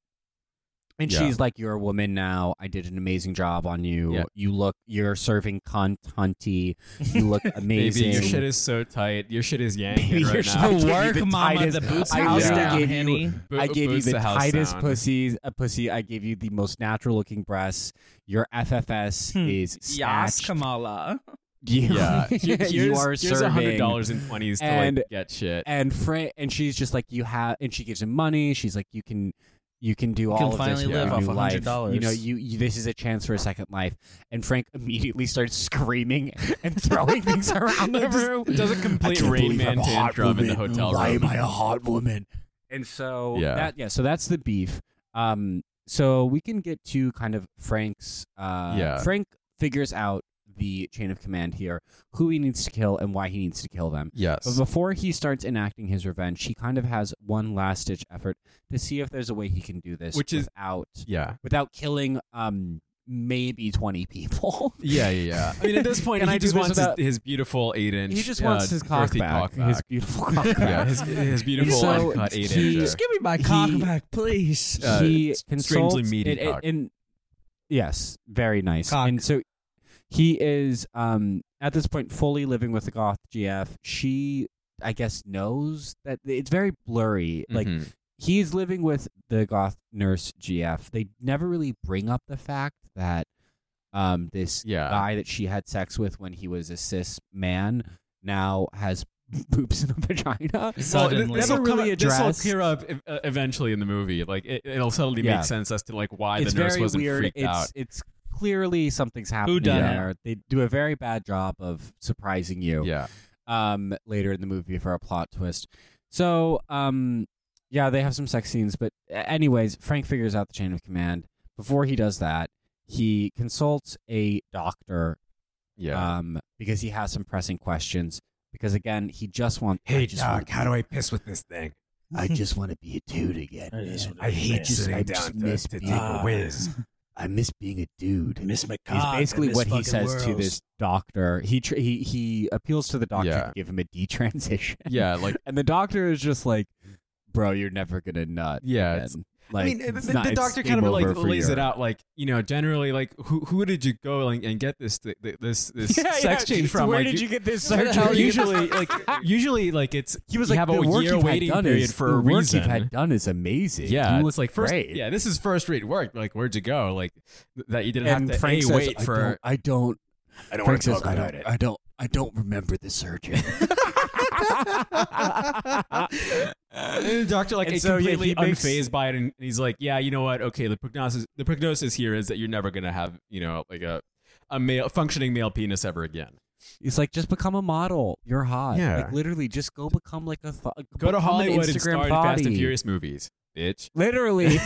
Speaker 1: And
Speaker 2: Yeah.
Speaker 1: she's like, "You're a woman now. I did an amazing job on you.
Speaker 2: Yeah.
Speaker 1: You look, you're serving cunt, hunty. You look amazing.
Speaker 2: Baby, your shit is so tight. Your shit is yanking
Speaker 1: Baby,
Speaker 2: right
Speaker 1: your
Speaker 2: now.
Speaker 1: shit-
Speaker 4: the
Speaker 1: give you
Speaker 4: work,
Speaker 1: the
Speaker 4: mama,
Speaker 1: tightest-
Speaker 4: the boots
Speaker 1: I
Speaker 4: house
Speaker 2: also
Speaker 4: down,
Speaker 1: gave you-
Speaker 4: honey.
Speaker 2: Bo-
Speaker 1: I gave you
Speaker 2: boots
Speaker 1: the,
Speaker 2: house
Speaker 1: tightest
Speaker 2: down.
Speaker 1: pussies, a pussy. I gave you the most natural looking breasts. Your FFS
Speaker 4: Hmm.
Speaker 1: is
Speaker 4: Yas,
Speaker 1: snatched.
Speaker 4: Kamala.
Speaker 1: You,
Speaker 2: Yeah.
Speaker 1: you
Speaker 2: Here's,
Speaker 1: are
Speaker 2: here's
Speaker 1: serving.
Speaker 2: hundred dollars in twenties to
Speaker 1: And-
Speaker 2: like get shit.
Speaker 1: And Frank, and she's just like, you have, and she gives him money. She's like, you can, you can do all
Speaker 4: can
Speaker 1: of
Speaker 4: finally
Speaker 1: this with
Speaker 2: live
Speaker 1: your
Speaker 4: off
Speaker 1: new life.
Speaker 4: $100.
Speaker 1: You know, you, you this is a chance for a second life. And Frank immediately starts screaming and throwing things around the
Speaker 2: It just-
Speaker 1: room.
Speaker 2: it does a complete
Speaker 1: I can't
Speaker 2: Rain
Speaker 1: believe
Speaker 2: Man
Speaker 1: I'm a hot
Speaker 2: tantrum in the
Speaker 1: woman.
Speaker 2: hotel
Speaker 1: Why
Speaker 2: room.
Speaker 1: am I a hot woman? And so
Speaker 2: Yeah.
Speaker 1: that yeah, so that's the beef. Um, so we can get to kind of Frank's. Uh,
Speaker 2: Yeah.
Speaker 1: Frank figures out the chain of command here, who he needs to kill and why he needs to kill them. But
Speaker 2: Yes.
Speaker 1: before he starts enacting his revenge, he kind of has one last ditch effort to see if there's a way he can do this
Speaker 2: Which is-
Speaker 1: without
Speaker 2: Yeah.
Speaker 1: without killing um maybe twenty people.
Speaker 2: Yeah, yeah, yeah. I mean, at this point,
Speaker 1: Can
Speaker 2: he
Speaker 1: I do
Speaker 2: just
Speaker 1: this
Speaker 2: wants
Speaker 1: without-
Speaker 2: his, his beautiful eight inch.
Speaker 1: he just
Speaker 2: uh,
Speaker 1: wants his cock
Speaker 2: girthy
Speaker 1: back,
Speaker 2: cock back.
Speaker 1: his beautiful cock back.
Speaker 2: yeah, his, his beautiful
Speaker 1: so
Speaker 2: uncut eight
Speaker 1: he-
Speaker 2: inch.
Speaker 1: Just
Speaker 4: give me my
Speaker 1: cock
Speaker 4: back, please.
Speaker 2: Uh,
Speaker 1: he
Speaker 2: it's
Speaker 1: consults
Speaker 2: strangely meaty
Speaker 1: and- and-
Speaker 2: cock.
Speaker 1: and- yes, very nice.
Speaker 4: Cock.
Speaker 1: And so he is um at this point fully living with the goth GF. She I guess knows that it's very blurry. Like
Speaker 2: Mhm.
Speaker 1: he's living with the goth nurse GF. They never really bring up the fact that um, this
Speaker 2: Yeah.
Speaker 1: guy that she had sex with when he was a cis man now has boobs and a vagina.
Speaker 4: Suddenly.
Speaker 1: never really
Speaker 2: This will
Speaker 1: addressed.
Speaker 2: clear up ev- uh, eventually in the movie. Like it, it'll suddenly
Speaker 1: Yeah.
Speaker 2: make sense as to like why
Speaker 1: it's
Speaker 2: the nurse
Speaker 1: very
Speaker 2: wasn't
Speaker 1: weird.
Speaker 2: freaked
Speaker 1: it's,
Speaker 2: out.
Speaker 1: It's clearly something's happening
Speaker 4: done it?
Speaker 1: there. They do a very bad job of surprising you.
Speaker 2: Yeah,
Speaker 1: um, later in the movie for a plot twist. So, um, yeah, they have some sex scenes, but anyways, Frank figures out the chain of command. Before he does that, he consults a doctor
Speaker 2: yeah.
Speaker 1: um, because he has some pressing questions. Because again, he just wants. I just wanna be-
Speaker 3: do I piss with this thing?
Speaker 1: I just want to be a dude again.
Speaker 4: I just
Speaker 1: man.
Speaker 4: wanna be a man.
Speaker 1: just- I just miss being-
Speaker 4: a whiz.
Speaker 1: I miss being a dude.
Speaker 4: Miss my
Speaker 1: Is
Speaker 4: cock. I
Speaker 1: basically
Speaker 4: miss
Speaker 1: what he
Speaker 4: fucking
Speaker 1: says to
Speaker 4: worlds.
Speaker 1: this doctor. He tr- he he appeals to the doctor
Speaker 2: Yeah.
Speaker 1: to give him a detransition.
Speaker 2: yeah, like
Speaker 1: And the doctor is just like, bro, you're never gonna nut.
Speaker 2: Yeah,
Speaker 1: again."
Speaker 2: it's-
Speaker 1: Like,
Speaker 2: I mean, the,
Speaker 1: it's
Speaker 2: the-
Speaker 1: not-
Speaker 2: the
Speaker 1: it's
Speaker 2: doctor
Speaker 1: game
Speaker 2: kind of like
Speaker 1: over for
Speaker 2: lays
Speaker 1: you.
Speaker 2: it out, like you know, generally, like who who did you go like, and get this th- th- this this
Speaker 1: Yeah,
Speaker 2: sex
Speaker 1: yeah.
Speaker 2: change from?
Speaker 1: Where
Speaker 2: like,
Speaker 1: did you get this
Speaker 2: Where the
Speaker 1: surgery?
Speaker 2: hell usually like usually like it's
Speaker 1: he was
Speaker 2: you
Speaker 1: like,
Speaker 2: have
Speaker 1: the
Speaker 2: a
Speaker 1: work
Speaker 2: year
Speaker 1: you've had
Speaker 2: waiting
Speaker 1: done
Speaker 2: period
Speaker 1: is,
Speaker 2: for
Speaker 1: the
Speaker 2: a
Speaker 1: work
Speaker 2: reason.
Speaker 1: you've had done is amazing.
Speaker 2: yeah,
Speaker 1: you
Speaker 2: it's like first.
Speaker 1: great.
Speaker 2: Yeah, this is first rate work. Like, where'd you go? Like th- that you didn't
Speaker 1: and
Speaker 2: have to
Speaker 1: Frank
Speaker 2: A,
Speaker 1: says,
Speaker 2: wait
Speaker 1: I
Speaker 2: for.
Speaker 1: Don't, I don't.
Speaker 3: I don't
Speaker 1: Frank
Speaker 3: want to
Speaker 1: says,
Speaker 3: talk
Speaker 1: I
Speaker 3: about
Speaker 1: don't.
Speaker 3: it.
Speaker 1: I don't. I don't remember the surgeon.
Speaker 2: And the doctor like
Speaker 1: And
Speaker 2: is
Speaker 1: so, yeah,
Speaker 2: completely
Speaker 1: he makes-
Speaker 2: unfazed by it, and he's like, "Yeah, you know what? Okay, the prognosis the prognosis here is that you're never gonna have you know like a a male functioning male penis ever again.
Speaker 1: He's like, just become a model. You're hot.
Speaker 2: Yeah.
Speaker 1: Like literally, just go become like a. Th-
Speaker 2: Go to
Speaker 1: become an
Speaker 2: Hollywood and
Speaker 1: Instagram
Speaker 2: star in
Speaker 1: body.
Speaker 2: Fast and Furious movies, bitch.
Speaker 1: Literally,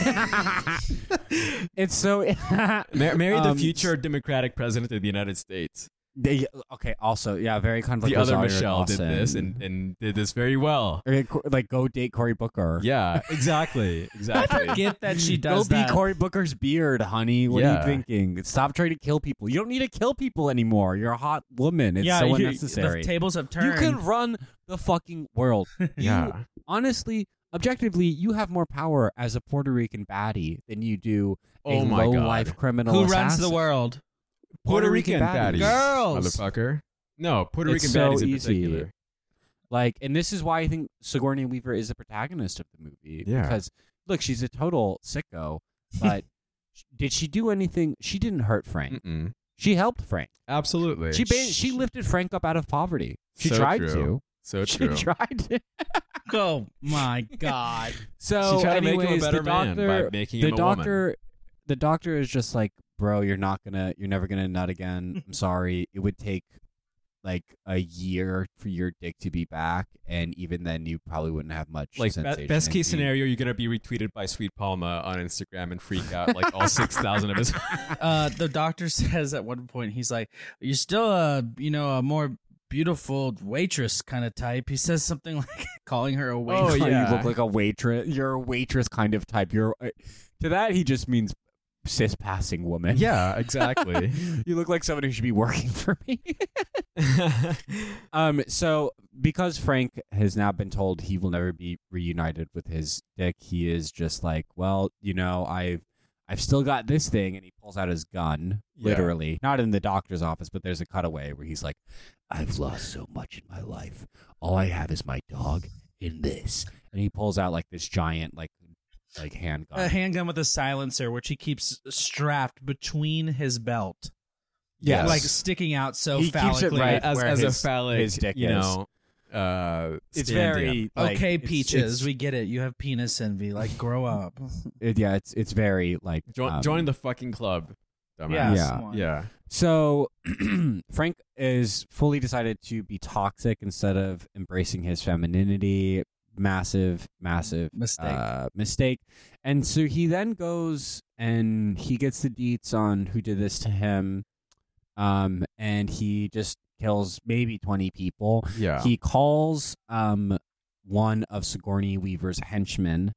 Speaker 1: it's so.
Speaker 2: Mar- marry
Speaker 1: Um,
Speaker 2: the future Democratic president of the United States.
Speaker 1: They okay. Also, yeah, very kind of like
Speaker 2: the other
Speaker 1: Rosario
Speaker 2: Michelle did
Speaker 1: Dawson.
Speaker 2: this and, and did this very well.
Speaker 1: Or, like, Cor- like go date Cory Booker.
Speaker 2: Yeah, exactly, exactly.
Speaker 4: Get that she
Speaker 1: Go
Speaker 4: does
Speaker 1: be
Speaker 4: that.
Speaker 1: Cory Booker's beard, honey. What are you
Speaker 2: Yeah.
Speaker 1: thinking? Stop trying to kill people. You don't need to kill people anymore. You're a hot woman. It's
Speaker 4: yeah,
Speaker 1: so
Speaker 4: you-
Speaker 1: unnecessary.
Speaker 4: The tables have
Speaker 1: you
Speaker 4: turned.
Speaker 1: can run the fucking world. You-
Speaker 2: Yeah,
Speaker 1: honestly, objectively, you have more power as a Puerto Rican baddie than you do a
Speaker 2: Oh my
Speaker 1: low
Speaker 2: God.
Speaker 1: life criminal.
Speaker 4: Who runs the
Speaker 1: assassin.
Speaker 4: world?
Speaker 1: Puerto Rican baddies.
Speaker 4: Girls.
Speaker 2: motherfucker. No, Puerto
Speaker 1: It's
Speaker 2: Rican
Speaker 1: so
Speaker 2: baddies in
Speaker 1: easy.
Speaker 2: particular.
Speaker 1: Like, and this is why I think Sigourney Weaver is the protagonist of the movie.
Speaker 2: Yeah.
Speaker 1: Because look, she's a total sicko, but sh- did she do anything? She didn't hurt Frank.
Speaker 2: Mm-mm.
Speaker 1: She helped Frank.
Speaker 2: Absolutely.
Speaker 1: She ba- she lifted Frank up out of poverty. She
Speaker 2: So
Speaker 1: tried
Speaker 2: true. So
Speaker 1: to. She
Speaker 2: true.
Speaker 1: tried to.
Speaker 4: Oh my god.
Speaker 1: So,
Speaker 2: she tried to make him a
Speaker 1: anyways,
Speaker 2: better
Speaker 1: the doctor,
Speaker 2: man by making
Speaker 1: the
Speaker 2: him a
Speaker 1: doctor, the doctor is just like, bro, you're not gonna, you're never gonna nut again. I'm sorry. It would take like a year for your dick to be back, and even then, you probably wouldn't have much.
Speaker 2: woman. Like be-
Speaker 1: sensation
Speaker 2: best
Speaker 1: and
Speaker 2: case
Speaker 1: be-
Speaker 2: scenario, you're gonna be retweeted by Sweet Palma on Instagram and freak out like all six thousand of his.
Speaker 4: Uh, the doctor says at one point, he's like, "You're still a, you know, a more beautiful waitress kind of type." He says something like, calling her a
Speaker 2: Oh,
Speaker 4: waitress.
Speaker 1: Like,
Speaker 2: yeah.
Speaker 1: You look like a waitress. You're a waitress kind of type. You're uh, to that he just means cis passing woman.
Speaker 2: yeah, exactly.
Speaker 1: You look like someone who should be working for me.
Speaker 2: yeah,
Speaker 1: um so because Frank has now been told he will never be reunited with his dick, he is just like, well, you know, I've I've still got this thing and he pulls out his gun,
Speaker 2: Yeah.
Speaker 1: literally. Not in the doctor's office, but there's a cutaway where he's like, I've lost so much in my life. All I have is my dog in this. And he pulls out like this giant like like handgun.
Speaker 4: A handgun with a silencer, which he keeps strapped between his belt,
Speaker 1: Yes.
Speaker 4: like sticking out so
Speaker 1: He keeps it
Speaker 4: phallically.
Speaker 1: right
Speaker 2: as,
Speaker 1: where
Speaker 2: as
Speaker 1: his-
Speaker 2: a phallic,
Speaker 1: his dick
Speaker 2: you
Speaker 1: is.
Speaker 2: know, uh,
Speaker 1: it's
Speaker 2: stand-in.
Speaker 1: very like,
Speaker 4: okay,
Speaker 1: it's-
Speaker 4: peaches,
Speaker 1: it's-
Speaker 4: we get it. You have penis envy. Like, grow up.
Speaker 1: it- yeah, it's it's very like
Speaker 2: join,
Speaker 1: um,
Speaker 2: join the fucking club. Dumbass.
Speaker 4: yeah,
Speaker 1: Yeah.
Speaker 4: someone.
Speaker 2: yeah.
Speaker 1: So Frank is fully decided to be toxic instead of embracing his femininity. Massive, massive
Speaker 4: Mistake.
Speaker 1: uh, mistake. And so he then goes and he gets the deets on who did this to him. Um, and he just kills maybe twenty people.
Speaker 2: Yeah.
Speaker 1: He calls um one of Sigourney Weaver's henchmen.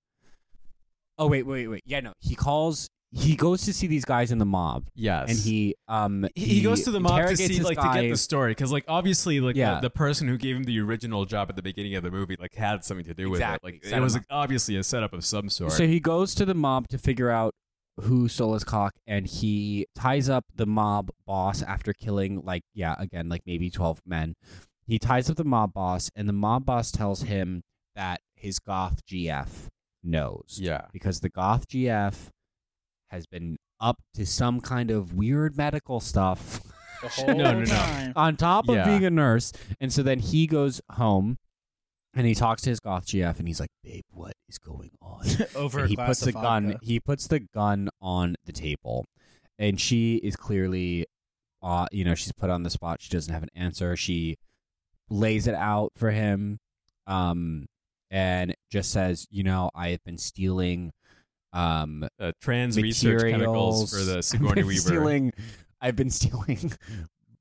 Speaker 1: Oh wait, wait, wait. Yeah, no. He calls. He goes to see these guys in the mob
Speaker 2: yes.
Speaker 1: and he um
Speaker 2: he, he goes to the mob to
Speaker 1: interrogates
Speaker 2: see
Speaker 1: his
Speaker 2: like to
Speaker 1: guy.
Speaker 2: get the story because like obviously like
Speaker 1: Yeah.
Speaker 2: the, the person who gave him the original job at the beginning of the movie like had something to do with
Speaker 1: Exactly.
Speaker 2: it. Like
Speaker 1: Set
Speaker 2: it was
Speaker 1: him
Speaker 2: like, obviously a setup of some sort.
Speaker 1: so he goes to the mob to figure out who stole his cock and he ties up the mob boss after killing like yeah again like maybe 12 men he ties up the mob boss and the mob boss tells him that his goth gf knows
Speaker 2: yeah.
Speaker 1: because the goth gf has been up to some kind of weird medical stuff
Speaker 4: The
Speaker 1: No,
Speaker 4: whole
Speaker 1: no, no.
Speaker 4: time.
Speaker 1: on top of
Speaker 2: Yeah.
Speaker 1: being a nurse. And so then he goes home and he talks to his goth GF and he's like, "Babe, what is going on?"
Speaker 4: Over
Speaker 1: And
Speaker 4: a
Speaker 1: he
Speaker 4: glass
Speaker 1: puts
Speaker 4: of
Speaker 1: the gun.
Speaker 4: vodka.
Speaker 1: He puts the gun on the table, and she is clearly, uh, you know, she's put on the spot. She doesn't have an answer. She lays it out for him, um, and just says, you know, I have been stealing, um,
Speaker 2: Uh, trans research
Speaker 1: materials
Speaker 2: chemicals for the
Speaker 1: I've
Speaker 2: Sigourney
Speaker 1: been
Speaker 2: Weaver.
Speaker 1: Stealing, I've been stealing.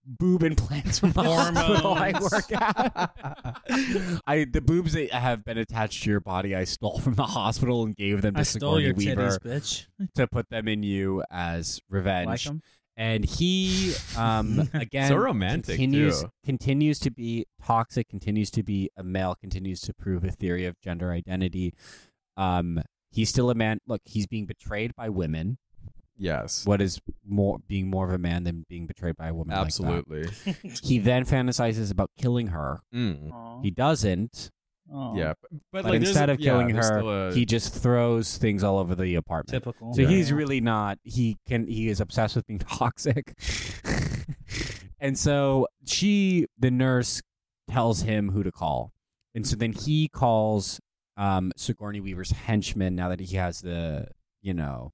Speaker 1: Boob implants from the hospital I
Speaker 4: Hormones.
Speaker 1: work at. I the boobs that have been attached to your body, I stole from the hospital and gave them to
Speaker 4: I stole
Speaker 1: Sigourney
Speaker 4: your
Speaker 1: Weaver
Speaker 4: titties, bitch.
Speaker 1: to put them in you as
Speaker 4: Like
Speaker 1: revenge.
Speaker 4: 'em?
Speaker 1: and he, um, again,
Speaker 2: So romantic,
Speaker 1: continues
Speaker 2: too.
Speaker 1: continues to be toxic, continues to be a male, continues to prove a theory of gender identity. Um, he's still a man. Look, he's being betrayed by women.
Speaker 2: Yes,
Speaker 1: What is more being more of a man than being betrayed by a woman? like that?
Speaker 2: absolutely.
Speaker 1: He then fantasizes about killing her.
Speaker 2: Mm.
Speaker 4: Aw.
Speaker 1: He doesn't,
Speaker 4: Aw.
Speaker 2: Yeah, but, but,
Speaker 1: but
Speaker 2: like, there's
Speaker 1: instead
Speaker 2: a-
Speaker 1: of
Speaker 2: yeah,
Speaker 1: killing
Speaker 2: there's still
Speaker 1: her,
Speaker 2: a-
Speaker 1: he just throws things all over the apartment.
Speaker 4: Typical.
Speaker 1: So
Speaker 2: Yeah.
Speaker 1: he's really not. He can. He is obsessed with being toxic. and so she, the nurse, tells him who to call. And so then he calls um, Sigourney Weaver's henchman. Now that he has the, you know,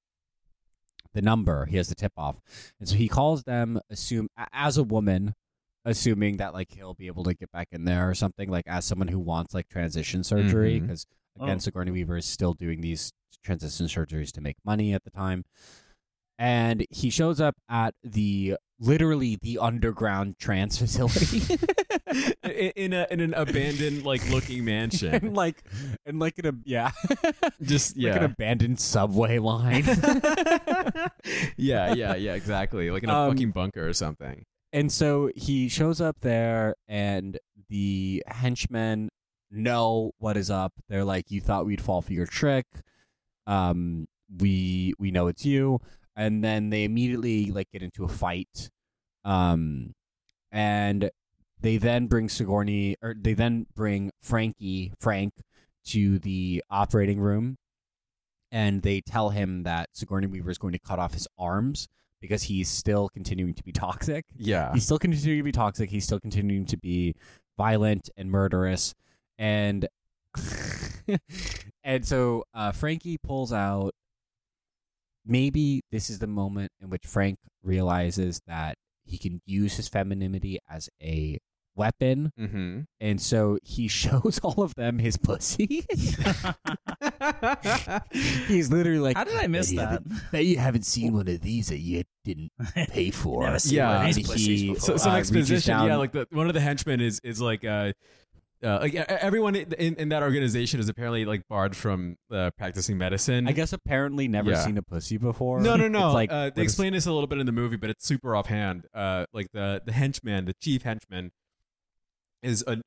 Speaker 1: the number, he has the tip off. And so he calls them. Assume a- as a woman. Assuming that like he'll be able to get back in there or something, like as someone who wants like transition surgery,
Speaker 2: Mhm.
Speaker 1: because Again,
Speaker 4: Oh.
Speaker 1: Sigourney Weaver is still doing these transition surgeries to make money at the time. And he shows up at the literally the underground trans facility
Speaker 2: in, in a in an abandoned like looking
Speaker 1: and
Speaker 2: mansion.
Speaker 1: like and like in a yeah,
Speaker 2: Just
Speaker 1: like an
Speaker 2: yeah,
Speaker 1: abandoned subway line.
Speaker 2: yeah, yeah, yeah, exactly. Like in a
Speaker 1: Um,
Speaker 2: fucking bunker or something.
Speaker 1: And so he shows up there, and the henchmen know what is up. They're like, "You thought we'd fall for your trick. Um, we we know it's you." And then they immediately like get into a fight. Um, and they then bring Sigourney, or they then bring Frankie Frank to the operating room, and they tell him that Sigourney Weaver is going to cut off his arms because he's still continuing to be toxic.
Speaker 2: Yeah,
Speaker 1: He's still continuing to be toxic. He's still continuing to be violent and murderous. And and so uh, Frankie pulls out. Maybe this is the moment in which Frank realizes that he can use his femininity as a weapon,
Speaker 2: mm-hmm.
Speaker 1: and so he shows all of them his pussy. He's literally like,
Speaker 4: How did I miss
Speaker 1: "Bet you
Speaker 4: that?
Speaker 1: haven't- Bet you haven't seen one of these that you didn't pay for.
Speaker 4: Never seen
Speaker 2: Yeah.
Speaker 4: one of
Speaker 1: And
Speaker 4: these pussies
Speaker 1: he-
Speaker 4: before.
Speaker 2: so some
Speaker 1: uh, reaches
Speaker 2: exposition yeah
Speaker 1: down-
Speaker 2: like the, one of the henchmen is is like uh uh, like e- everyone in, in that organization is apparently like barred from uh, practicing medicine.
Speaker 1: I guess apparently never
Speaker 2: Yeah.
Speaker 1: seen a pussy before.
Speaker 2: no, no, no.
Speaker 1: It's like
Speaker 2: uh,
Speaker 1: what
Speaker 2: they
Speaker 1: is-
Speaker 2: explain this a little bit in the movie, but it's super offhand. Uh, like the the henchman, the chief henchman, is an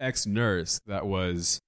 Speaker 2: ex nurse that was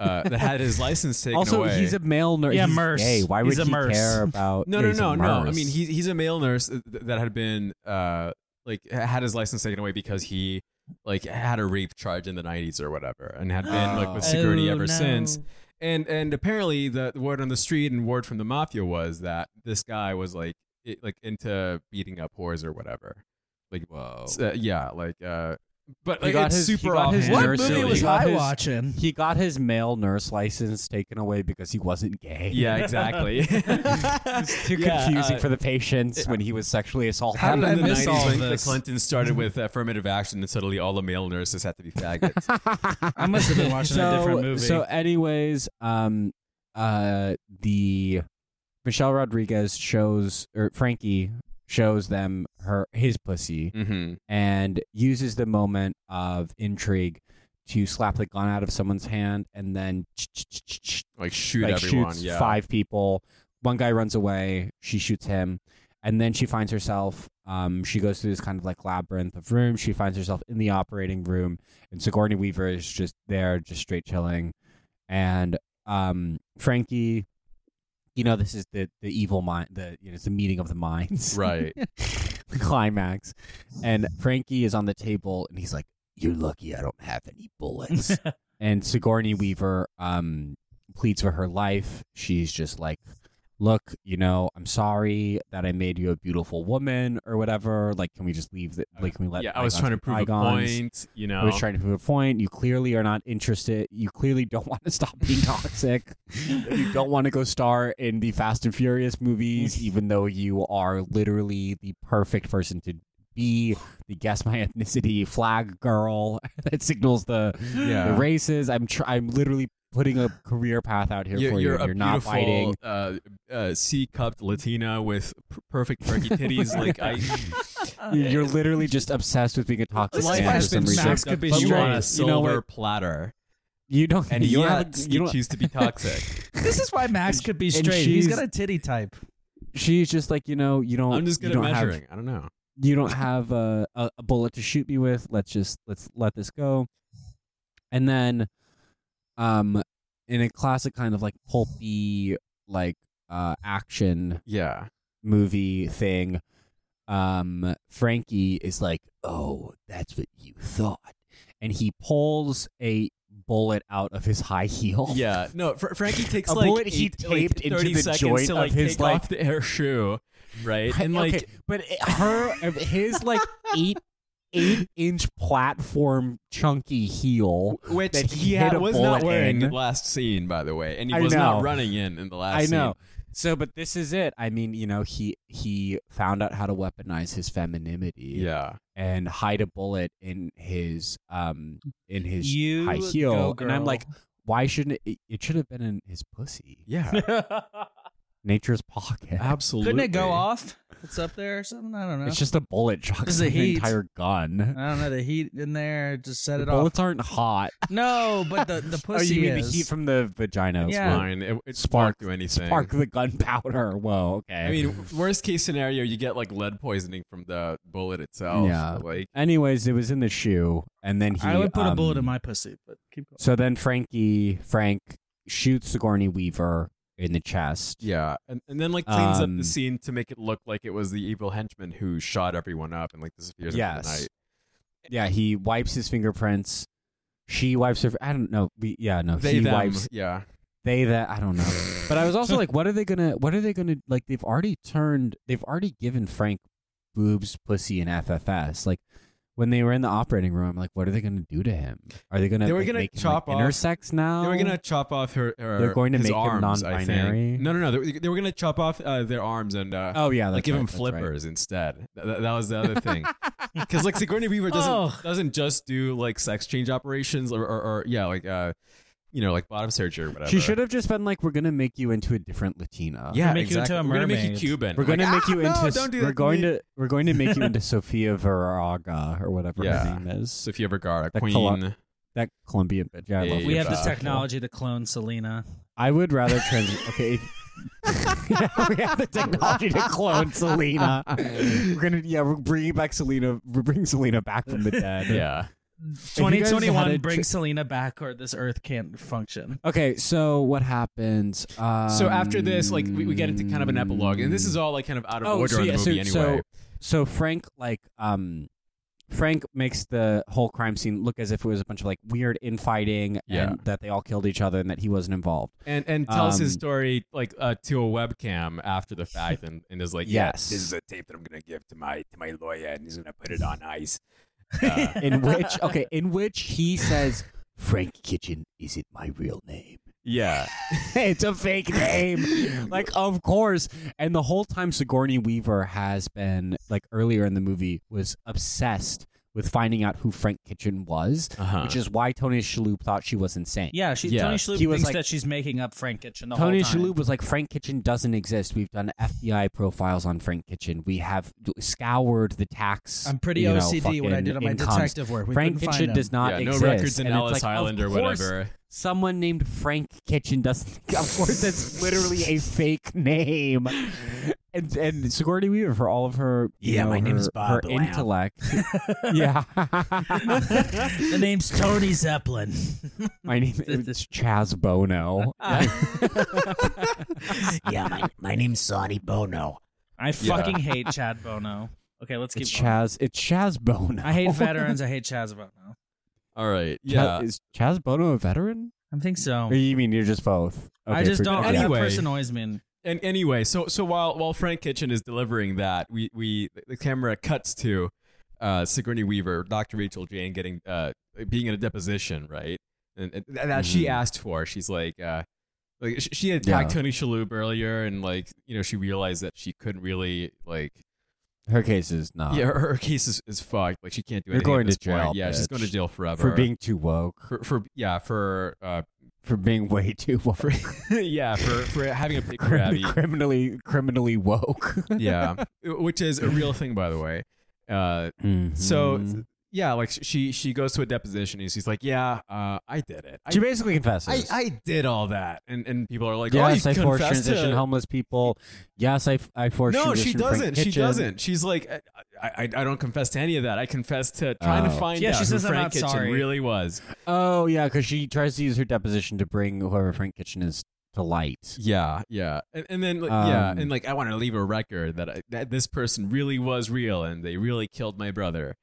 Speaker 2: uh, that had his license taken
Speaker 1: also,
Speaker 2: away.
Speaker 1: he's a male nurse.
Speaker 4: Yeah,
Speaker 1: he's
Speaker 4: merce.
Speaker 1: gay. Why
Speaker 4: He's
Speaker 1: would
Speaker 4: a
Speaker 1: he
Speaker 4: merce.
Speaker 1: care about?
Speaker 2: no, no,
Speaker 1: he's a
Speaker 2: no, no. I
Speaker 1: merce.
Speaker 2: mean, he, he's a male nurse th- that had been uh, like had his license taken away because he like had a rape charge in the '90s or whatever, and had been like with security
Speaker 4: Oh,
Speaker 2: ever
Speaker 4: no.
Speaker 2: since. And and apparently the, the word on the street and word from the mafia was that this guy was like it, like into beating up whores or whatever. Like,
Speaker 1: whoa.
Speaker 2: so, yeah, like, uh, but
Speaker 1: Oh. He
Speaker 2: like
Speaker 1: got
Speaker 2: it's
Speaker 1: his- he
Speaker 2: super
Speaker 1: got
Speaker 2: offhand.
Speaker 1: his
Speaker 4: What
Speaker 1: nurse
Speaker 4: movie
Speaker 1: Silly.
Speaker 4: was
Speaker 1: He got
Speaker 4: I
Speaker 1: his-
Speaker 4: watching?
Speaker 1: He got his male nurse license taken away because he wasn't gay.
Speaker 2: Yeah, exactly.
Speaker 1: It's too
Speaker 2: Yeah,
Speaker 1: confusing
Speaker 2: uh,
Speaker 1: for the patients when he was sexually assaulted.
Speaker 4: How did I
Speaker 2: in the
Speaker 4: miss all
Speaker 2: when
Speaker 4: this?
Speaker 2: the Clintons started with affirmative action, and suddenly all the male nurses had to be faggots.
Speaker 4: I must have been watching
Speaker 1: so,
Speaker 4: a different movie.
Speaker 1: So, anyways, um, uh, the Michelle Rodriguez shows or Frankie shows them her his pussy
Speaker 2: mm-hmm.
Speaker 1: and uses the moment of intrigue to slap the gun out of someone's hand and then
Speaker 2: Like shoot
Speaker 1: like
Speaker 2: everyone.
Speaker 1: shoots
Speaker 2: yeah.
Speaker 1: five people. One guy runs away. She shoots him, and then she finds herself. Um, she goes through this kind of like labyrinth of rooms. She finds herself in the operating room, and Sigourney Weaver is just there, just straight chilling. And um, Frankie, you know, this is the the evil mind. The you know, it's the meeting of the minds,
Speaker 2: Right.
Speaker 1: the climax. And Frankie is on the table, and he's like, "You're lucky I don't have any bullets." and Sigourney Weaver um pleads for her life. She's just like look, you know, I'm sorry that I made you a beautiful woman or whatever. Like, can we just leave that? Like, can we let?
Speaker 2: yeah, I was
Speaker 1: bygones
Speaker 2: trying to
Speaker 1: be
Speaker 2: prove
Speaker 1: bygones?
Speaker 2: a point. You know,
Speaker 1: I was trying to prove a point. You clearly are not interested. You clearly don't want to stop being toxic. you don't want to go star in the Fast and Furious movies, even though you are literally the perfect person to be the guess my ethnicity flag girl that signals the, the
Speaker 2: Yeah.
Speaker 1: races. I'm tr- I'm literally putting a career path out here
Speaker 2: you're,
Speaker 1: for you.
Speaker 2: you're
Speaker 1: and
Speaker 2: a
Speaker 1: you're not
Speaker 2: beautiful,
Speaker 1: fighting.
Speaker 2: Uh, uh, C-cupped Latina with p- perfect perky titties. like I, Uh,
Speaker 1: You're
Speaker 2: eh,
Speaker 1: literally just obsessed with being a toxic
Speaker 4: Life
Speaker 1: man for
Speaker 4: has
Speaker 1: some
Speaker 4: been
Speaker 1: reason.
Speaker 4: smacked up
Speaker 1: But
Speaker 4: his
Speaker 1: you
Speaker 4: ass.
Speaker 1: don't- you know what?
Speaker 2: platter,
Speaker 1: You don't.
Speaker 2: and you
Speaker 1: yeah,
Speaker 2: don't,
Speaker 1: you don't
Speaker 2: choose to be toxic.
Speaker 4: This is why Max could be
Speaker 1: and
Speaker 4: straight. He's
Speaker 1: she's-
Speaker 4: got a titty type.
Speaker 1: she's just like you know you don't.
Speaker 2: I'm just good
Speaker 1: you
Speaker 2: at
Speaker 1: don't have-
Speaker 2: measuring. I don't know.
Speaker 1: you don't have a, a, a bullet to shoot me with let's just let's let this go and then um in a classic kind of like pulpy like uh action
Speaker 2: Yeah,
Speaker 1: movie thing um frankie is like oh that's what you thought and he pulls a bullet out of his high heel
Speaker 2: yeah. No, Fr- Frankie takes
Speaker 1: A
Speaker 2: like
Speaker 1: bullet he
Speaker 2: eight- like,
Speaker 1: taped into
Speaker 2: 30
Speaker 1: the
Speaker 2: seconds
Speaker 1: joint
Speaker 2: to,
Speaker 1: of
Speaker 2: like,
Speaker 1: his,
Speaker 2: take
Speaker 1: like-
Speaker 2: off the air shoe, right?
Speaker 1: I-
Speaker 2: And like,
Speaker 1: okay, but it, her uh, his like eight eight inch platform chunky heel
Speaker 2: which
Speaker 1: that he
Speaker 2: had-
Speaker 1: hit a
Speaker 2: was not
Speaker 1: bullet
Speaker 2: wearing
Speaker 1: in.
Speaker 2: last scene, by the way, and he
Speaker 1: I
Speaker 2: was not
Speaker 1: know.
Speaker 2: running in in the last.
Speaker 1: I know.
Speaker 2: scene.
Speaker 1: So, but this is it. I mean, you know, he he found out how to weaponize his femininity
Speaker 2: Yeah,
Speaker 1: and hide a bullet in his um in his
Speaker 4: You
Speaker 1: high heel,
Speaker 4: go,
Speaker 1: and I'm
Speaker 4: girl.
Speaker 1: like, why shouldn't it? It should have been in his pussy,
Speaker 2: yeah,
Speaker 1: nature's pocket.
Speaker 2: absolutely.
Speaker 4: Couldn't it go off? It's up there or something. I don't know.
Speaker 1: It's just a bullet shot.
Speaker 4: This is
Speaker 1: an
Speaker 4: the heat.
Speaker 1: entire gun.
Speaker 4: I don't know the heat in there. Just set
Speaker 1: The
Speaker 4: it off.
Speaker 1: bullets aren't hot.
Speaker 4: No, but the the
Speaker 1: oh,
Speaker 4: pussy
Speaker 1: you mean
Speaker 4: is.
Speaker 1: the heat from the vagina? is
Speaker 4: Yeah.
Speaker 1: what-
Speaker 2: Fine. It,
Speaker 1: Spark-
Speaker 2: it sparked do anything.
Speaker 1: Spark the gunpowder. Whoa, okay.
Speaker 2: I mean, worst case scenario, you get like lead poisoning from the bullet itself.
Speaker 1: Yeah.
Speaker 2: Like,
Speaker 1: anyways, it was in the shoe, and then he.
Speaker 4: I would put a
Speaker 1: um,
Speaker 4: bullet in my pussy, but keep going.
Speaker 1: So then Frankie Frank shoots Sigourney Weaver in the chest.
Speaker 2: yeah, and, and then like cleans up
Speaker 1: Um,
Speaker 2: the scene to make it look like it was the evil henchman who shot everyone up and like disappears into the
Speaker 1: Yes.
Speaker 2: night.
Speaker 1: Yeah, he wipes his fingerprints. She wipes her. I don't know. We, yeah, no.
Speaker 2: They
Speaker 1: he
Speaker 2: them,
Speaker 1: wipes
Speaker 2: yeah,
Speaker 1: they that. I don't know. But I was also like, what are they gonna? What are they gonna like? They've already turned. They've already given Frank boobs, pussy, and FFS. Like when they were in the operating room, like what are they gonna do to him? Are they gonna?
Speaker 2: They were
Speaker 1: like,
Speaker 2: gonna
Speaker 1: make him,
Speaker 2: chop
Speaker 1: like,
Speaker 2: off-
Speaker 1: intersex now.
Speaker 2: they were gonna chop off her. her
Speaker 1: um, They're going to
Speaker 2: his
Speaker 1: make him
Speaker 2: arms, I think.
Speaker 1: non-binary?
Speaker 2: No, no, no. They, they were gonna chop off uh, their arms and uh,
Speaker 1: Oh yeah, that's
Speaker 2: like give
Speaker 1: right,
Speaker 2: him
Speaker 1: that's right.
Speaker 2: flippers instead. Th- th- that was the other thing. Because like Sigourney Weaver doesn't
Speaker 4: Oh.
Speaker 2: doesn't just do like sex change operations or, or, or yeah like uh you know like bottom surgery or whatever.
Speaker 1: She should have just been like, "We're gonna make you into a different Latina.
Speaker 2: Yeah,
Speaker 4: We'll make you into
Speaker 2: exactly.
Speaker 4: a
Speaker 2: We're gonna make you
Speaker 4: mermaid.
Speaker 2: Cuban.
Speaker 1: we're gonna
Speaker 2: Like,
Speaker 1: make you
Speaker 2: "Ah,
Speaker 1: into.
Speaker 2: No, don't do that
Speaker 1: we're going to we're going to make you into Sofia Vergara or whatever
Speaker 2: Yeah.
Speaker 1: her name is.
Speaker 2: Sofia Vergara,
Speaker 1: The
Speaker 2: Queen.
Speaker 1: colo- that Colombian bitch. Yeah, I love
Speaker 2: Hey,
Speaker 1: her.
Speaker 4: we have
Speaker 2: uh,
Speaker 4: this
Speaker 2: cool.
Speaker 4: technology to clone Selena.
Speaker 1: I would rather trans. okay. if- we have the technology to clone Selena. We're gonna yeah, we're bringing back Selena. We're bringing Selena back from the dead.
Speaker 2: yeah,
Speaker 1: you guys had
Speaker 4: 2021
Speaker 1: a
Speaker 4: brings
Speaker 1: ch-
Speaker 4: Selena back, or this Earth can't function.
Speaker 1: Okay, so what happens? Um,
Speaker 2: So after this, like we, we get into kind of an epilogue, and this is all like kind of out of
Speaker 1: Oh,
Speaker 2: order
Speaker 1: so
Speaker 2: in the
Speaker 1: yeah, so-
Speaker 2: movie anyway.
Speaker 1: so Frank like um Frank makes the whole crime scene look as if it was a bunch of like weird infighting
Speaker 2: Yeah.
Speaker 1: and that they all killed each other and that he wasn't involved.
Speaker 2: and and tells his
Speaker 1: um,
Speaker 2: story like uh, to a webcam after the fact, and, and is like,
Speaker 1: Yes.
Speaker 2: yeah, this is a tape that I'm gonna give to my to my lawyer, and he's gonna put it on ice. Uh,
Speaker 1: In which okay, in which he says Frank Kitchen isn't my real name.
Speaker 2: yeah,
Speaker 1: it's a fake name. Like of course. And the whole time Sigourney Weaver has been like earlier in the movie was obsessed with finding out who Frank Kitchen was,
Speaker 2: uh-huh.
Speaker 1: which is why Tony Shalhoub thought she was insane.
Speaker 4: Yeah, she,
Speaker 2: Yeah.
Speaker 4: Tony Shalhoub
Speaker 1: He was
Speaker 4: thinks
Speaker 1: like-
Speaker 4: that she's making up Frank Kitchen the
Speaker 1: Tony
Speaker 4: whole time.
Speaker 1: Shalhoub was like, Frank Kitchen doesn't exist. We've done FBI profiles on Frank Kitchen. We have d- scoured the tax.
Speaker 4: I'm pretty
Speaker 1: you know,
Speaker 4: OCD when I
Speaker 1: fucking
Speaker 4: did on my
Speaker 1: incomes.
Speaker 4: detective work. We
Speaker 1: Frank
Speaker 4: couldn't
Speaker 1: Kitchen
Speaker 4: find
Speaker 1: does
Speaker 4: him.
Speaker 1: not
Speaker 2: yeah, no
Speaker 1: exist.
Speaker 2: records in
Speaker 1: And it's
Speaker 2: Ellis
Speaker 1: like, of
Speaker 2: Island or
Speaker 1: course
Speaker 2: whatever.
Speaker 1: Someone named Frank Kitchen doesn't. Of course, that's literally a fake name. And and Sigourney Weaver for all of her you
Speaker 4: Yeah,
Speaker 1: know,
Speaker 4: my
Speaker 1: her,
Speaker 4: name is Bob
Speaker 1: her
Speaker 4: Lamb.
Speaker 1: intellect. yeah,
Speaker 4: the name's Tony Zeppelin.
Speaker 1: my name is Chaz Bono.
Speaker 4: Uh.
Speaker 3: yeah, my, my name's Sonny Bono.
Speaker 4: I fucking hate Chad Bono. Okay, let's keep
Speaker 1: It's
Speaker 4: going.
Speaker 1: Chaz. It's Chaz Bono.
Speaker 4: I hate veterans. I hate Chaz Bono.
Speaker 2: All right, yeah. Oh.
Speaker 1: Chaz, is Chaz Bono a veteran?
Speaker 4: I think so.
Speaker 1: Or you mean you're just both?
Speaker 4: I
Speaker 1: Okay,
Speaker 4: just
Speaker 1: for-
Speaker 4: don't.
Speaker 1: okay.
Speaker 4: That
Speaker 2: Anyway.
Speaker 4: person annoys me.
Speaker 2: and anyway, so so while while Frank Kitchen is delivering that, we we the camera cuts to uh, Sigourney Weaver, Dr. Rachel Jane, getting uh, being in a deposition, right? And, and that that she
Speaker 1: Mhm.
Speaker 2: asked for. She's like, uh, like sh- she had attacked
Speaker 1: Yeah.
Speaker 2: Tony Shalhoub earlier, and like you know she realized that she couldn't really like
Speaker 1: Her case is not
Speaker 2: yeah her, her case is, is fucked. Like she can't do
Speaker 1: Uh, You're
Speaker 2: anything.
Speaker 1: going
Speaker 2: at this
Speaker 1: to jail,
Speaker 2: Point. Yeah, she's
Speaker 1: bitch.
Speaker 2: going to jail forever
Speaker 1: for being too woke,
Speaker 2: for, for yeah for uh
Speaker 1: for being way too woke,
Speaker 2: for yeah for for having a big
Speaker 1: Crim-
Speaker 2: crabby.
Speaker 1: criminally criminally woke.
Speaker 2: yeah which is a real thing by the way uh so
Speaker 1: Mhm.
Speaker 2: yeah like she she goes to a deposition and she's like yeah uh i did it
Speaker 1: she
Speaker 2: I,
Speaker 1: basically
Speaker 2: I,
Speaker 1: confesses.
Speaker 2: I did all that and and people are like
Speaker 1: yes,
Speaker 2: oh
Speaker 1: I
Speaker 2: you
Speaker 1: forced
Speaker 2: confessed to-"
Speaker 1: transition homeless people. Yes, I I forced
Speaker 2: no she
Speaker 1: transition Frank
Speaker 2: doesn't she
Speaker 1: Kitchen.
Speaker 2: doesn't she's like I, I I don't confess to any of that i confess to trying to
Speaker 1: Oh.
Speaker 2: find
Speaker 4: Yeah,
Speaker 2: out
Speaker 4: she
Speaker 2: who
Speaker 4: says, "I'm
Speaker 2: frank
Speaker 4: not
Speaker 2: kitchen
Speaker 4: sorry."
Speaker 2: really was
Speaker 1: Oh yeah, because she tries to use her deposition to bring whoever Frank Kitchen is to light.
Speaker 2: yeah yeah and, and then like, yeah
Speaker 1: Um,
Speaker 2: and like i want to leave a record that I, that this person really was real and they really killed my brother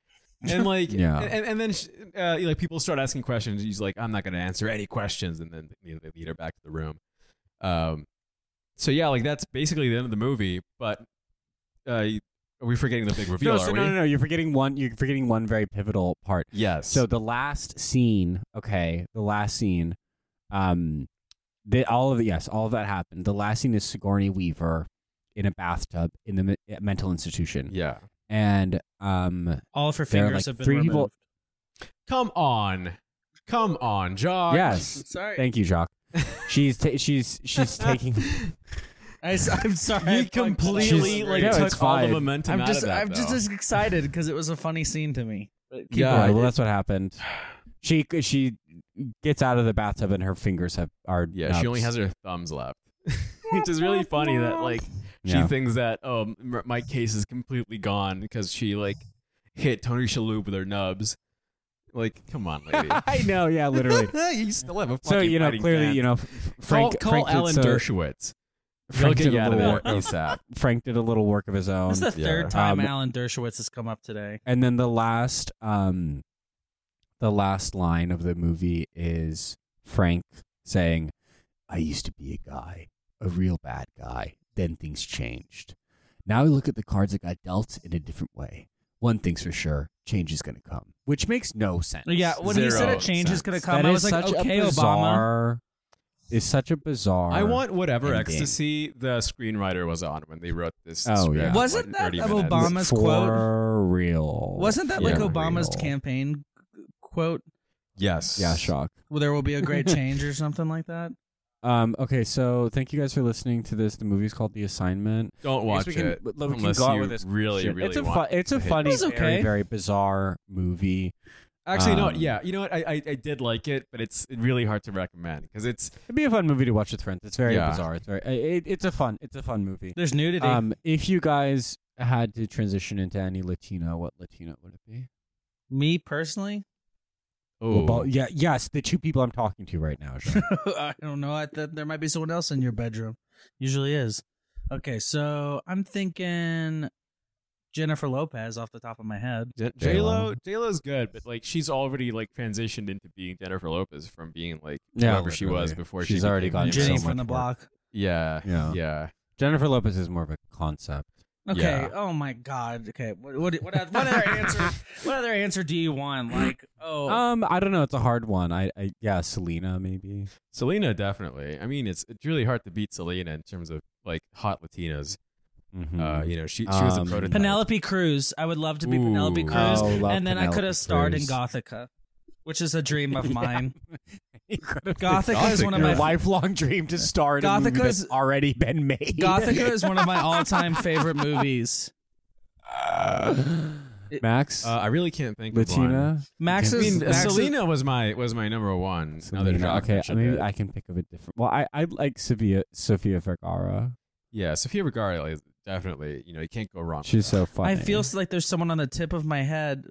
Speaker 2: and like
Speaker 1: Yeah.
Speaker 2: and, and, and then she, uh, you know, like people start asking questions she's like i'm not going to answer any questions and then you know, they lead her back to the room um so yeah like that's basically the end of the movie but uh are we forgetting the big reveal
Speaker 1: No,
Speaker 2: are
Speaker 1: so
Speaker 2: we
Speaker 1: no, no, no. You're forgetting one. You're forgetting one very pivotal part.
Speaker 2: yes
Speaker 1: So the last scene, okay, the last scene, um, the, all of yes, all of that happened. The last scene is Sigourney Weaver in a bathtub in the me- mental institution,
Speaker 2: yeah
Speaker 1: and um,
Speaker 4: All of her
Speaker 1: There are,
Speaker 4: fingers
Speaker 1: like,
Speaker 4: have been
Speaker 1: three
Speaker 4: removed.
Speaker 1: people-
Speaker 2: come on come on josh
Speaker 1: yes,
Speaker 5: Sorry.
Speaker 1: thank you, Jacques. She's ta- she's she's
Speaker 2: Ah.
Speaker 1: taking.
Speaker 4: I, am sorry. I
Speaker 2: he
Speaker 4: fucked that up.
Speaker 2: completely
Speaker 1: She's-
Speaker 2: like
Speaker 1: No, it's
Speaker 2: took all the
Speaker 1: fine.
Speaker 2: momentum
Speaker 4: I'm
Speaker 2: out
Speaker 4: just
Speaker 2: of that
Speaker 4: I'm just
Speaker 2: though.
Speaker 4: as excited because it was a funny scene to me. But keep
Speaker 2: Yeah.
Speaker 1: Yeah,
Speaker 4: going.
Speaker 1: well, that's what happened. She she gets out of the bathtub and her fingers have are
Speaker 2: Yeah, she only has her thumbs left, which is really funny that like she
Speaker 1: Yeah.
Speaker 2: thinks that oh m- my case is completely gone because she like hit Tony Shalhoub with her nubs. Like, come on, lady.
Speaker 1: I know, yeah, literally.
Speaker 2: you still have a
Speaker 1: so
Speaker 2: fucking
Speaker 1: you know,
Speaker 2: fighting
Speaker 1: clearly,
Speaker 2: chance.
Speaker 1: you know, F- Frank
Speaker 2: call,
Speaker 1: Frank
Speaker 2: call Alan
Speaker 1: did so,
Speaker 2: Dershowitz. He'll
Speaker 1: Frank
Speaker 2: get
Speaker 1: did,
Speaker 2: you
Speaker 1: a
Speaker 2: out of
Speaker 1: little
Speaker 2: there
Speaker 1: work,
Speaker 2: ASAP.
Speaker 1: Frank did a little work of his own,
Speaker 4: This is the
Speaker 2: Yeah.
Speaker 4: third time
Speaker 1: Um,
Speaker 4: Alan Dershowitz has come up today.
Speaker 1: and then the last um, the last line of the movie is Frank saying, "I used to be a guy, a real bad guy. Then things changed. Now I look at the cards that got dealt in a different way. One thing's for sure: change is going to come." Which makes no sense.
Speaker 4: Yeah, when he said
Speaker 2: Zero
Speaker 4: a change is going to
Speaker 2: sense.
Speaker 4: come,
Speaker 1: That
Speaker 4: I
Speaker 1: is
Speaker 4: was like,
Speaker 1: such
Speaker 4: okay,
Speaker 1: a
Speaker 4: Obama.
Speaker 1: bizarre, Is such a bizarre.
Speaker 2: I want whatever
Speaker 1: Ending.
Speaker 2: ecstasy the screenwriter was on when they wrote this.
Speaker 1: Oh,
Speaker 2: script
Speaker 1: yeah.
Speaker 2: in,
Speaker 4: Wasn't
Speaker 2: like, 30
Speaker 4: that
Speaker 2: minutes.
Speaker 4: Obama- Obama's
Speaker 1: for
Speaker 4: quote.
Speaker 1: real.
Speaker 4: Wasn't that like
Speaker 1: For
Speaker 4: Obama's
Speaker 1: real.
Speaker 4: campaign quote?
Speaker 2: Yes.
Speaker 1: Yeah, shock.
Speaker 4: Well, there will be a great change or something like that.
Speaker 1: Um, okay, so thank you guys for listening to this. The movie's called The Assignment.
Speaker 2: Don't
Speaker 1: Guess
Speaker 2: watch
Speaker 1: we can-
Speaker 2: it.
Speaker 1: we can
Speaker 2: unless
Speaker 1: go out
Speaker 2: you
Speaker 1: with this
Speaker 2: really,
Speaker 1: Shit,
Speaker 2: really
Speaker 1: it's a
Speaker 2: want
Speaker 1: fu- it's a
Speaker 2: to hit
Speaker 1: funny,
Speaker 4: It was
Speaker 1: very,
Speaker 4: okay.
Speaker 1: very bizarre movie.
Speaker 2: Actually, no.
Speaker 1: Um,
Speaker 2: Yeah, you know what? I, I, I did like it, but it's really hard to recommend because it's
Speaker 1: It'd be a fun movie to watch with friends. It's very
Speaker 2: Yeah.
Speaker 1: bizarre. It's very. It, it's a fun. It's a fun movie.
Speaker 4: There's nudity.
Speaker 1: Um, if you guys had to transition into any Latino, what Latino would it be?
Speaker 4: Me personally,
Speaker 2: oh
Speaker 1: Well, bo- yeah, yes, the two people I'm talking to right now. Sean.
Speaker 4: I don't know. I th- there might be someone else in your bedroom. Usually is. Okay, so I'm thinking Jennifer Lopez off the top of my head.
Speaker 2: J Lo J Lo's good, but like she's already like transitioned into being Jennifer Lopez from being like
Speaker 1: Yeah,
Speaker 2: whoever she was
Speaker 1: literally.
Speaker 2: before
Speaker 1: She's
Speaker 2: she
Speaker 1: already
Speaker 2: became
Speaker 1: gotten
Speaker 2: famous.
Speaker 4: Jenny
Speaker 1: so much
Speaker 4: from the
Speaker 1: work.
Speaker 4: block.
Speaker 2: Yeah,
Speaker 1: Yeah.
Speaker 2: yeah,
Speaker 1: Jennifer Lopez is more of a concept.
Speaker 4: Okay.
Speaker 2: Yeah.
Speaker 4: Oh my God. Okay. What what what, oth- what other answer? What other answer do you want? Like, oh,
Speaker 1: Um, I don't know. It's a hard one. I, I yeah, Selena maybe.
Speaker 2: Selena definitely. I mean, it's it's really hard to beat Selena in terms of like hot Latinas.
Speaker 1: Mm-hmm.
Speaker 2: Uh, you know, she she was a
Speaker 1: Um,
Speaker 2: prototype.
Speaker 4: Penelope Cruz. I would love to be
Speaker 2: Ooh.
Speaker 4: Penelope
Speaker 2: Oh,
Speaker 4: Cruz,
Speaker 1: Oh, love
Speaker 4: and then I could
Speaker 1: Penelope
Speaker 4: have starred
Speaker 1: Cruz.
Speaker 4: in Gothica, which is a dream of
Speaker 1: Yeah.
Speaker 4: mine.
Speaker 1: You could have
Speaker 4: Gothica, is one of
Speaker 1: been
Speaker 4: my
Speaker 1: your lifelong dream to star in a movie
Speaker 4: Gothica's-
Speaker 1: that's already been made.
Speaker 4: Gothica is one of my all-time favorite movies.
Speaker 1: Max,
Speaker 2: Uh, I really can't think of one.
Speaker 1: Latina,
Speaker 4: Max
Speaker 2: I
Speaker 4: is
Speaker 2: mean,
Speaker 4: Max is-
Speaker 2: Selena was my was my number one. Now that
Speaker 1: Selena.
Speaker 2: Jacques
Speaker 1: Okay,
Speaker 2: mentioned
Speaker 1: maybe
Speaker 2: it.
Speaker 1: I can think of a different. Well, I I like Sophia Sophia Vergara.
Speaker 2: yeah, Sofia Vergara is definitely. You know, you can't go wrong. with
Speaker 1: She's
Speaker 2: her.
Speaker 1: so funny.
Speaker 4: I feel s- like there's someone on the tip of my head,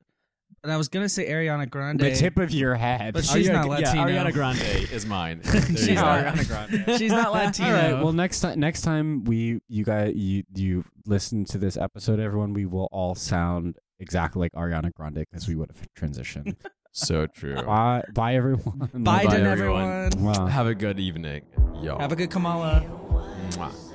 Speaker 4: and I was gonna say Ariana Grande.
Speaker 1: the tip of your head.
Speaker 4: But she's
Speaker 2: Ariana-
Speaker 4: not Latino.
Speaker 2: Oh, Yeah, Ariana Grande is mine.
Speaker 4: She's
Speaker 1: not-
Speaker 2: Grande.
Speaker 4: She's not Latino.
Speaker 1: All right. Well, next time, next time we you guys you you listen to this episode, everyone, we will all sound exactly like Ariana Grande because we would have transitioned.
Speaker 2: So true.
Speaker 1: bye, bye, everyone.
Speaker 4: Biden,
Speaker 2: Bye, everyone.
Speaker 4: everyone.
Speaker 1: Wow.
Speaker 2: Have a good evening, y'all.
Speaker 4: Have a good Kamala.
Speaker 2: Mwah.